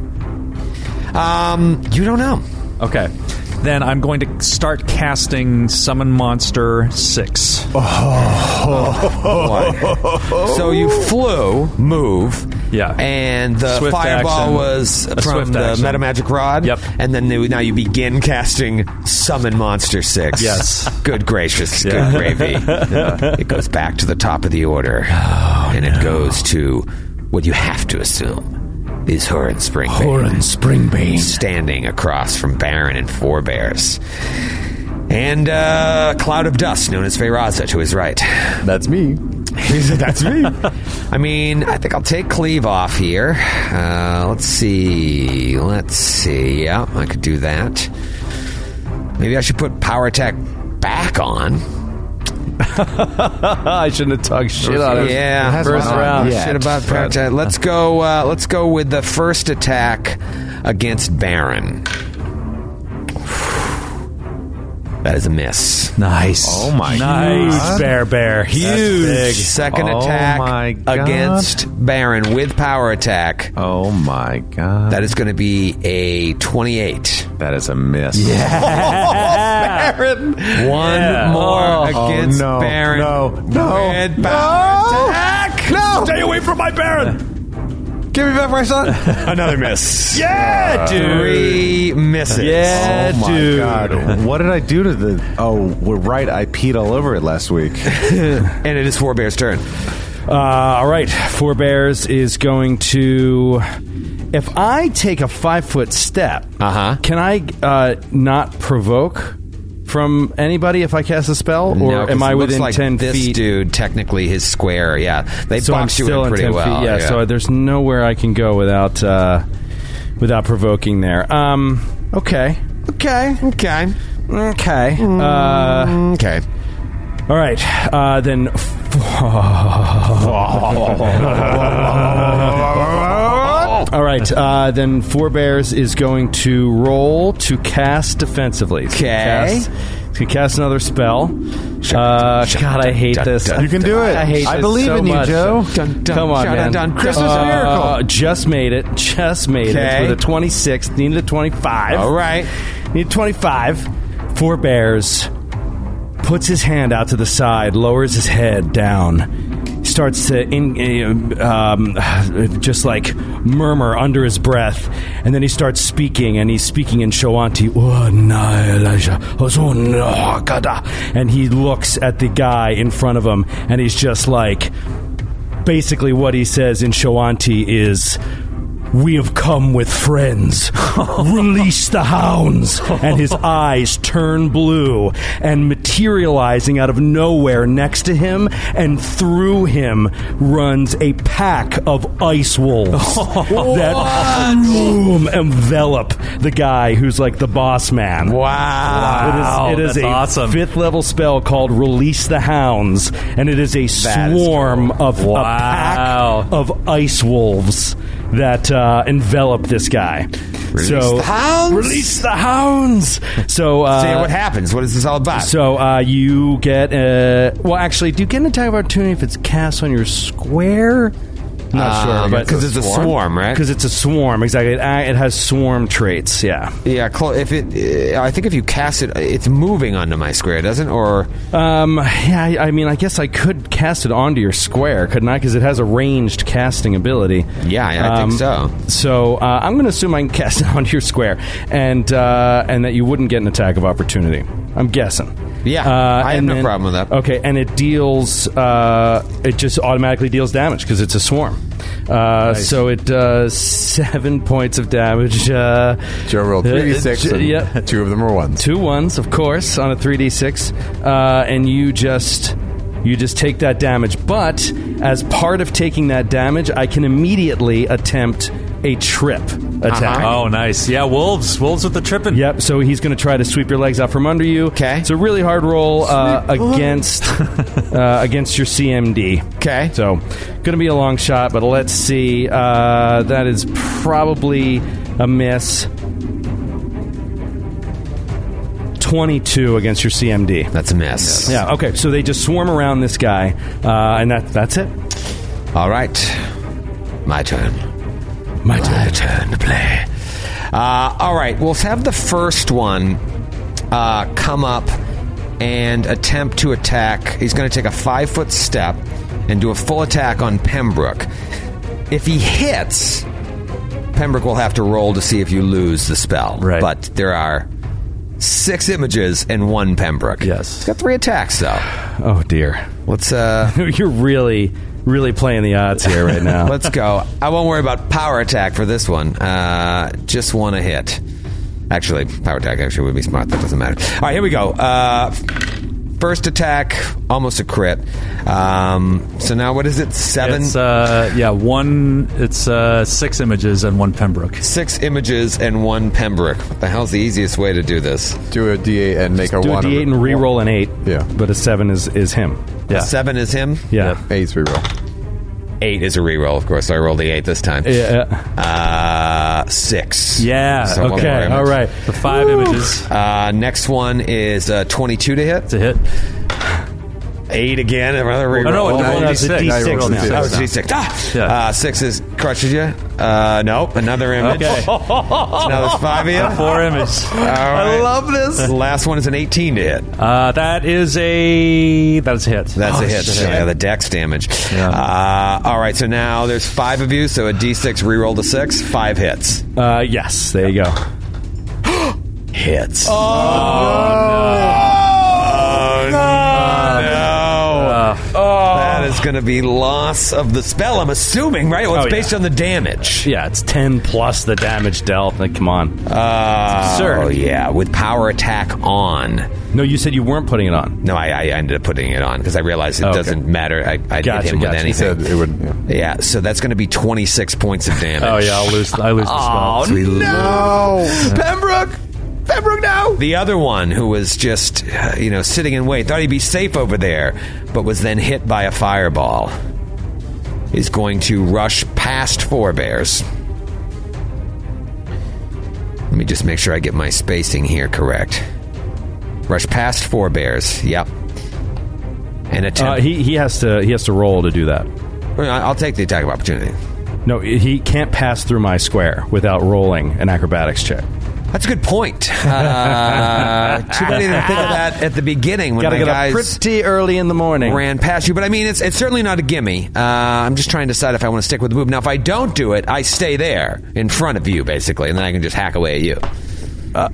Speaker 3: Um, you don't know.
Speaker 8: Okay. Then I'm going to start casting Summon Monster 6.
Speaker 3: Oh. So you flew, move.
Speaker 8: Yeah.
Speaker 3: And the
Speaker 8: Swift
Speaker 3: fireball
Speaker 8: action.
Speaker 3: was
Speaker 8: A
Speaker 3: from
Speaker 8: swift
Speaker 3: the
Speaker 8: action.
Speaker 3: meta magic rod.
Speaker 8: Yep.
Speaker 3: And then they, now you begin casting summon monster six.
Speaker 8: Yes.
Speaker 3: Good gracious. Good gravy. It goes back to the top of the order. and it goes to what you have to assume is Horan Springbane.
Speaker 6: Horan Springbane.
Speaker 3: Standing across from Baron and Four Bears. And uh, a cloud of dust known as Feyraza to his right.
Speaker 9: That's me.
Speaker 3: He said, That's me. I mean, I think I'll take cleave off here. Uh, let's see. Let's see. Yeah, I could do that. Maybe I should put power attack back on.
Speaker 2: I shouldn't have talked shit on it.
Speaker 3: yeah,
Speaker 2: First
Speaker 4: not
Speaker 2: round.
Speaker 4: yet,
Speaker 3: Shit about power
Speaker 4: but-
Speaker 3: attack. Let's go. Uh, let's go with the first attack against Baron. That is a miss.
Speaker 8: Nice.
Speaker 4: Oh my
Speaker 8: Nice.
Speaker 4: God.
Speaker 8: Bear Bear.
Speaker 3: Huge second
Speaker 4: Oh
Speaker 3: attack
Speaker 4: my God.
Speaker 3: against Baron with power attack.
Speaker 4: Oh my god,
Speaker 3: That is going to be a 28.
Speaker 4: that is a miss. Yeah.
Speaker 3: Baron! One more
Speaker 4: Oh,
Speaker 3: against
Speaker 4: no,
Speaker 3: Baron.
Speaker 4: no, no,
Speaker 3: Red
Speaker 4: no.
Speaker 3: power attack!
Speaker 4: No!
Speaker 3: Stay away from my Baron!
Speaker 4: Give me back my son.
Speaker 3: Another miss.
Speaker 4: yeah,
Speaker 3: Three misses.
Speaker 4: Uh, Oh my god, what did I do to the? Oh, we're right. I peed all over it last week.
Speaker 3: And it is Four Bear's turn.
Speaker 2: Uh, all right, Four Bears is going to. If I take a five foot step,
Speaker 3: Uh-huh.
Speaker 2: can I uh, not provoke from anybody if I cast a spell,
Speaker 3: No,
Speaker 2: or
Speaker 3: 'cause
Speaker 2: am
Speaker 3: it
Speaker 2: I
Speaker 3: looks
Speaker 2: within
Speaker 3: like
Speaker 2: ten
Speaker 3: this
Speaker 2: feet?
Speaker 3: dude, technically, his square, yeah. They
Speaker 2: so I'm
Speaker 3: bumped you
Speaker 2: still
Speaker 3: in
Speaker 2: in
Speaker 3: pretty
Speaker 2: ten
Speaker 3: well.
Speaker 2: feet. Yeah, so there's nowhere I can go without uh, without provoking there. Um, okay, okay,
Speaker 3: okay. Mm,
Speaker 2: okay. Uh,
Speaker 3: Okay.
Speaker 2: All right, uh, then. All right, uh, then Four Bears is going to roll to cast defensively. So
Speaker 3: Okay.
Speaker 2: cast- To cast another spell. Uh, God, I hate this.
Speaker 3: You
Speaker 4: can do it.
Speaker 2: I hate
Speaker 4: I
Speaker 2: this
Speaker 4: believe
Speaker 2: so
Speaker 4: in you,
Speaker 2: much.
Speaker 4: Joe.
Speaker 3: Dun, dun,
Speaker 2: Come on,
Speaker 3: dun,
Speaker 2: man.
Speaker 3: dun, dun. Christmas
Speaker 2: Uh,
Speaker 3: miracle.
Speaker 2: Just made it. Just made
Speaker 3: Okay.
Speaker 2: it. With a 26. Needed a 25.
Speaker 3: All right.
Speaker 2: Need 25. Four bears. Puts his hand out to the side, lowers his head down, starts to in, um, just like murmur under his breath, and then he starts speaking, and he's speaking in Shawanti. "Oh, na, Elijah. Oh, no, Gada." And he looks at the guy in front of him, and he's just like, basically, what he says in Shawanti is, we have come with friends. Release the hounds. And his eyes turn blue and materializing out of nowhere next to him and through him runs a pack of ice wolves that boom, envelop the guy who's like the boss man.
Speaker 3: Wow.
Speaker 2: It is, it is
Speaker 8: that's
Speaker 2: a
Speaker 8: awesome.
Speaker 2: fifth level spell called Release the Hounds, and it is a swarm of a
Speaker 8: Wow.
Speaker 2: pack of ice wolves that uh, envelop this guy. so
Speaker 3: the hounds?
Speaker 2: Release the hounds. So uh,
Speaker 3: so, yeah, what happens? What is this all about?
Speaker 2: so uh, you get uh, well. Actually, do you get an attack of opportunity if it's cast on your square? Not sure,
Speaker 3: Um,
Speaker 2: but
Speaker 3: 'cause it's a swarm, right?
Speaker 2: Because it's a swarm, exactly. It, uh, it has swarm traits. Yeah.
Speaker 3: Yeah, clo- if it, uh, I think if you cast it, it's moving onto my square, doesn't? Or
Speaker 2: Um. Yeah. I, I mean, I guess I could cast it onto your square, couldn't I? Because it has a ranged casting ability. Um,
Speaker 3: Yeah, yeah, I think so.
Speaker 2: So uh, I'm going to assume I can cast it onto your square, and uh, and that you wouldn't get an attack of opportunity. I'm guessing.
Speaker 3: Yeah,
Speaker 2: Uh,
Speaker 3: I have
Speaker 2: and
Speaker 3: no
Speaker 2: then-
Speaker 3: problem with that.
Speaker 2: Okay, and it deals. Uh, it just automatically deals damage because it's a swarm. Uh, So it does seven points of damage. Uh,
Speaker 9: Joe rolled
Speaker 2: uh,
Speaker 9: three d six,
Speaker 2: j-
Speaker 9: and
Speaker 2: yep.
Speaker 9: two of them were ones.
Speaker 2: Two ones, of course, on a three d six, uh, and you just you just take that damage. But as part of taking that damage, I can immediately attempt a trip attack.
Speaker 8: Oh, nice. Yeah, wolves. Wolves with the tripping.
Speaker 2: Yep. So he's going to try to sweep your legs out from under you.
Speaker 3: Okay.
Speaker 2: It's a really hard roll uh, against uh, against your CMD.
Speaker 3: Okay.
Speaker 2: So going to be a long shot, but let's see. Uh, that is probably a miss. Twenty-two against your CMD.
Speaker 3: that's a miss.
Speaker 2: Yeah. Okay. So they just swarm around this guy, uh, and that that's it.
Speaker 3: All right, my turn. My turn. to play. Uh, all right, we'll have the first one uh, come up and attempt to attack. He's going to take a five foot step and do a full attack on Pembroke. If he hits, Pembroke will have to roll to see if you lose the spell.
Speaker 8: Right.
Speaker 3: But there are six images and one Pembroke.
Speaker 8: Yes.
Speaker 3: He's got three attacks, though.
Speaker 2: Oh dear.
Speaker 3: Let's uh,
Speaker 2: You're really really playing the odds here right now.
Speaker 3: Let's go. I won't worry about power attack for this one. Uh, just want to hit. Actually, power attack actually would be smart. That doesn't matter. All right, here we go. Uh, first attack, almost a crit. Um, so now what is it? Seven,
Speaker 8: It's, uh, yeah, one. It's uh, six images and one Pembroke.
Speaker 3: six images and one Pembroke. What the hell's the easiest way to do this?
Speaker 9: Do a d eight and make a
Speaker 2: do a
Speaker 9: one.
Speaker 2: d8
Speaker 9: of
Speaker 2: and
Speaker 9: it.
Speaker 2: re-roll an 8
Speaker 9: Yeah.
Speaker 2: but a 7 is is him
Speaker 8: Yeah.
Speaker 3: Seven is him.
Speaker 2: yeah
Speaker 9: Eight's reroll.
Speaker 3: Eight is a reroll, of course. So I rolled the eight this time.
Speaker 2: yeah,
Speaker 3: Uh, six.
Speaker 8: Yeah,
Speaker 3: So I won't worry
Speaker 2: okay
Speaker 3: about
Speaker 2: all
Speaker 3: it.
Speaker 2: right
Speaker 8: The five images.
Speaker 3: Uh, next one is uh, twenty-two to hit.
Speaker 8: It's a hit.
Speaker 3: Eight again. Another reroll.
Speaker 8: Oh, no,
Speaker 9: no,
Speaker 8: it's
Speaker 9: no,
Speaker 8: a
Speaker 9: it's a
Speaker 8: D6.
Speaker 9: D6
Speaker 8: rolled
Speaker 9: now.
Speaker 8: a
Speaker 3: Oh,
Speaker 9: Oh,
Speaker 8: six.
Speaker 9: it's
Speaker 3: G6. Ah!
Speaker 8: Yeah.
Speaker 3: Uh, six is crushes you. Uh, nope, another image.
Speaker 8: Okay.
Speaker 3: Now there's five of you.
Speaker 8: Four images.
Speaker 3: I love this. The last one is an 18 to hit.
Speaker 8: Uh, that is a that is a hit.
Speaker 3: That's a hit. Yeah, the dex damage. Uh, all right, so now there's five of you, so a d6 reroll to six, five hits.
Speaker 2: uh, yes there you go
Speaker 3: Hits. Oh, no. Oh, no.
Speaker 2: Oh.
Speaker 3: That is going to be loss of the spell, I'm assuming, right? Well, it's
Speaker 2: Oh, yeah.
Speaker 3: based on the damage.
Speaker 2: yeah it's 10 plus the damage dealt like, come on
Speaker 3: Uh,
Speaker 2: absurd.
Speaker 3: Oh, yeah, with power attack on.
Speaker 2: no you said you weren't putting it on
Speaker 3: No, I, I ended up putting it on because I realized it
Speaker 2: Okay.
Speaker 3: doesn't matter. I, I
Speaker 2: Gotcha,
Speaker 3: hit him
Speaker 2: gotcha.
Speaker 3: with
Speaker 9: He said
Speaker 3: anything.
Speaker 9: it would. Yeah.
Speaker 3: yeah, so that's going to be 26 points of damage.
Speaker 8: Oh yeah, I'll lose. I lose the spell.
Speaker 3: We Oh, no! Pembroke! Pembroke, no! The other one who was just, uh, you know, sitting in wait, thought he'd be safe over there, but was then hit by a fireball, is going to rush past Four Bears. Let me just make sure I get my spacing here correct. Rush past Four Bears, yep. And
Speaker 2: uh,
Speaker 3: attempt.
Speaker 2: he, he has to he has to roll to do that
Speaker 3: I'll take the attack of opportunity.
Speaker 2: no he can't pass through my square without rolling an acrobatics check
Speaker 3: That's a good point. Uh, too bad I didn't think of that at the beginning when
Speaker 2: gotta
Speaker 3: my
Speaker 2: get up
Speaker 3: guys
Speaker 2: pretty early in the morning
Speaker 3: ran past you. But I mean, it's it's certainly not a gimme. Uh, I'm just trying to decide if I want to stick with the move. Now, if I don't do it, I stay there in front of you, basically, and then I can just hack away at you.
Speaker 2: Uh,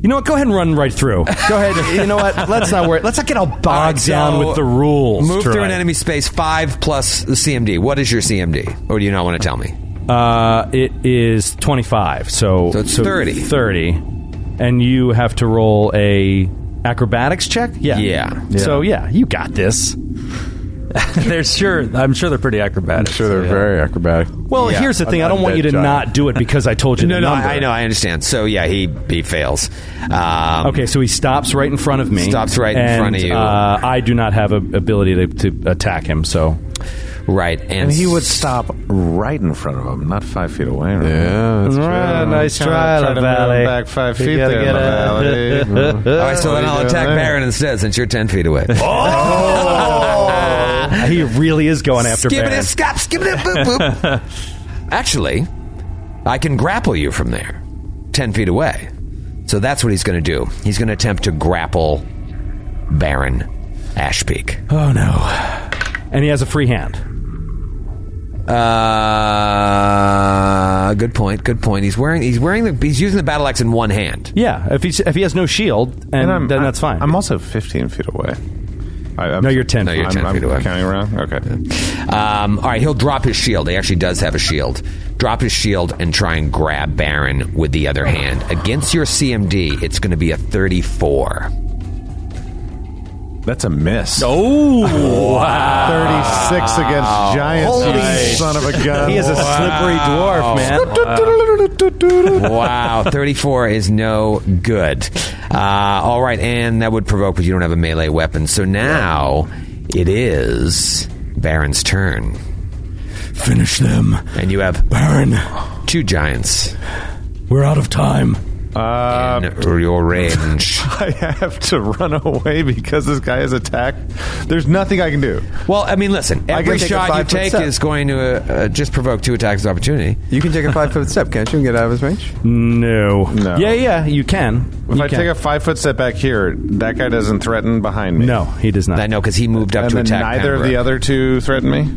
Speaker 2: you know what go ahead and run right through go ahead you know what let's not worry let's not get all bogged
Speaker 3: All right, Uh, so
Speaker 2: down with the rules
Speaker 3: Move through an
Speaker 2: Troy.
Speaker 3: enemy space five plus the CMD. What is your CMD? Or do you not want to tell me?
Speaker 2: Uh, it is 25. So,
Speaker 3: So it's 30.
Speaker 2: 30. And you have to roll a acrobatics check? Yeah.
Speaker 3: Yeah.
Speaker 2: So yeah, you got this.
Speaker 8: they're sure. I'm sure they're pretty acrobatic.
Speaker 9: I'm sure they're very acrobatic.
Speaker 2: Well,
Speaker 3: Yeah.
Speaker 2: here's the thing.
Speaker 9: An
Speaker 2: I don't want
Speaker 9: undead
Speaker 2: you to
Speaker 9: giant.
Speaker 2: not do it because I told you
Speaker 3: No,
Speaker 2: the
Speaker 3: no,
Speaker 2: number.
Speaker 3: I, I know, I understand. So yeah, he he fails. Um,
Speaker 2: Okay, so he stops right in front of me.
Speaker 3: Stops right in
Speaker 2: and,
Speaker 3: front of you.
Speaker 2: Uh, I do not have a ability to, to attack him. So
Speaker 3: right, and,
Speaker 4: And he would stop right in front of him, not five feet away. Right?
Speaker 9: Yeah, that's
Speaker 2: nice try,
Speaker 4: Try to move him
Speaker 2: Valley.
Speaker 4: back five
Speaker 2: You
Speaker 4: feet
Speaker 2: gotta
Speaker 4: there,
Speaker 2: get
Speaker 4: Valley.
Speaker 3: All right, so then I'll attack Baron instead, since you're ten feet away. Oh!
Speaker 2: he really is going after
Speaker 3: Skibbity
Speaker 2: Baron.
Speaker 3: scop, skibbity boop boop. Actually, I can grapple you from there, ten feet away. So that's what he's going to do. He's going to attempt to grapple Baron Ashpeak.
Speaker 2: Oh no! And he has a free hand.
Speaker 3: Uh, good point. Good point. He's wearing. He's wearing the. He's using the battle axe in one hand.
Speaker 2: Yeah, if he's if he has no shield, and,
Speaker 4: I'm-
Speaker 2: then
Speaker 4: I-
Speaker 2: that's fine.
Speaker 4: I'm also 15 feet away. I, I'm,
Speaker 2: no, you're ten.
Speaker 3: No,
Speaker 2: feet.
Speaker 3: you're
Speaker 4: I'm,
Speaker 3: 10
Speaker 4: I'm
Speaker 3: feet away.
Speaker 4: counting wrong? Okay.
Speaker 3: Um, all right, he'll drop his shield. He actually does have a shield. Drop his shield and try and grab Baron with the other hand. Against your CMD, it's going to be a 34.
Speaker 4: That's a miss.
Speaker 2: Oh,
Speaker 10: 36 against Giants, you son of a gun.
Speaker 2: he is a slippery dwarf, man.
Speaker 3: Oh. Wow, 34 is no good. Uh, all right, and that would provoke, but you don't have a melee weapon. So now it is Baron's turn.
Speaker 6: Finish them.
Speaker 3: And you have
Speaker 6: Baron,
Speaker 3: two giants
Speaker 6: we're out of time.
Speaker 4: Uh,
Speaker 3: in your range.
Speaker 4: I have to run away because this guy is attacked. There's nothing I can do.
Speaker 3: Well, I mean, listen,
Speaker 9: I can
Speaker 3: every
Speaker 9: take a
Speaker 3: shot you
Speaker 9: five-foot
Speaker 3: take
Speaker 9: step.
Speaker 3: is going to uh, uh, just provoke two attacks of opportunity.
Speaker 9: You can take a five foot step, can't you, and get out of his range?
Speaker 2: No.
Speaker 4: No.
Speaker 2: Yeah, yeah, you can.
Speaker 4: If
Speaker 2: You
Speaker 4: I
Speaker 2: can.
Speaker 4: take a five foot step back here, that guy doesn't threaten behind me.
Speaker 2: no, he does not.
Speaker 3: I know because he moved up
Speaker 4: And
Speaker 3: to
Speaker 4: then
Speaker 3: attack.
Speaker 4: neither of the
Speaker 3: Pembroke.
Speaker 4: other two threaten me.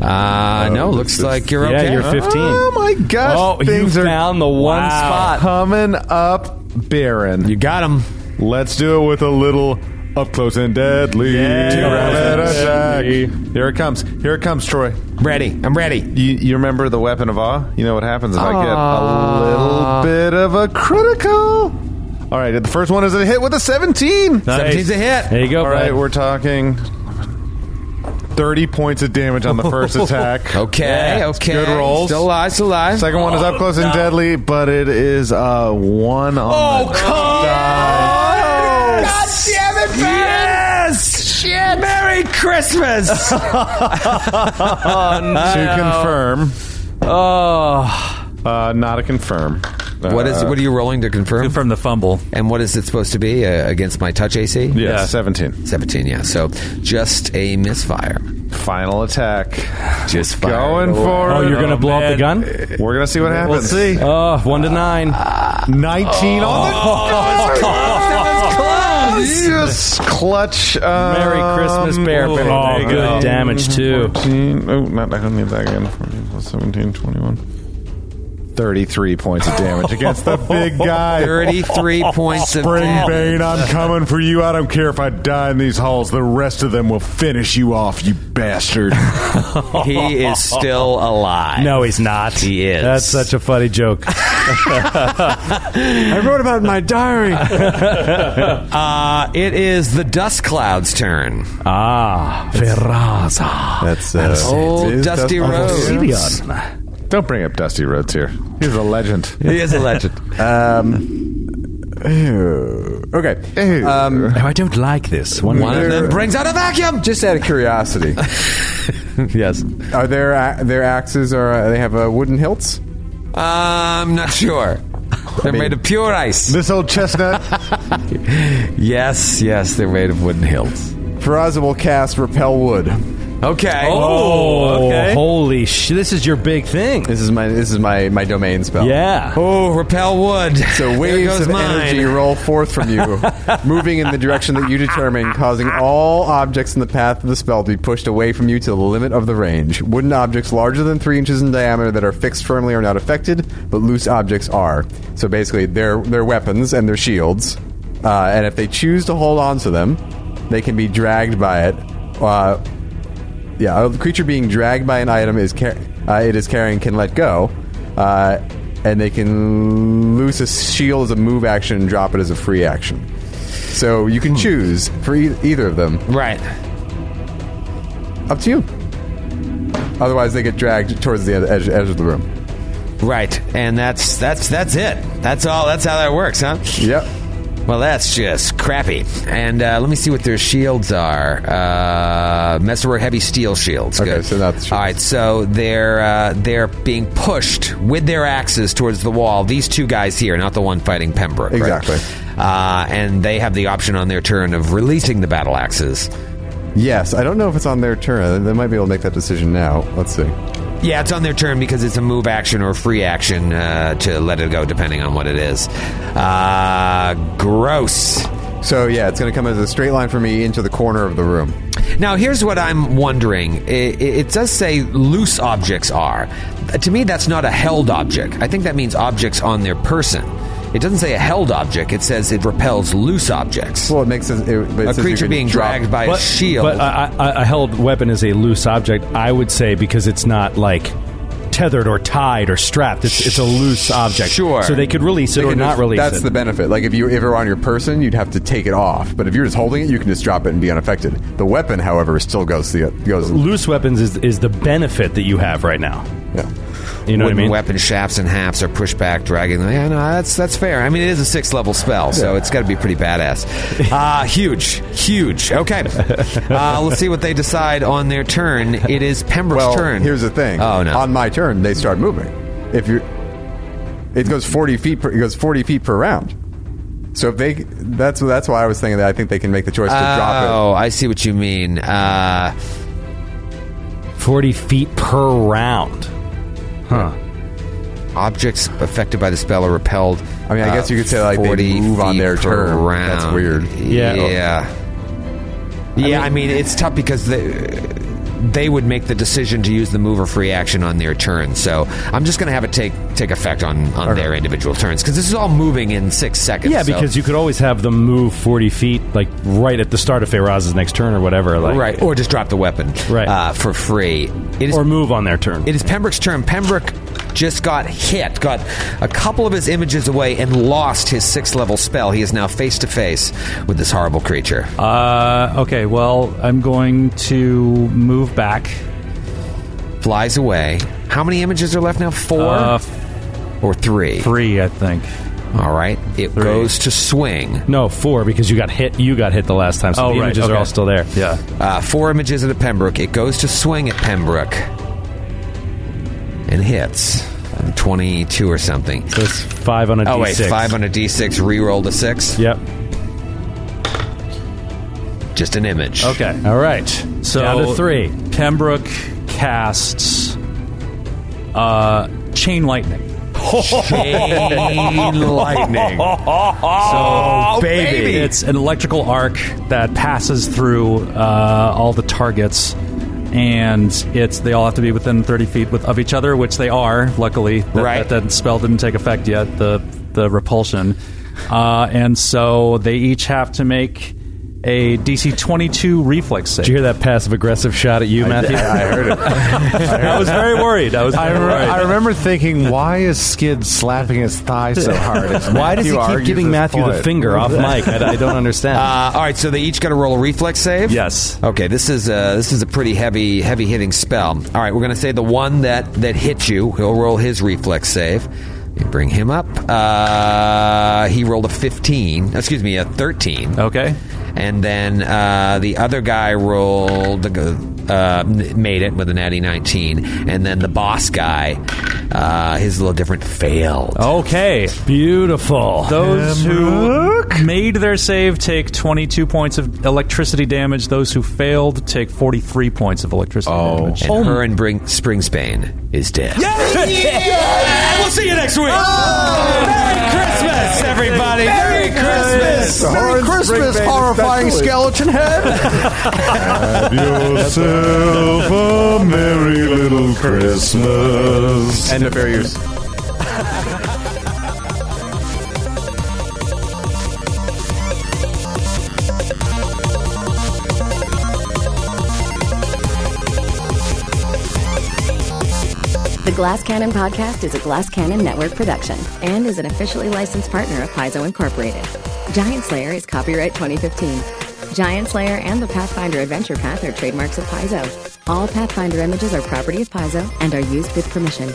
Speaker 3: Uh, no, looks like you're
Speaker 2: yeah,
Speaker 3: okay.
Speaker 2: you're fifteen.
Speaker 4: Oh my gosh!
Speaker 2: Oh, you
Speaker 4: things are
Speaker 2: found the one spot.
Speaker 4: coming up, Baron.
Speaker 3: You got him.
Speaker 4: Let's do it with a little up close and deadly. Two-handed attack. Here it comes. Here it comes, Troy.
Speaker 3: Ready. I'm ready.
Speaker 4: You, you remember the weapon of awe? You know what happens if I get a little bit of a critical. All right, the first one is a hit with a 17.
Speaker 3: Seventeen's a hit.
Speaker 2: There you go.
Speaker 4: All right,
Speaker 2: bud.
Speaker 4: we're talking 30 points of damage on the first attack.
Speaker 3: Okay. okay.
Speaker 4: Good rolls.
Speaker 3: Still alive. Still alive. Oh,
Speaker 4: Second one is up close and deadly, but it is uh, one on the die.
Speaker 3: God damn it, Yes! Shit! Merry Christmas!
Speaker 4: To confirm,
Speaker 3: oh.
Speaker 4: uh, not a confirm. Uh,
Speaker 3: What is? What are you rolling to confirm?
Speaker 8: From the fumble.
Speaker 3: And what is it supposed to be uh, against my touch AC?
Speaker 4: Yeah, 17.
Speaker 3: 17, yeah. So just a misfire.
Speaker 4: Final attack.
Speaker 3: Just fire.
Speaker 4: Going for
Speaker 2: oh,
Speaker 4: it.
Speaker 2: you're gonna blow up the gun?
Speaker 4: We're going to see what happens. We'll see.
Speaker 2: Oh, one to nine.
Speaker 4: 19 on the Yes, clutch. Um,
Speaker 2: Merry Christmas, Bear.
Speaker 4: oh,
Speaker 2: Bear.
Speaker 4: there
Speaker 2: Oh,
Speaker 4: you
Speaker 2: good damage, too.
Speaker 4: 14. Oh, not, I don't need that again. 14 plus 17, 21. 33 points of damage against the big guy.
Speaker 3: 33 points of
Speaker 4: Oh, Spring
Speaker 3: damage.
Speaker 4: Bane, I'm coming for you. I don't care if I die in these halls. The rest of them will finish you off, you bastard.
Speaker 3: He is still alive.
Speaker 2: No, he's not.
Speaker 3: He is.
Speaker 2: That's such a funny joke.
Speaker 9: I wrote about it in my diary.
Speaker 3: Uh, it is the dust cloud's turn.
Speaker 2: Ah, Ferraza.
Speaker 9: That's uh,
Speaker 3: Old
Speaker 9: it is
Speaker 3: Dusty Rhodes.
Speaker 4: don't bring up Dusty Rhodes here. He's a legend. Um,
Speaker 3: He is a legend.
Speaker 9: Ew. Okay. Um,
Speaker 2: I don't like this. One,
Speaker 3: One of them brings out a vacuum.
Speaker 9: just out of curiosity,
Speaker 3: Yes.
Speaker 9: are their a- their axes are uh, they have uh, wooden hilts?
Speaker 3: Uh, I'm not sure. They're made of pure ice.
Speaker 4: This old chestnut.
Speaker 3: Yes, yes, they're made of wooden hilts.
Speaker 9: Peraza will cast repel wood.
Speaker 3: Okay.
Speaker 2: Oh, holy sh! This is your big thing.
Speaker 9: This is my this is my my domain spell.
Speaker 2: Yeah.
Speaker 3: Oh, repel wood.
Speaker 9: So
Speaker 3: There
Speaker 9: waves
Speaker 3: goes
Speaker 9: of
Speaker 3: mine.
Speaker 9: energy roll forth from you, moving in the direction that you determine, causing all objects in the path of the spell to be pushed away from you to the limit of the range. Wooden objects larger than three inches in diameter that are fixed firmly are not affected, but loose objects are. So basically, their their weapons and their shields, uh, and if they choose to hold on to them, they can be dragged by it. Uh, yeah, a creature being dragged by an item is car- uh, it is carrying can let go, uh, and they can lose a shield as a move action and drop it as a free action. So you can choose for e- either of them.
Speaker 3: Right.
Speaker 9: Up to you. Otherwise, they get dragged towards the ed- edge, edge of the room.
Speaker 3: Right. And that's that's that's it. That's all. That's how that works, huh?
Speaker 9: Yep.
Speaker 3: Well, that's just crappy. And uh, let me see what their shields are. Uh, Messer were heavy steel shields.
Speaker 9: Okay,
Speaker 3: Good.
Speaker 9: so not the shields.
Speaker 3: All right, so they're uh, they're being pushed with their axes towards the wall. These two guys here, not the one fighting Pembroke. right?
Speaker 9: Exactly.
Speaker 3: Uh, and they have the option on their turn of releasing the battle axes
Speaker 9: Yes, I don't know if it's on their turn. They might be able to make that decision now. Let's see.
Speaker 3: Yeah, it's on their turn because it's a move action or a free action uh, to let it go, depending on what it is. Uh, gross.
Speaker 9: So yeah, it's going to come as a straight line for me into the corner of the room.
Speaker 3: Now, here's what I'm wondering. It, it does say loose objects are. To me, that's not a held object. I think that means objects on their person. It doesn't say a held object. It says it repels loose objects.
Speaker 9: Well, it makes sense.
Speaker 3: a creature being dragged by a
Speaker 2: But-
Speaker 3: shield.
Speaker 2: But a, a, a held weapon is a loose object, I would say, because it's not like tethered or tied or strapped. It's, it's a loose object.
Speaker 9: Sure.
Speaker 2: So they could release it
Speaker 9: They
Speaker 2: or
Speaker 9: can
Speaker 2: not
Speaker 9: just-
Speaker 2: release
Speaker 9: That's
Speaker 2: it.
Speaker 9: the benefit. Like if you if it were on your person, you'd have to take it off. But if you're just holding it, you can just drop it and be unaffected. The weapon, however, still goes the goes.
Speaker 2: Loose weapons is, is the benefit that you have right now.
Speaker 9: Yeah.
Speaker 2: You know what I
Speaker 3: Wooden
Speaker 2: mean?
Speaker 3: Weapon shafts and halves are pushed back, dragging them. Yeah, no, that's that's fair. I mean, it is a six level spell, so it's got to be pretty badass. Uh, huge, huge. Okay, uh, let's see what they decide on their turn. It is Pembroke's
Speaker 9: Well,
Speaker 3: turn.
Speaker 9: here's the thing.
Speaker 3: Oh no.
Speaker 9: On my turn, they start moving. If you, it goes forty feet. Per, it goes forty feet per round. So if they, that's that's why I was thinking that I think they can make the choice to drop
Speaker 3: Oh, I see what you mean. Uh,
Speaker 2: 40 feet per round. Huh.
Speaker 3: objects affected by the spell are repelled.
Speaker 9: I mean, I guess you could say, like, they
Speaker 3: 40
Speaker 9: move on
Speaker 3: feet
Speaker 9: their
Speaker 3: per
Speaker 9: turn.
Speaker 3: round.
Speaker 9: That's weird.
Speaker 2: Yeah.
Speaker 3: yeah. Yeah, I mean, it's tough because they, they would make the decision to use the move or free action on their turn. So I'm just going to have it take take effect on, on their individual turns because this is all moving in six seconds.
Speaker 2: Yeah,
Speaker 3: so-
Speaker 2: because you could always have them move 40 feet, like right at the start of Feyraz's next turn or whatever. Like,
Speaker 3: right, or just drop the weapon
Speaker 2: Right.
Speaker 3: uh, for free. It is
Speaker 2: Or move on their turn.
Speaker 3: It is Pembroke's turn. Pembroke just got hit, got a couple of his images away, and lost his sixth level spell. He is now face to face with this horrible creature.
Speaker 8: Uh, okay, well, I'm going to move back.
Speaker 3: Flies away. How many images are left now? Four
Speaker 8: Uh,
Speaker 3: or three?
Speaker 8: three, I think.
Speaker 3: All right. It goes to swing.
Speaker 2: no, four, because you got hit. You got hit the last time, so
Speaker 8: Oh,
Speaker 2: the
Speaker 8: right,
Speaker 2: images are
Speaker 8: okay.
Speaker 2: all still there.
Speaker 8: Yeah.
Speaker 3: Uh, four images at a Pembroke. It goes to swing at Pembroke and hits. 22 or something.
Speaker 2: So it's five on a
Speaker 3: Oh, wait.
Speaker 2: D6.
Speaker 3: Five on a d6, reroll to six.
Speaker 2: Yep.
Speaker 3: Just an image.
Speaker 8: Okay.
Speaker 2: All right.
Speaker 8: So
Speaker 2: Down to three.
Speaker 8: Pembroke casts uh, chain lightning.
Speaker 3: Chain lightning.
Speaker 9: Oh,
Speaker 8: So
Speaker 3: Oh, baby.
Speaker 8: Oh, it's an electrical arc that passes through uh, all the targets, and it's they all have to be within thirty feet with, of each other, which they are. Luckily, that,
Speaker 3: Right.
Speaker 8: That, that spell didn't take effect yet. The the repulsion, uh, and so they each have to make a DC twenty two reflex
Speaker 2: Did you
Speaker 8: save.
Speaker 2: hear that passive aggressive shot at you, Matthew?
Speaker 9: I heard it.
Speaker 8: I was very worried. I was.
Speaker 10: I,
Speaker 8: Very
Speaker 10: re-
Speaker 8: worried.
Speaker 10: I remember thinking, why is Skid slapping his thigh so hard? It's
Speaker 2: Why
Speaker 10: Matthew
Speaker 2: does he keep
Speaker 10: argues
Speaker 2: giving
Speaker 10: his
Speaker 2: Matthew the
Speaker 10: point.
Speaker 2: finger off mic? I, I don't understand.
Speaker 3: Uh, all right, so they each got to roll a reflex save.
Speaker 8: Yes.
Speaker 3: Okay, this is a, this is a pretty heavy heavy hitting spell. All right, we're going to say the one that that hit you. He'll roll his reflex save. Let me Bring him up. Uh, he rolled a fifteen. Excuse me, a thirteen.
Speaker 8: Okay.
Speaker 3: And then uh, the other guy rolled, uh, made it with an natty nineteen. And then the boss guy, uh, his little different failed.
Speaker 8: Okay.
Speaker 2: Beautiful.
Speaker 8: Those who made their save take 22 points of electricity damage. Those who failed take 43 points of electricity damage.
Speaker 3: Oh. And her and Bring Springspain is dead. We'll see you next week.
Speaker 9: Oh,
Speaker 3: Merry Christmas, everybody. Merry Christmas.
Speaker 9: Merry Christmas, horrifying skeleton head.
Speaker 2: Oh.
Speaker 10: Have yourself a merry little Christmas.
Speaker 9: and the barriers.
Speaker 11: The Glass Cannon Podcast is a Glass Cannon Network production and is an officially licensed partner of Paizo Incorporated. Giant Slayer is copyright 2015. Giant Slayer and the Pathfinder Adventure Path are trademarks of Paizo. All Pathfinder images are property of Paizo and are used with permission.